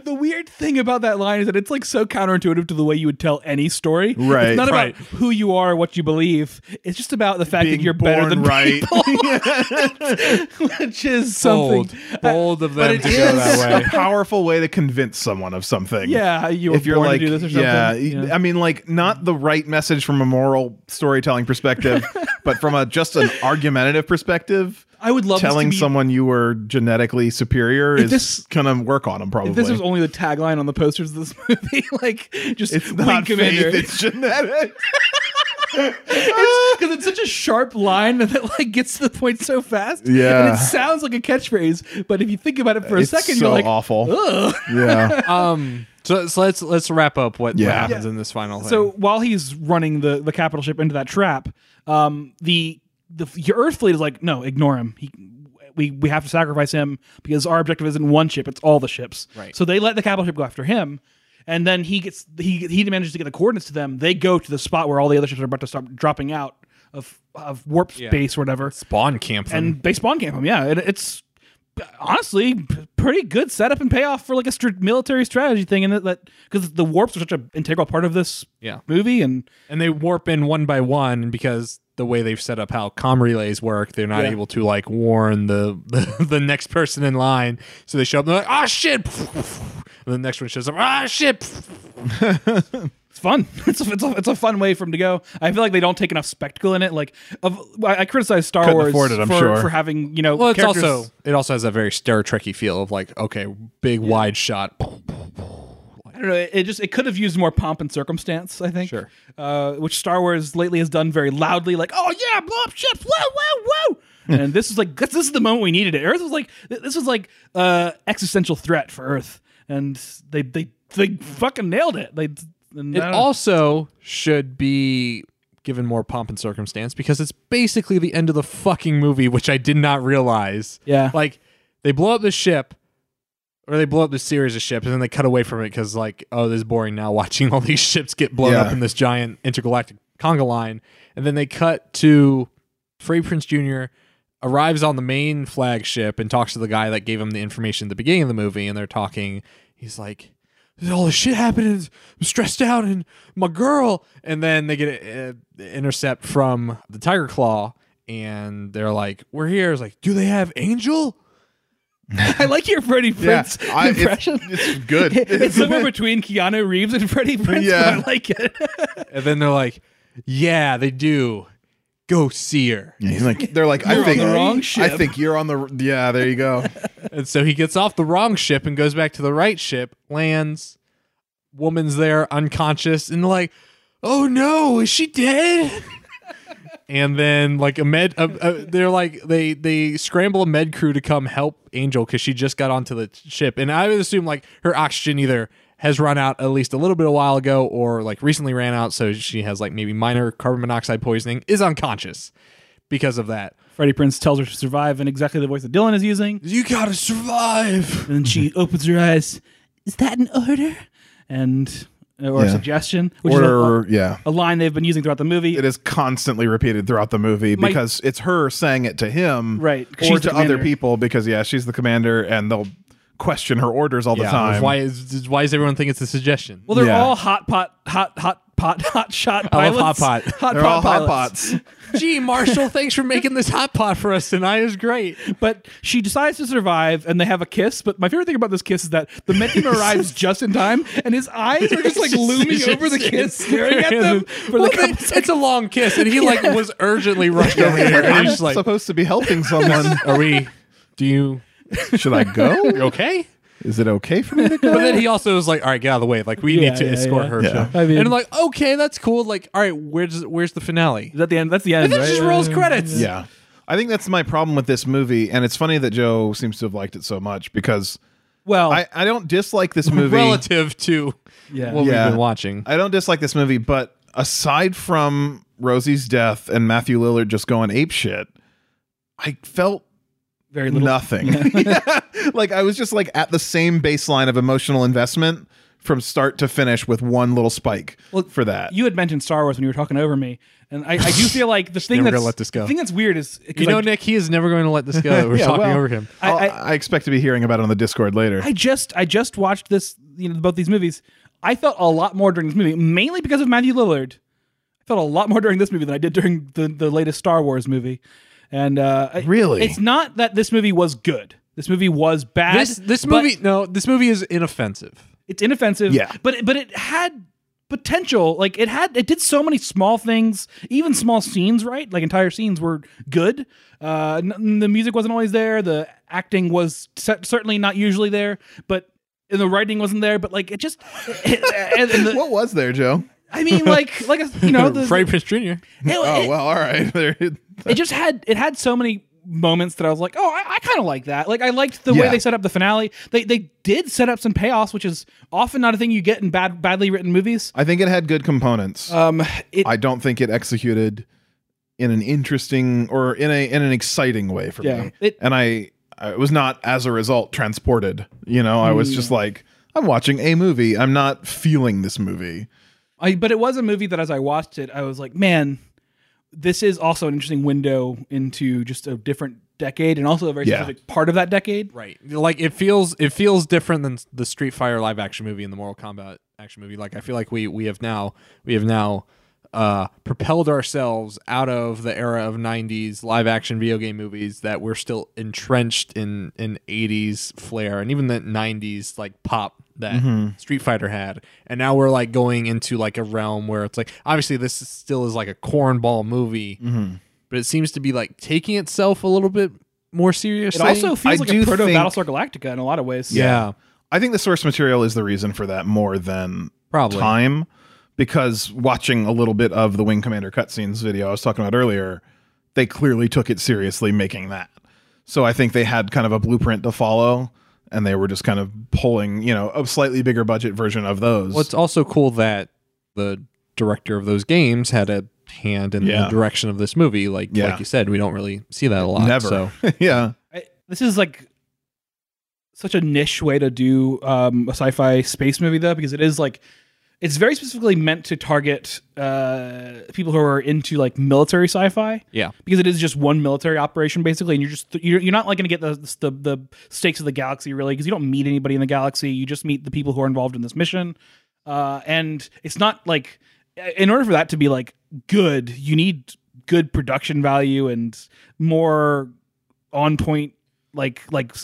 [SPEAKER 3] the weird thing about that line is that it's like so counterintuitive to the way you would tell any story.
[SPEAKER 2] Right.
[SPEAKER 3] It's not
[SPEAKER 1] Right.
[SPEAKER 3] about who you are, what you believe. It's just about the fact
[SPEAKER 2] being
[SPEAKER 3] that you're
[SPEAKER 2] born
[SPEAKER 3] better than <laughs>
[SPEAKER 1] <laughs>
[SPEAKER 2] right.
[SPEAKER 3] people, which is something.
[SPEAKER 1] Bold, bold of them
[SPEAKER 2] But it
[SPEAKER 1] to go
[SPEAKER 2] is
[SPEAKER 1] that way.
[SPEAKER 2] a powerful way to convince someone of something.
[SPEAKER 3] Yeah, you were
[SPEAKER 2] if you're
[SPEAKER 3] born
[SPEAKER 2] like,
[SPEAKER 3] to do this or something.
[SPEAKER 2] Yeah, y- I mean, like, not the right message from a moral storytelling
[SPEAKER 3] <laughs>
[SPEAKER 2] perspective, but from a just an argumentative perspective,
[SPEAKER 3] I would love this to
[SPEAKER 2] telling
[SPEAKER 3] be-
[SPEAKER 2] someone you were genetically superior is
[SPEAKER 3] this-
[SPEAKER 2] gonna work on them probably.
[SPEAKER 3] If this was only the tagline on the posters of this <laughs> movie, like just
[SPEAKER 2] it's
[SPEAKER 3] Wing
[SPEAKER 2] not
[SPEAKER 3] Commander.
[SPEAKER 2] faith,
[SPEAKER 3] <laughs>
[SPEAKER 2] it's genetics.
[SPEAKER 3] because it's such a sharp line that like gets to the point so fast.
[SPEAKER 2] Yeah.
[SPEAKER 3] and it sounds like a catchphrase, but if you think about it for
[SPEAKER 2] It's
[SPEAKER 3] a second,
[SPEAKER 2] so
[SPEAKER 3] you're like,
[SPEAKER 2] awful.
[SPEAKER 3] Ugh. <laughs>
[SPEAKER 2] yeah,
[SPEAKER 1] um so, so let's let's wrap up what, what
[SPEAKER 2] Yeah.
[SPEAKER 1] happens in this final thing.
[SPEAKER 3] So while he's running the the capital ship into that trap, um, the the your Earth fleet is like, no, ignore him. He we we have to sacrifice him because our objective isn't one ship; it's all the ships.
[SPEAKER 1] Right.
[SPEAKER 3] So they let the capital ship go after him, and then he gets he he manages to get the coordinates to them. They go to the spot where all the other ships are about to start dropping out of of warp space or whatever,
[SPEAKER 1] Spawn camp them.
[SPEAKER 3] and they spawn camp him. Yeah, it, it's honestly p- pretty good setup and payoff for like a str- military strategy thing, and that because the warps are such an integral part of this
[SPEAKER 1] Yeah.
[SPEAKER 3] movie and.
[SPEAKER 1] and they warp in one by one because the way they've set up how com relays work, they're not
[SPEAKER 3] Yeah.
[SPEAKER 1] able to like warn the, the <laughs> the next person in line. So they show up, and they're like, "Ah, shit!" And the next one shows up, "Ah, shit!"
[SPEAKER 3] It's fun. <laughs> It's a, it's, a, it's a fun way for them to go. I feel like they don't take enough spectacle in it. Like, of, I I criticize Star
[SPEAKER 2] Couldn't
[SPEAKER 3] Wars
[SPEAKER 2] afford it, I'm
[SPEAKER 3] for,
[SPEAKER 2] sure.
[SPEAKER 3] for having you know
[SPEAKER 1] Well, it's
[SPEAKER 3] characters.
[SPEAKER 1] also it also has a very Star Trekky feel of like, okay, big wide shot.
[SPEAKER 3] I don't know. It, it just it could have used more pomp and circumstance. I think.
[SPEAKER 1] Sure.
[SPEAKER 3] Uh, which Star Wars lately has done very loudly, like, "Oh yeah, blow up ships! Whoa, whoa,
[SPEAKER 2] <laughs>
[SPEAKER 3] whoa!" and this is like this, this is the moment we needed it. Earth was like th- this was like uh, existential threat for Earth, and they they they fucking nailed it. They and
[SPEAKER 1] It
[SPEAKER 3] I don't-
[SPEAKER 1] also should be given more pomp and circumstance because it's basically the end of the fucking movie, which I did not realize.
[SPEAKER 2] <laughs>
[SPEAKER 3] yeah.
[SPEAKER 1] Like they blow up the ship, or they blow up the series of ships, and then they cut away from it because like, oh, this is boring now watching <laughs> all these ships get blown
[SPEAKER 2] Yeah.
[SPEAKER 1] up in this giant intergalactic conga line, and then they cut to Free Prince Jr. arrives on the main flagship and talks to the guy that gave him the information at the beginning of the movie, and they're talking. He's like. All this shit happened. And I'm stressed out, and my girl. And then they get an intercept from the Tiger Claw, and they're like, "We're here." It's like, do they have Angel?
[SPEAKER 3] I like your Freddie Prince
[SPEAKER 2] I- it's-
[SPEAKER 3] impression.
[SPEAKER 2] <laughs> it's good.
[SPEAKER 3] <laughs>
[SPEAKER 2] <laughs>
[SPEAKER 3] it's somewhere between Keanu Reeves and Freddie Prince.
[SPEAKER 2] Yeah.
[SPEAKER 3] but I like it. <laughs>
[SPEAKER 1] And then they're like, "Yeah, they do. Go see her."
[SPEAKER 2] He's like, they're like, I
[SPEAKER 3] You're on
[SPEAKER 2] think
[SPEAKER 3] the wrong
[SPEAKER 2] I
[SPEAKER 3] ship.
[SPEAKER 2] think you're on the yeah. There you
[SPEAKER 3] <laughs>
[SPEAKER 2] go.
[SPEAKER 1] And so he gets off the wrong ship and goes back to the right ship, lands. Woman's there, unconscious, and like, "Oh no, is she dead?" <laughs> and then like a med, uh, uh, they're like they they scramble a med crew to come help Angel because she just got onto the ship, and I would assume like her oxygen either has run out at least a little bit a while ago or like recently ran out, so she has like maybe minor carbon monoxide poisoning, is unconscious because of that.
[SPEAKER 3] Freddie Prince tells her to survive in exactly the voice that Dylan is using.
[SPEAKER 1] You gotta survive.
[SPEAKER 3] And then she opens her eyes. Is that an order? And uh, or a
[SPEAKER 2] Yeah.
[SPEAKER 3] suggestion, which is
[SPEAKER 2] Or yeah,
[SPEAKER 3] a, a line they've been using throughout the movie.
[SPEAKER 2] it is constantly repeated throughout the movie
[SPEAKER 3] My-
[SPEAKER 2] because it's her saying it to him,
[SPEAKER 3] Right, 'cause
[SPEAKER 2] Or
[SPEAKER 3] she's the
[SPEAKER 2] to other
[SPEAKER 3] commander.
[SPEAKER 2] people because yeah, she's the commander, and they'll question her orders all the time.
[SPEAKER 1] Why is why does everyone think it's a suggestion?
[SPEAKER 3] well, they're
[SPEAKER 2] yeah.
[SPEAKER 3] all hot pot, hot hot pot, <laughs> hot shot
[SPEAKER 1] I love
[SPEAKER 3] pilots.
[SPEAKER 1] hot pot.
[SPEAKER 3] <laughs> hot
[SPEAKER 2] they're
[SPEAKER 3] pot
[SPEAKER 2] all hot
[SPEAKER 3] pilots.
[SPEAKER 2] pots.
[SPEAKER 1] gee, Marshall, thanks for making this hot pot for us tonight. It was great.
[SPEAKER 3] But she decides to survive, and they have a kiss. But my favorite thing about this kiss is that the med team arrives just in time, and his eyes are just like looming over the kiss, staring
[SPEAKER 1] <laughs>
[SPEAKER 3] at them. For
[SPEAKER 1] Well, <laughs>
[SPEAKER 3] the couple
[SPEAKER 1] they- it's a long kiss, and he like was urgently rushed over here. And
[SPEAKER 2] I'm
[SPEAKER 1] he's just like,
[SPEAKER 2] <laughs> supposed to be
[SPEAKER 1] <laughs>
[SPEAKER 2] helping someone.
[SPEAKER 1] "Are we? Do you?
[SPEAKER 2] Should I
[SPEAKER 1] you
[SPEAKER 2] go?
[SPEAKER 1] okay?"
[SPEAKER 2] Is it okay
[SPEAKER 1] <laughs>
[SPEAKER 2] for me to go?
[SPEAKER 1] But then he also was like, "All right, get out of the way. Like, we
[SPEAKER 3] Yeah,
[SPEAKER 1] need to
[SPEAKER 3] yeah,
[SPEAKER 1] escort
[SPEAKER 3] yeah.
[SPEAKER 1] her."
[SPEAKER 2] Yeah.
[SPEAKER 1] to-"
[SPEAKER 3] I mean-
[SPEAKER 1] and I'm like, "Okay, that's cool. Like, all right, where's where's the finale?"
[SPEAKER 3] Is that the end? That's the end.
[SPEAKER 1] And then it
[SPEAKER 3] right?
[SPEAKER 1] just rolls credits.
[SPEAKER 2] Yeah. I think that's my problem with this movie, and it's funny that Joe seems to have liked it so much because
[SPEAKER 3] Well,
[SPEAKER 2] I, I don't dislike this movie.
[SPEAKER 1] relative to
[SPEAKER 3] Yeah.
[SPEAKER 1] what
[SPEAKER 2] Yeah.
[SPEAKER 1] we've been watching.
[SPEAKER 2] I don't dislike this movie, but aside from Rosie's death and Matthew Lillard just going ape shit, I felt
[SPEAKER 3] very little. <laughs>
[SPEAKER 2] nothing. <laughs> Yeah. Like I was just like at the same baseline of emotional investment from start to finish with one little spike for that.
[SPEAKER 3] You had mentioned Star Wars when you were talking over me, and I, I
[SPEAKER 1] <laughs>
[SPEAKER 3] do feel like the thing
[SPEAKER 1] never
[SPEAKER 3] that's
[SPEAKER 1] gonna let this go.
[SPEAKER 3] the thing that's weird is
[SPEAKER 1] You know, Nick, he is never going to let this go. We're
[SPEAKER 2] Yeah,
[SPEAKER 1] talking
[SPEAKER 2] well,
[SPEAKER 1] over him.
[SPEAKER 3] I-
[SPEAKER 2] I'll- I, expect to be hearing about it on the Discord later.
[SPEAKER 3] I just I just watched this you know both these movies. I felt a lot more during this movie, mainly because of Matthew Lillard. I felt a lot more during this movie than I did during the, the latest Star Wars movie. And uh, I-
[SPEAKER 2] Really?
[SPEAKER 3] it's not that this movie was good. This movie was bad.
[SPEAKER 1] This this
[SPEAKER 3] but
[SPEAKER 1] movie no, this movie is inoffensive.
[SPEAKER 3] it's inoffensive.
[SPEAKER 2] Yeah.
[SPEAKER 3] but it- but it had potential. Like it had it did so many small things, even small scenes. Right, like entire scenes were good. Uh, n- the music wasn't always there. The acting was cer- certainly not usually there, but. And the writing wasn't there, but like it just, and, and the-
[SPEAKER 2] <laughs> what was there, Joe?
[SPEAKER 3] I mean, like, like a,
[SPEAKER 1] <laughs>
[SPEAKER 3] you know, the,
[SPEAKER 1] Freddie Prince Jr.
[SPEAKER 3] it,
[SPEAKER 2] Oh
[SPEAKER 3] it-
[SPEAKER 2] well, all right. <laughs> There-
[SPEAKER 3] it just had it had so many moments that I was like, oh, I, I kind of like that. Like I liked the way
[SPEAKER 2] Yeah.
[SPEAKER 3] they set up the finale. They they did set up some payoffs, which is often not a thing you get in bad badly written movies. Uh,
[SPEAKER 2] I think it had good components.
[SPEAKER 3] Um, it
[SPEAKER 2] I don't think it executed in an interesting or in a in an exciting way for
[SPEAKER 3] Yeah.
[SPEAKER 2] me.
[SPEAKER 3] It-
[SPEAKER 2] and I I was not as a result transported. You know, I was just like I'm watching a movie. I'm not feeling this movie.
[SPEAKER 3] I, but it was a movie that as I watched it, I was like, man, this is also an interesting window into just a different decade and also a very
[SPEAKER 2] Yeah.
[SPEAKER 3] specific part of that decade.
[SPEAKER 1] Right. Like it feels it feels different than the Street Fighter live action movie and the Mortal Kombat action movie. Like I feel like we we have now we have now uh propelled ourselves out of the era of 90s live action video game movies that we're still entrenched in in 80s flair and even the 90s like pop that
[SPEAKER 3] Mm-hmm.
[SPEAKER 1] Street Fighter had and now we're like going into like a realm where it's like obviously this is still is like a cornball movie
[SPEAKER 3] Mm-hmm.
[SPEAKER 1] but it seems to be like taking itself a little bit more seriously
[SPEAKER 3] It also feels
[SPEAKER 2] I
[SPEAKER 3] like
[SPEAKER 2] do
[SPEAKER 3] a proto
[SPEAKER 2] think-
[SPEAKER 3] Battlestar Galactica in a lot of ways.
[SPEAKER 1] yeah.
[SPEAKER 2] I think the source material is the reason for that more than
[SPEAKER 1] Probably.
[SPEAKER 2] time because watching a little bit of the Wing Commander cutscenes video I was talking about earlier, they clearly took it seriously making that. So I think they had kind of a blueprint to follow and they were just kind of pulling, you know, a slightly bigger budget version of those.
[SPEAKER 1] Well, it's also cool that the director of those games had a hand in
[SPEAKER 2] Yeah.
[SPEAKER 1] the direction of this movie. Like,
[SPEAKER 2] Yeah.
[SPEAKER 1] like you said, we don't really see that a lot.
[SPEAKER 2] Never.
[SPEAKER 1] So
[SPEAKER 2] <laughs> yeah.
[SPEAKER 3] I, this is like such a niche way to do um, a sci-fi space movie though because it is like it's very specifically meant to target uh, people who are into like military sci-fi
[SPEAKER 1] yeah,
[SPEAKER 3] because it is just one military operation basically and you're just you're, you're not like going to get the, the the stakes of the galaxy really because you don't meet anybody in the galaxy you just meet the people who are involved in this mission uh, and it's not like in order for that to be like good you need good production value and more on point like like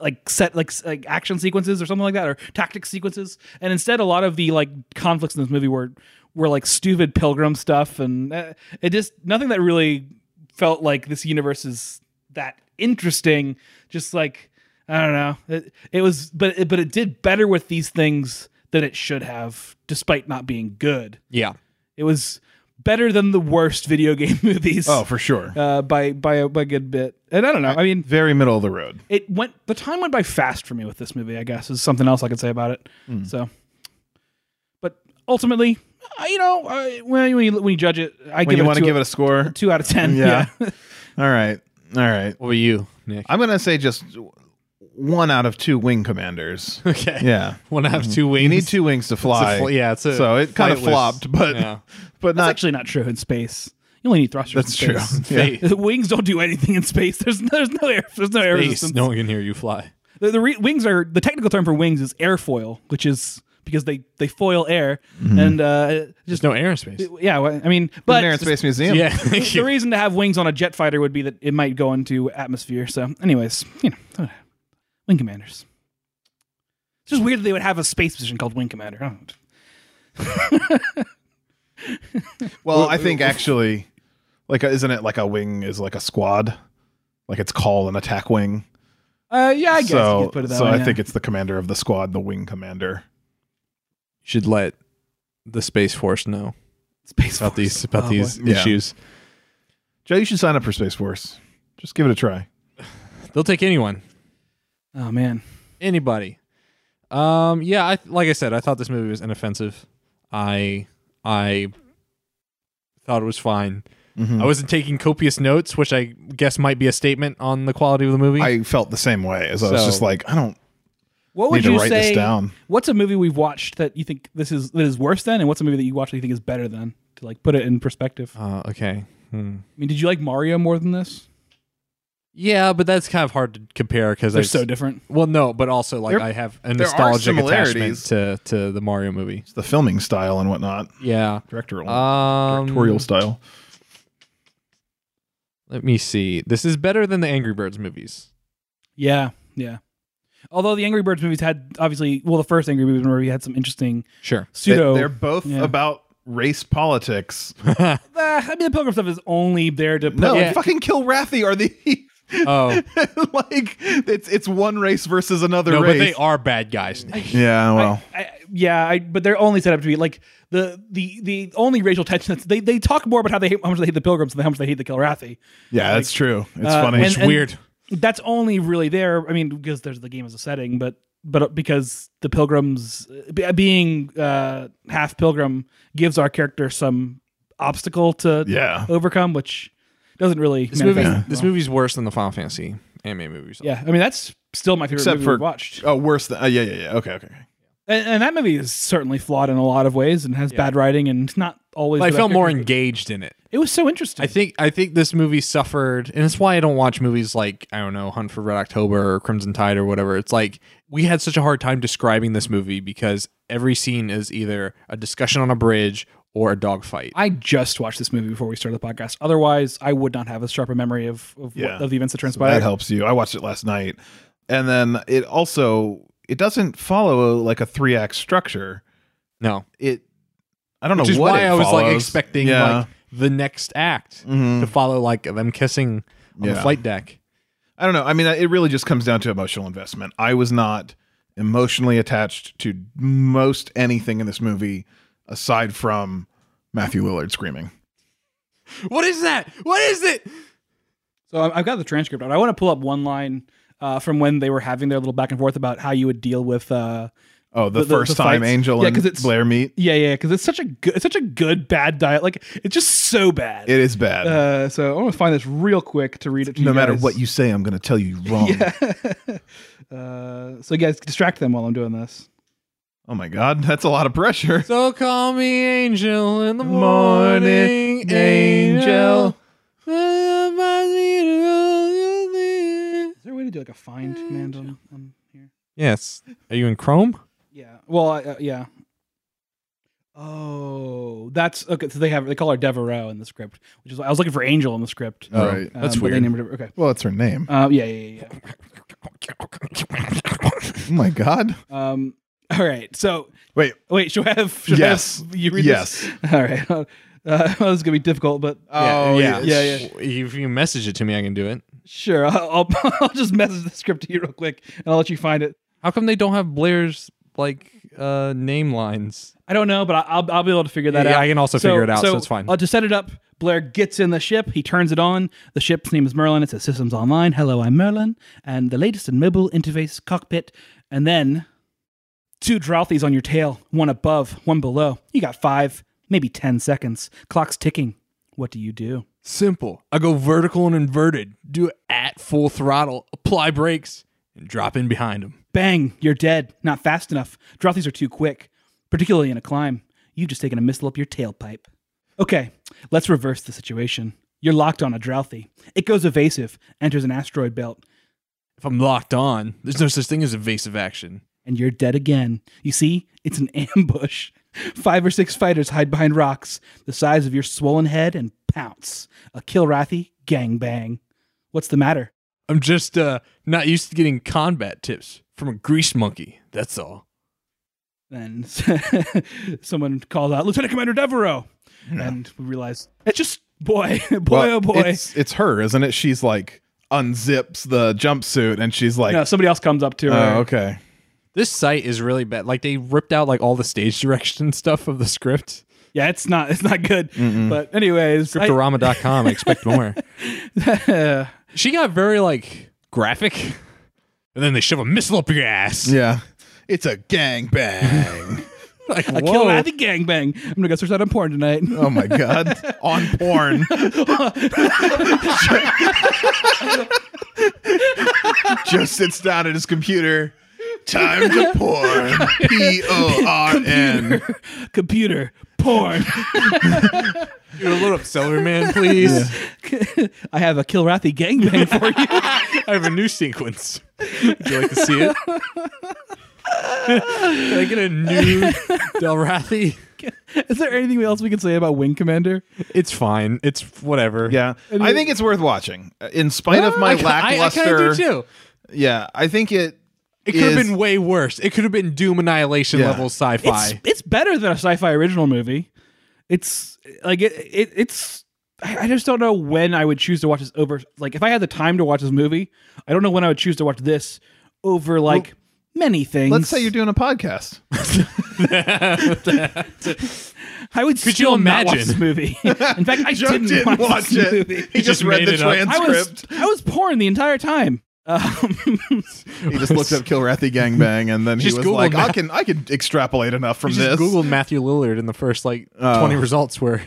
[SPEAKER 3] like set like like action sequences or something like that or tactic sequences and instead a lot of the like conflicts in this movie were were like stupid pilgrim stuff and uh, it just nothing that really felt like this universe is that interesting just like i don't know it, it was but it, but it did better with these things than it should have despite not being good
[SPEAKER 1] yeah.
[SPEAKER 3] it was better than the worst video <laughs> game movies
[SPEAKER 2] Oh, for sure.
[SPEAKER 3] uh, by by a, by a good bit and i don't know i mean
[SPEAKER 2] Very middle of the road.
[SPEAKER 3] it went the time went by fast for me with this movie i guess is something else i could say about it
[SPEAKER 2] Hmm.
[SPEAKER 3] so but ultimately I- you know I, when, when, you, when you judge it i
[SPEAKER 2] When
[SPEAKER 3] give
[SPEAKER 2] you
[SPEAKER 3] it
[SPEAKER 2] want
[SPEAKER 3] a
[SPEAKER 2] to
[SPEAKER 3] two,
[SPEAKER 2] give it a score.
[SPEAKER 3] two out of ten
[SPEAKER 2] Yeah.
[SPEAKER 3] yeah, <laughs>
[SPEAKER 2] <laughs> All right. All right.
[SPEAKER 1] What were you, Nick?
[SPEAKER 2] I'm going to say just one out of two wing commanders.
[SPEAKER 1] <laughs>
[SPEAKER 3] <laughs>
[SPEAKER 1] Okay.
[SPEAKER 2] Yeah. Mm-hmm.
[SPEAKER 1] One out of two wings.
[SPEAKER 2] You need two wings to fly.
[SPEAKER 1] fl- yeah, it's a
[SPEAKER 2] so it kind of
[SPEAKER 1] flightless-
[SPEAKER 2] flopped, but
[SPEAKER 1] yeah.
[SPEAKER 2] <laughs> but
[SPEAKER 3] that's
[SPEAKER 2] not
[SPEAKER 3] actually not true in space you only need thrusters
[SPEAKER 2] That's
[SPEAKER 3] in
[SPEAKER 2] true.
[SPEAKER 3] space. <laughs>
[SPEAKER 2] Yeah.
[SPEAKER 1] Space.
[SPEAKER 3] The wings don't do anything in space. There's there's no air. There's no air resistance.
[SPEAKER 1] No one can hear you fly.
[SPEAKER 3] The, the re- wings are the technical term for wings is airfoil, which is because they they foil air
[SPEAKER 2] Mm-hmm.
[SPEAKER 3] and uh,
[SPEAKER 1] There's
[SPEAKER 3] just
[SPEAKER 1] no air in
[SPEAKER 2] <laughs>
[SPEAKER 1] space.
[SPEAKER 3] yeah. well, I mean, but
[SPEAKER 2] Air and Space Museum.
[SPEAKER 1] Yeah. Thank
[SPEAKER 2] <laughs>
[SPEAKER 3] the
[SPEAKER 1] you.
[SPEAKER 3] reason to have wings on a jet fighter would be that it might go into atmosphere. So, anyways, you know, wing commanders. It's just weird that they would have a space position called wing commander. I don't-
[SPEAKER 2] Well, I think actually, like, uh, isn't it like a wing is like a squad? Like it's called an attack wing.
[SPEAKER 3] Uh, yeah, I guess
[SPEAKER 2] so
[SPEAKER 3] you could put it that
[SPEAKER 2] so
[SPEAKER 3] way.
[SPEAKER 2] I
[SPEAKER 3] yeah.
[SPEAKER 2] think it's the commander of the squad, the wing commander.
[SPEAKER 1] Should let the space force know
[SPEAKER 3] space
[SPEAKER 1] about
[SPEAKER 3] Force.
[SPEAKER 1] these about
[SPEAKER 3] Oh, boy.
[SPEAKER 1] these
[SPEAKER 2] Yeah.
[SPEAKER 1] issues.
[SPEAKER 2] Joe, you should sign up for Space Force. Just give it a try.
[SPEAKER 1] They'll take anyone.
[SPEAKER 3] Oh man,
[SPEAKER 1] anybody. Um, yeah, I like I said, I thought this movie was inoffensive. I I thought it was fine.
[SPEAKER 2] Mm-hmm.
[SPEAKER 1] I wasn't taking copious notes, which I guess might be a statement on the quality of the movie.
[SPEAKER 2] I felt the same way as I was
[SPEAKER 1] So-
[SPEAKER 2] just like, I don't.
[SPEAKER 3] what
[SPEAKER 2] Need
[SPEAKER 3] would
[SPEAKER 2] to
[SPEAKER 3] you
[SPEAKER 2] write
[SPEAKER 3] say?
[SPEAKER 2] this down.
[SPEAKER 3] What's a movie we've watched that you think this is that is worse than, and what's a movie that you watched that you think is better than? To like put it in perspective. I
[SPEAKER 1] uh, okay. Hmm.
[SPEAKER 3] mean, did you like Mario more than this?
[SPEAKER 1] Yeah, but that's kind of hard to compare because
[SPEAKER 3] They're so different.
[SPEAKER 1] Well, no, but also like
[SPEAKER 2] There-
[SPEAKER 1] I have a
[SPEAKER 2] there are
[SPEAKER 1] nostalgic attachment
[SPEAKER 2] similarities.
[SPEAKER 1] to to the Mario movie.
[SPEAKER 2] It's the filming style and whatnot,
[SPEAKER 1] Yeah.
[SPEAKER 2] directorial,
[SPEAKER 1] Um,
[SPEAKER 2] directorial style.
[SPEAKER 1] Let me see. This is better than the Angry Birds movies.
[SPEAKER 3] Yeah, yeah. Although the Angry Birds movies had obviously, well, the first Angry Birds movie had some interesting
[SPEAKER 1] Sure.
[SPEAKER 2] They,
[SPEAKER 3] pseudo.
[SPEAKER 2] they're both
[SPEAKER 3] Yeah.
[SPEAKER 2] about race politics.
[SPEAKER 3] Ah, I mean, the Pilgrim stuff is only there to
[SPEAKER 2] No,
[SPEAKER 1] Yeah.
[SPEAKER 2] fucking kill Rathy are the
[SPEAKER 1] Oh
[SPEAKER 2] <laughs> like it's it's one race versus another
[SPEAKER 1] no, but
[SPEAKER 2] race.
[SPEAKER 1] they are bad
[SPEAKER 2] <laughs>
[SPEAKER 1] guys. Nick.
[SPEAKER 2] Yeah, well,
[SPEAKER 3] I, yeah, I, but they're only set up to be like the the the only racial tension. That's, they they talk more about how they hate how much they hate the Pilgrims than how much they hate the Kilrathi.
[SPEAKER 2] yeah, that's true. It's
[SPEAKER 3] uh,
[SPEAKER 2] funny.
[SPEAKER 3] and-
[SPEAKER 1] It's weird.
[SPEAKER 3] That's only really there. I mean, because there's the game as a setting, but but uh, because the Pilgrims uh, be- being uh, half Pilgrim gives our character some obstacle to
[SPEAKER 2] yeah,
[SPEAKER 3] overcome, which doesn't really.
[SPEAKER 1] This movie,
[SPEAKER 3] manifest
[SPEAKER 1] this
[SPEAKER 3] well.
[SPEAKER 1] movie's worse than the Final Fantasy anime movies.
[SPEAKER 3] Yeah, I mean that's still my favorite
[SPEAKER 2] Except
[SPEAKER 3] movie
[SPEAKER 2] for-
[SPEAKER 3] we've watched,
[SPEAKER 2] Oh, worse than. Uh, yeah, yeah, yeah. Okay, okay.
[SPEAKER 3] and, and that movie is certainly flawed in a lot of ways and has bad writing and it's not always.
[SPEAKER 1] But I
[SPEAKER 3] the
[SPEAKER 1] felt
[SPEAKER 3] best
[SPEAKER 1] more
[SPEAKER 3] character.
[SPEAKER 1] engaged in it.
[SPEAKER 3] It was so interesting.
[SPEAKER 1] I think I think this movie suffered, and it's why I don't watch movies like I don't know Hunt for Red October or Crimson Tide or whatever. It's like we had such a hard time describing this movie because every scene is either a discussion on a bridge or a dogfight.
[SPEAKER 3] I just watched this movie before we started the podcast. Otherwise, I would not have as sharp a memory of of,
[SPEAKER 2] Yeah.
[SPEAKER 3] what, of the events that
[SPEAKER 2] that
[SPEAKER 3] transpired.
[SPEAKER 2] helps you. I watched it last night, and then it also it doesn't follow like a three act structure.
[SPEAKER 1] No,
[SPEAKER 2] It I don't
[SPEAKER 1] which
[SPEAKER 2] know
[SPEAKER 1] is
[SPEAKER 2] what
[SPEAKER 1] why
[SPEAKER 2] it
[SPEAKER 1] I was like
[SPEAKER 2] follows.
[SPEAKER 1] expecting
[SPEAKER 2] Yeah. Mm-hmm.
[SPEAKER 1] like the next act to follow like them kissing on the
[SPEAKER 2] Yeah.
[SPEAKER 1] flight deck.
[SPEAKER 2] I don't know. I mean, it really just comes down to emotional investment. I was not emotionally attached to most anything in this movie aside from Matthew Willard screaming.
[SPEAKER 1] What is that? What is it?
[SPEAKER 3] So I- I've got the transcript. out. I want to pull up one line uh, from when they were having their little back and forth about how you would deal with. Uh,
[SPEAKER 2] Oh, the,
[SPEAKER 3] The- the-
[SPEAKER 2] first
[SPEAKER 3] the
[SPEAKER 2] time
[SPEAKER 3] fights.
[SPEAKER 2] Angel
[SPEAKER 3] Yeah, 'cause
[SPEAKER 2] and
[SPEAKER 3] it's-
[SPEAKER 2] Blair meet.
[SPEAKER 3] yeah, yeah, because it's such a good, it's such a good bad diet. Like it's just so bad.
[SPEAKER 2] It is bad.
[SPEAKER 3] uh, so I'm gonna find this real quick to read it. To
[SPEAKER 2] no
[SPEAKER 3] you
[SPEAKER 2] matter
[SPEAKER 3] guys.
[SPEAKER 2] what you say, I'm going to tell
[SPEAKER 3] <laughs>
[SPEAKER 2] you wrong.
[SPEAKER 3] Uh, so you guys distract them while I'm doing this.
[SPEAKER 2] Oh my God, that's a lot of
[SPEAKER 3] <laughs>
[SPEAKER 2] pressure.
[SPEAKER 1] So call me Angel in the
[SPEAKER 2] Morning,
[SPEAKER 1] morning,
[SPEAKER 2] Angel.
[SPEAKER 1] Angel.
[SPEAKER 3] Is there a way to do like a find command on, on here?
[SPEAKER 1] Yes. Are you in <laughs> Chrome?
[SPEAKER 3] Yeah. Well, I- uh, yeah. Oh, that's okay. So they have they call her Devereaux in the script, which is I was looking for Angel in the script.
[SPEAKER 2] All Oh, right.
[SPEAKER 3] Um,
[SPEAKER 1] that's
[SPEAKER 3] but they
[SPEAKER 1] weird.
[SPEAKER 3] named her- okay.
[SPEAKER 2] Well, it's her name.
[SPEAKER 3] Um, yeah, yeah, yeah.
[SPEAKER 2] Oh my God.
[SPEAKER 3] yeah. Um, <laughs> all right. So
[SPEAKER 2] Wait.
[SPEAKER 3] wait, should I have? Should I
[SPEAKER 2] Yes.
[SPEAKER 3] have- you read
[SPEAKER 2] Yes.
[SPEAKER 3] This? <laughs> All right. Uh, <laughs> well, this is gonna be difficult, but uh,
[SPEAKER 2] Oh,
[SPEAKER 1] yeah.
[SPEAKER 2] yeah.
[SPEAKER 3] Yeah, yeah.
[SPEAKER 1] If you message it to me, I can do it.
[SPEAKER 3] sure. I'll, I'll <laughs> I'll just message the script to you real quick, and I'll let you find it.
[SPEAKER 1] How come they don't have Blair's like uh name lines?
[SPEAKER 3] I don't know, but I- I'll, I'll be able to figure that
[SPEAKER 1] Yeah,
[SPEAKER 3] out.
[SPEAKER 1] I can also figure it out, so it's fine.
[SPEAKER 3] Uh, to set it up, Blair gets in the ship. He turns it on. The ship's name is Merlin. It says Systems Online. Hello, I'm Merlin. And the latest in mobile interface cockpit. And then two Drouthies on your tail, one above, one below. You got five, maybe 10 seconds. Clock's ticking. What do you do?
[SPEAKER 1] Simple. I go vertical and inverted, do it at full throttle, apply brakes, and drop in behind them.
[SPEAKER 3] Bang, you're dead. Not fast enough. Drouthies are too quick, particularly in a climb. You've just taken a missile up your tailpipe. Okay, let's reverse the situation. You're locked on a Drouthy. It goes evasive, enters an asteroid belt,
[SPEAKER 1] If I'm locked on, there's no such thing as evasive action.
[SPEAKER 3] and you're dead again. You see, it's an <laughs> ambush. Five or six fighters hide behind rocks the size of your swollen head and pounce. A Kilrathi gangbang. What's the matter?
[SPEAKER 1] I'm just uh, not used to getting combat tips from a grease monkey. That's all.
[SPEAKER 3] Then <laughs> someone calls out, Lieutenant Commander Devereaux. And we realize it's just boy, <laughs> boy,
[SPEAKER 2] Well,
[SPEAKER 3] oh boy.
[SPEAKER 2] It's, it's her, isn't it? She's like unzips the jumpsuit and she's like,
[SPEAKER 3] No, somebody else comes up to her.
[SPEAKER 2] oh, okay.
[SPEAKER 1] This site is really bad. Like they ripped out like all the stage <laughs> direction stuff of the script.
[SPEAKER 3] Yeah, it's not it's not good. But anyways, I-
[SPEAKER 1] Cryptorama.com. I expect more. She got very like graphic, and then they shove a missile up your ass.
[SPEAKER 2] Yeah. It's a gangbang.
[SPEAKER 1] Like
[SPEAKER 3] a kill
[SPEAKER 1] whoa.
[SPEAKER 3] at the gangbang. I'm gonna go search that on porn tonight.
[SPEAKER 2] oh
[SPEAKER 1] <laughs>
[SPEAKER 2] my God. On porn. Joe sits down at his computer. Time to porn. P O R N.
[SPEAKER 3] <laughs> Computer
[SPEAKER 2] <laughs>
[SPEAKER 3] porn. <laughs>
[SPEAKER 1] Dude, a little celery man, please.
[SPEAKER 3] I have a Kilrathi gangbang for you.
[SPEAKER 1] I have a new sequence. Would you like to see it? Can I get a new Delrathi?
[SPEAKER 2] <laughs>
[SPEAKER 3] Is there anything else we can say about Wing Commander?
[SPEAKER 1] It's fine. It's whatever.
[SPEAKER 2] Yeah. I think it's worth watching. Uh, In spite of
[SPEAKER 1] I, I,
[SPEAKER 2] my
[SPEAKER 1] I kinda do
[SPEAKER 2] lackluster.
[SPEAKER 1] too.
[SPEAKER 2] Yeah. I think it.
[SPEAKER 1] It could have
[SPEAKER 2] is-
[SPEAKER 1] been way worse. It could have been Doom Annihilation
[SPEAKER 2] Yeah.
[SPEAKER 1] level sci-fi.
[SPEAKER 3] It's it's better than a sci-fi original movie. It's like it, it it's I I just don't know when I would choose to watch this over like if I had the time to watch this movie, I don't know when I would choose to watch this over like many things.
[SPEAKER 2] Let's say you're doing a podcast.
[SPEAKER 3] I would
[SPEAKER 1] Could you
[SPEAKER 3] still not watch
[SPEAKER 1] imagine?
[SPEAKER 3] this movie. In fact, I
[SPEAKER 2] Joe
[SPEAKER 3] didn't, watch, this movie.
[SPEAKER 2] He just,
[SPEAKER 1] just
[SPEAKER 2] read
[SPEAKER 1] made
[SPEAKER 2] the
[SPEAKER 1] it up.
[SPEAKER 3] <laughs> I was
[SPEAKER 2] transcript.
[SPEAKER 3] I was porn the entire time. <laughs> Um,
[SPEAKER 2] He just
[SPEAKER 1] <laughs>
[SPEAKER 2] looked up Kilrathi Gangbang, and then he
[SPEAKER 1] Just
[SPEAKER 2] was
[SPEAKER 1] Google
[SPEAKER 2] like, "I
[SPEAKER 1] that.
[SPEAKER 2] can I can extrapolate enough from
[SPEAKER 1] Just
[SPEAKER 2] this." Oh.
[SPEAKER 1] Googled Matthew Lillard, and the first like twenty results were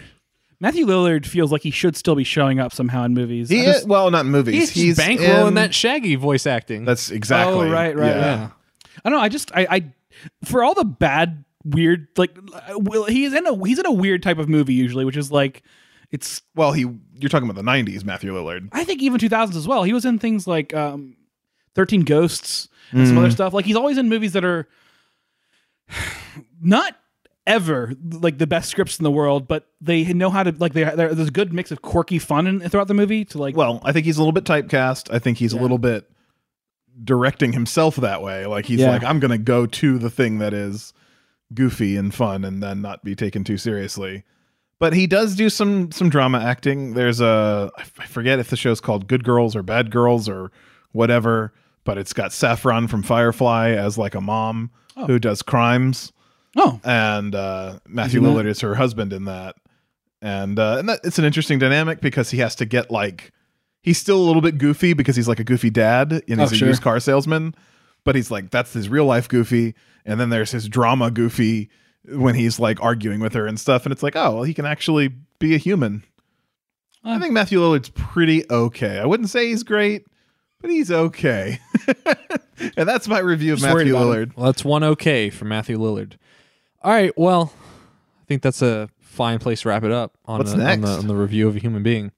[SPEAKER 3] Matthew Lillard feels like he should still be showing up somehow in movies.
[SPEAKER 2] He
[SPEAKER 3] I just-
[SPEAKER 2] is, well, not in movies.
[SPEAKER 1] He's,
[SPEAKER 2] He's,
[SPEAKER 1] just bankrolling
[SPEAKER 2] in-
[SPEAKER 1] that Shaggy voice acting.
[SPEAKER 2] That's exactly.
[SPEAKER 3] Oh, right, right,
[SPEAKER 2] Yeah.
[SPEAKER 3] right. I don't know. I just I, I for all the bad, weird, like uh, Will he's in a he's in a weird type of movie usually, which is like it's
[SPEAKER 2] Well, he you're talking about the '90s, Matthew Lillard.
[SPEAKER 3] I think even 2000s as well. He was in things like um, 13 Ghosts and some other stuff. Like he's always in movies that are <sighs> not ever like the best scripts in the world, but they know how to like they they're- there's a good mix of quirky fun in, throughout the movie to like
[SPEAKER 2] Well, I think he's a little bit typecast. I think he's a little bit directing himself that way. Like he's
[SPEAKER 3] Yeah.
[SPEAKER 2] like, I'm going to go to the thing that is goofy and fun, and then not be taken too seriously. But he does do some some drama acting. There's a I f- I forget if the show's called Good Girls or Bad Girls or whatever, but it's got Saffron from Firefly as like a mom who does crimes
[SPEAKER 3] oh
[SPEAKER 2] and uh, Matthew
[SPEAKER 3] Isn't that-
[SPEAKER 2] Lillard is her husband in that, and uh, and that, it's an interesting dynamic because he has to get like he's still a little bit goofy because he's like a goofy dad and he's
[SPEAKER 3] Oh,
[SPEAKER 2] a
[SPEAKER 3] sure.
[SPEAKER 2] used car salesman, but he's like that's his real life goofy, and then there's his drama goofy when he's like arguing with her and stuff, and it's like oh well he can actually be a human. I
[SPEAKER 3] Uh.
[SPEAKER 2] think Matthew Lillard's pretty okay. I wouldn't say he's great, but he's okay. <laughs> and that's my review of
[SPEAKER 3] Just worried
[SPEAKER 2] Matthew
[SPEAKER 3] about him.
[SPEAKER 2] Lillard.
[SPEAKER 1] Well, that's one okay for Matthew Lillard. All right, well, I think that's a fine place to wrap it up on,
[SPEAKER 2] What's
[SPEAKER 1] the, on, the,
[SPEAKER 2] next?
[SPEAKER 1] on the review of a human being.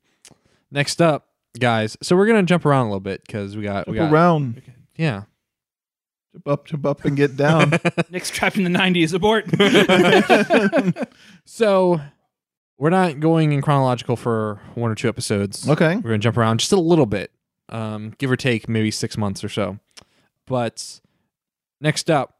[SPEAKER 1] Next up, guys, so we're gonna jump around a little bit because we got we got
[SPEAKER 2] Around,
[SPEAKER 1] yeah.
[SPEAKER 2] jump up, jump up, and get down.
[SPEAKER 1] <laughs>
[SPEAKER 3] Nick's trapped in the 90s abort
[SPEAKER 1] So we're not going in chronological for one or two episodes.
[SPEAKER 2] Okay.
[SPEAKER 1] We're gonna jump around just a little bit, um, give or take maybe six months or so. But next up,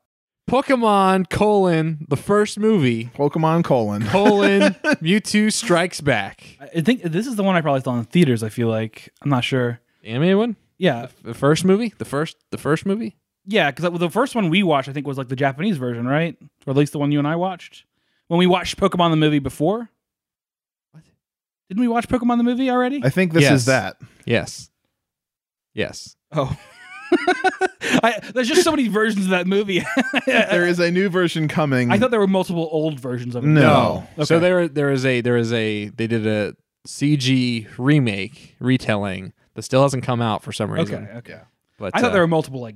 [SPEAKER 1] Pokemon colon the first movie
[SPEAKER 2] Pokemon colon.
[SPEAKER 3] <laughs>
[SPEAKER 1] colon Mewtwo Strikes Back.
[SPEAKER 3] I think this is the one I probably saw in theaters I feel like I'm not sure
[SPEAKER 1] The Animated one,
[SPEAKER 3] yeah
[SPEAKER 1] the first movie, the first, the first movie.
[SPEAKER 3] yeah because the first one we watched I think was like the Japanese version right or at least the one you and I watched when we watched Pokemon the movie before
[SPEAKER 1] What?
[SPEAKER 3] didn't we watch Pokemon the movie already
[SPEAKER 2] <laughs> I think this
[SPEAKER 1] Yes.
[SPEAKER 2] is that.
[SPEAKER 1] Yes, yes.
[SPEAKER 3] Oh. <laughs> I, there's just so many versions of that movie. <laughs>
[SPEAKER 2] There is a new version coming.
[SPEAKER 3] Uh, I thought there were multiple old versions of it.
[SPEAKER 2] No.
[SPEAKER 3] Oh, Okay.
[SPEAKER 1] Um, So there, there is a, there is a. They did a CG remake retelling that still hasn't come out for some
[SPEAKER 3] Okay.
[SPEAKER 1] reason.
[SPEAKER 3] Okay.
[SPEAKER 1] But
[SPEAKER 3] I thought
[SPEAKER 1] uh,
[SPEAKER 3] there were multiple like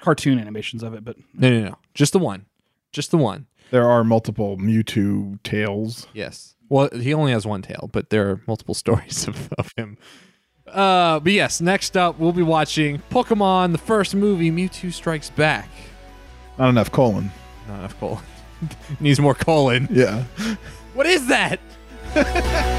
[SPEAKER 3] cartoon animations of it, but
[SPEAKER 1] no, no, no, just the one, just the one.
[SPEAKER 2] there are multiple Mewtwo tales.
[SPEAKER 1] Yes. Well, he only has one tail, but there are multiple <laughs> stories of, of him. Uh, but yes, next up we'll be watching Pokemon, the first movie, Mewtwo Strikes Back.
[SPEAKER 2] Not enough colon.
[SPEAKER 1] <laughs> Not enough colon. Needs more colon.
[SPEAKER 2] Yeah.
[SPEAKER 1] What is that?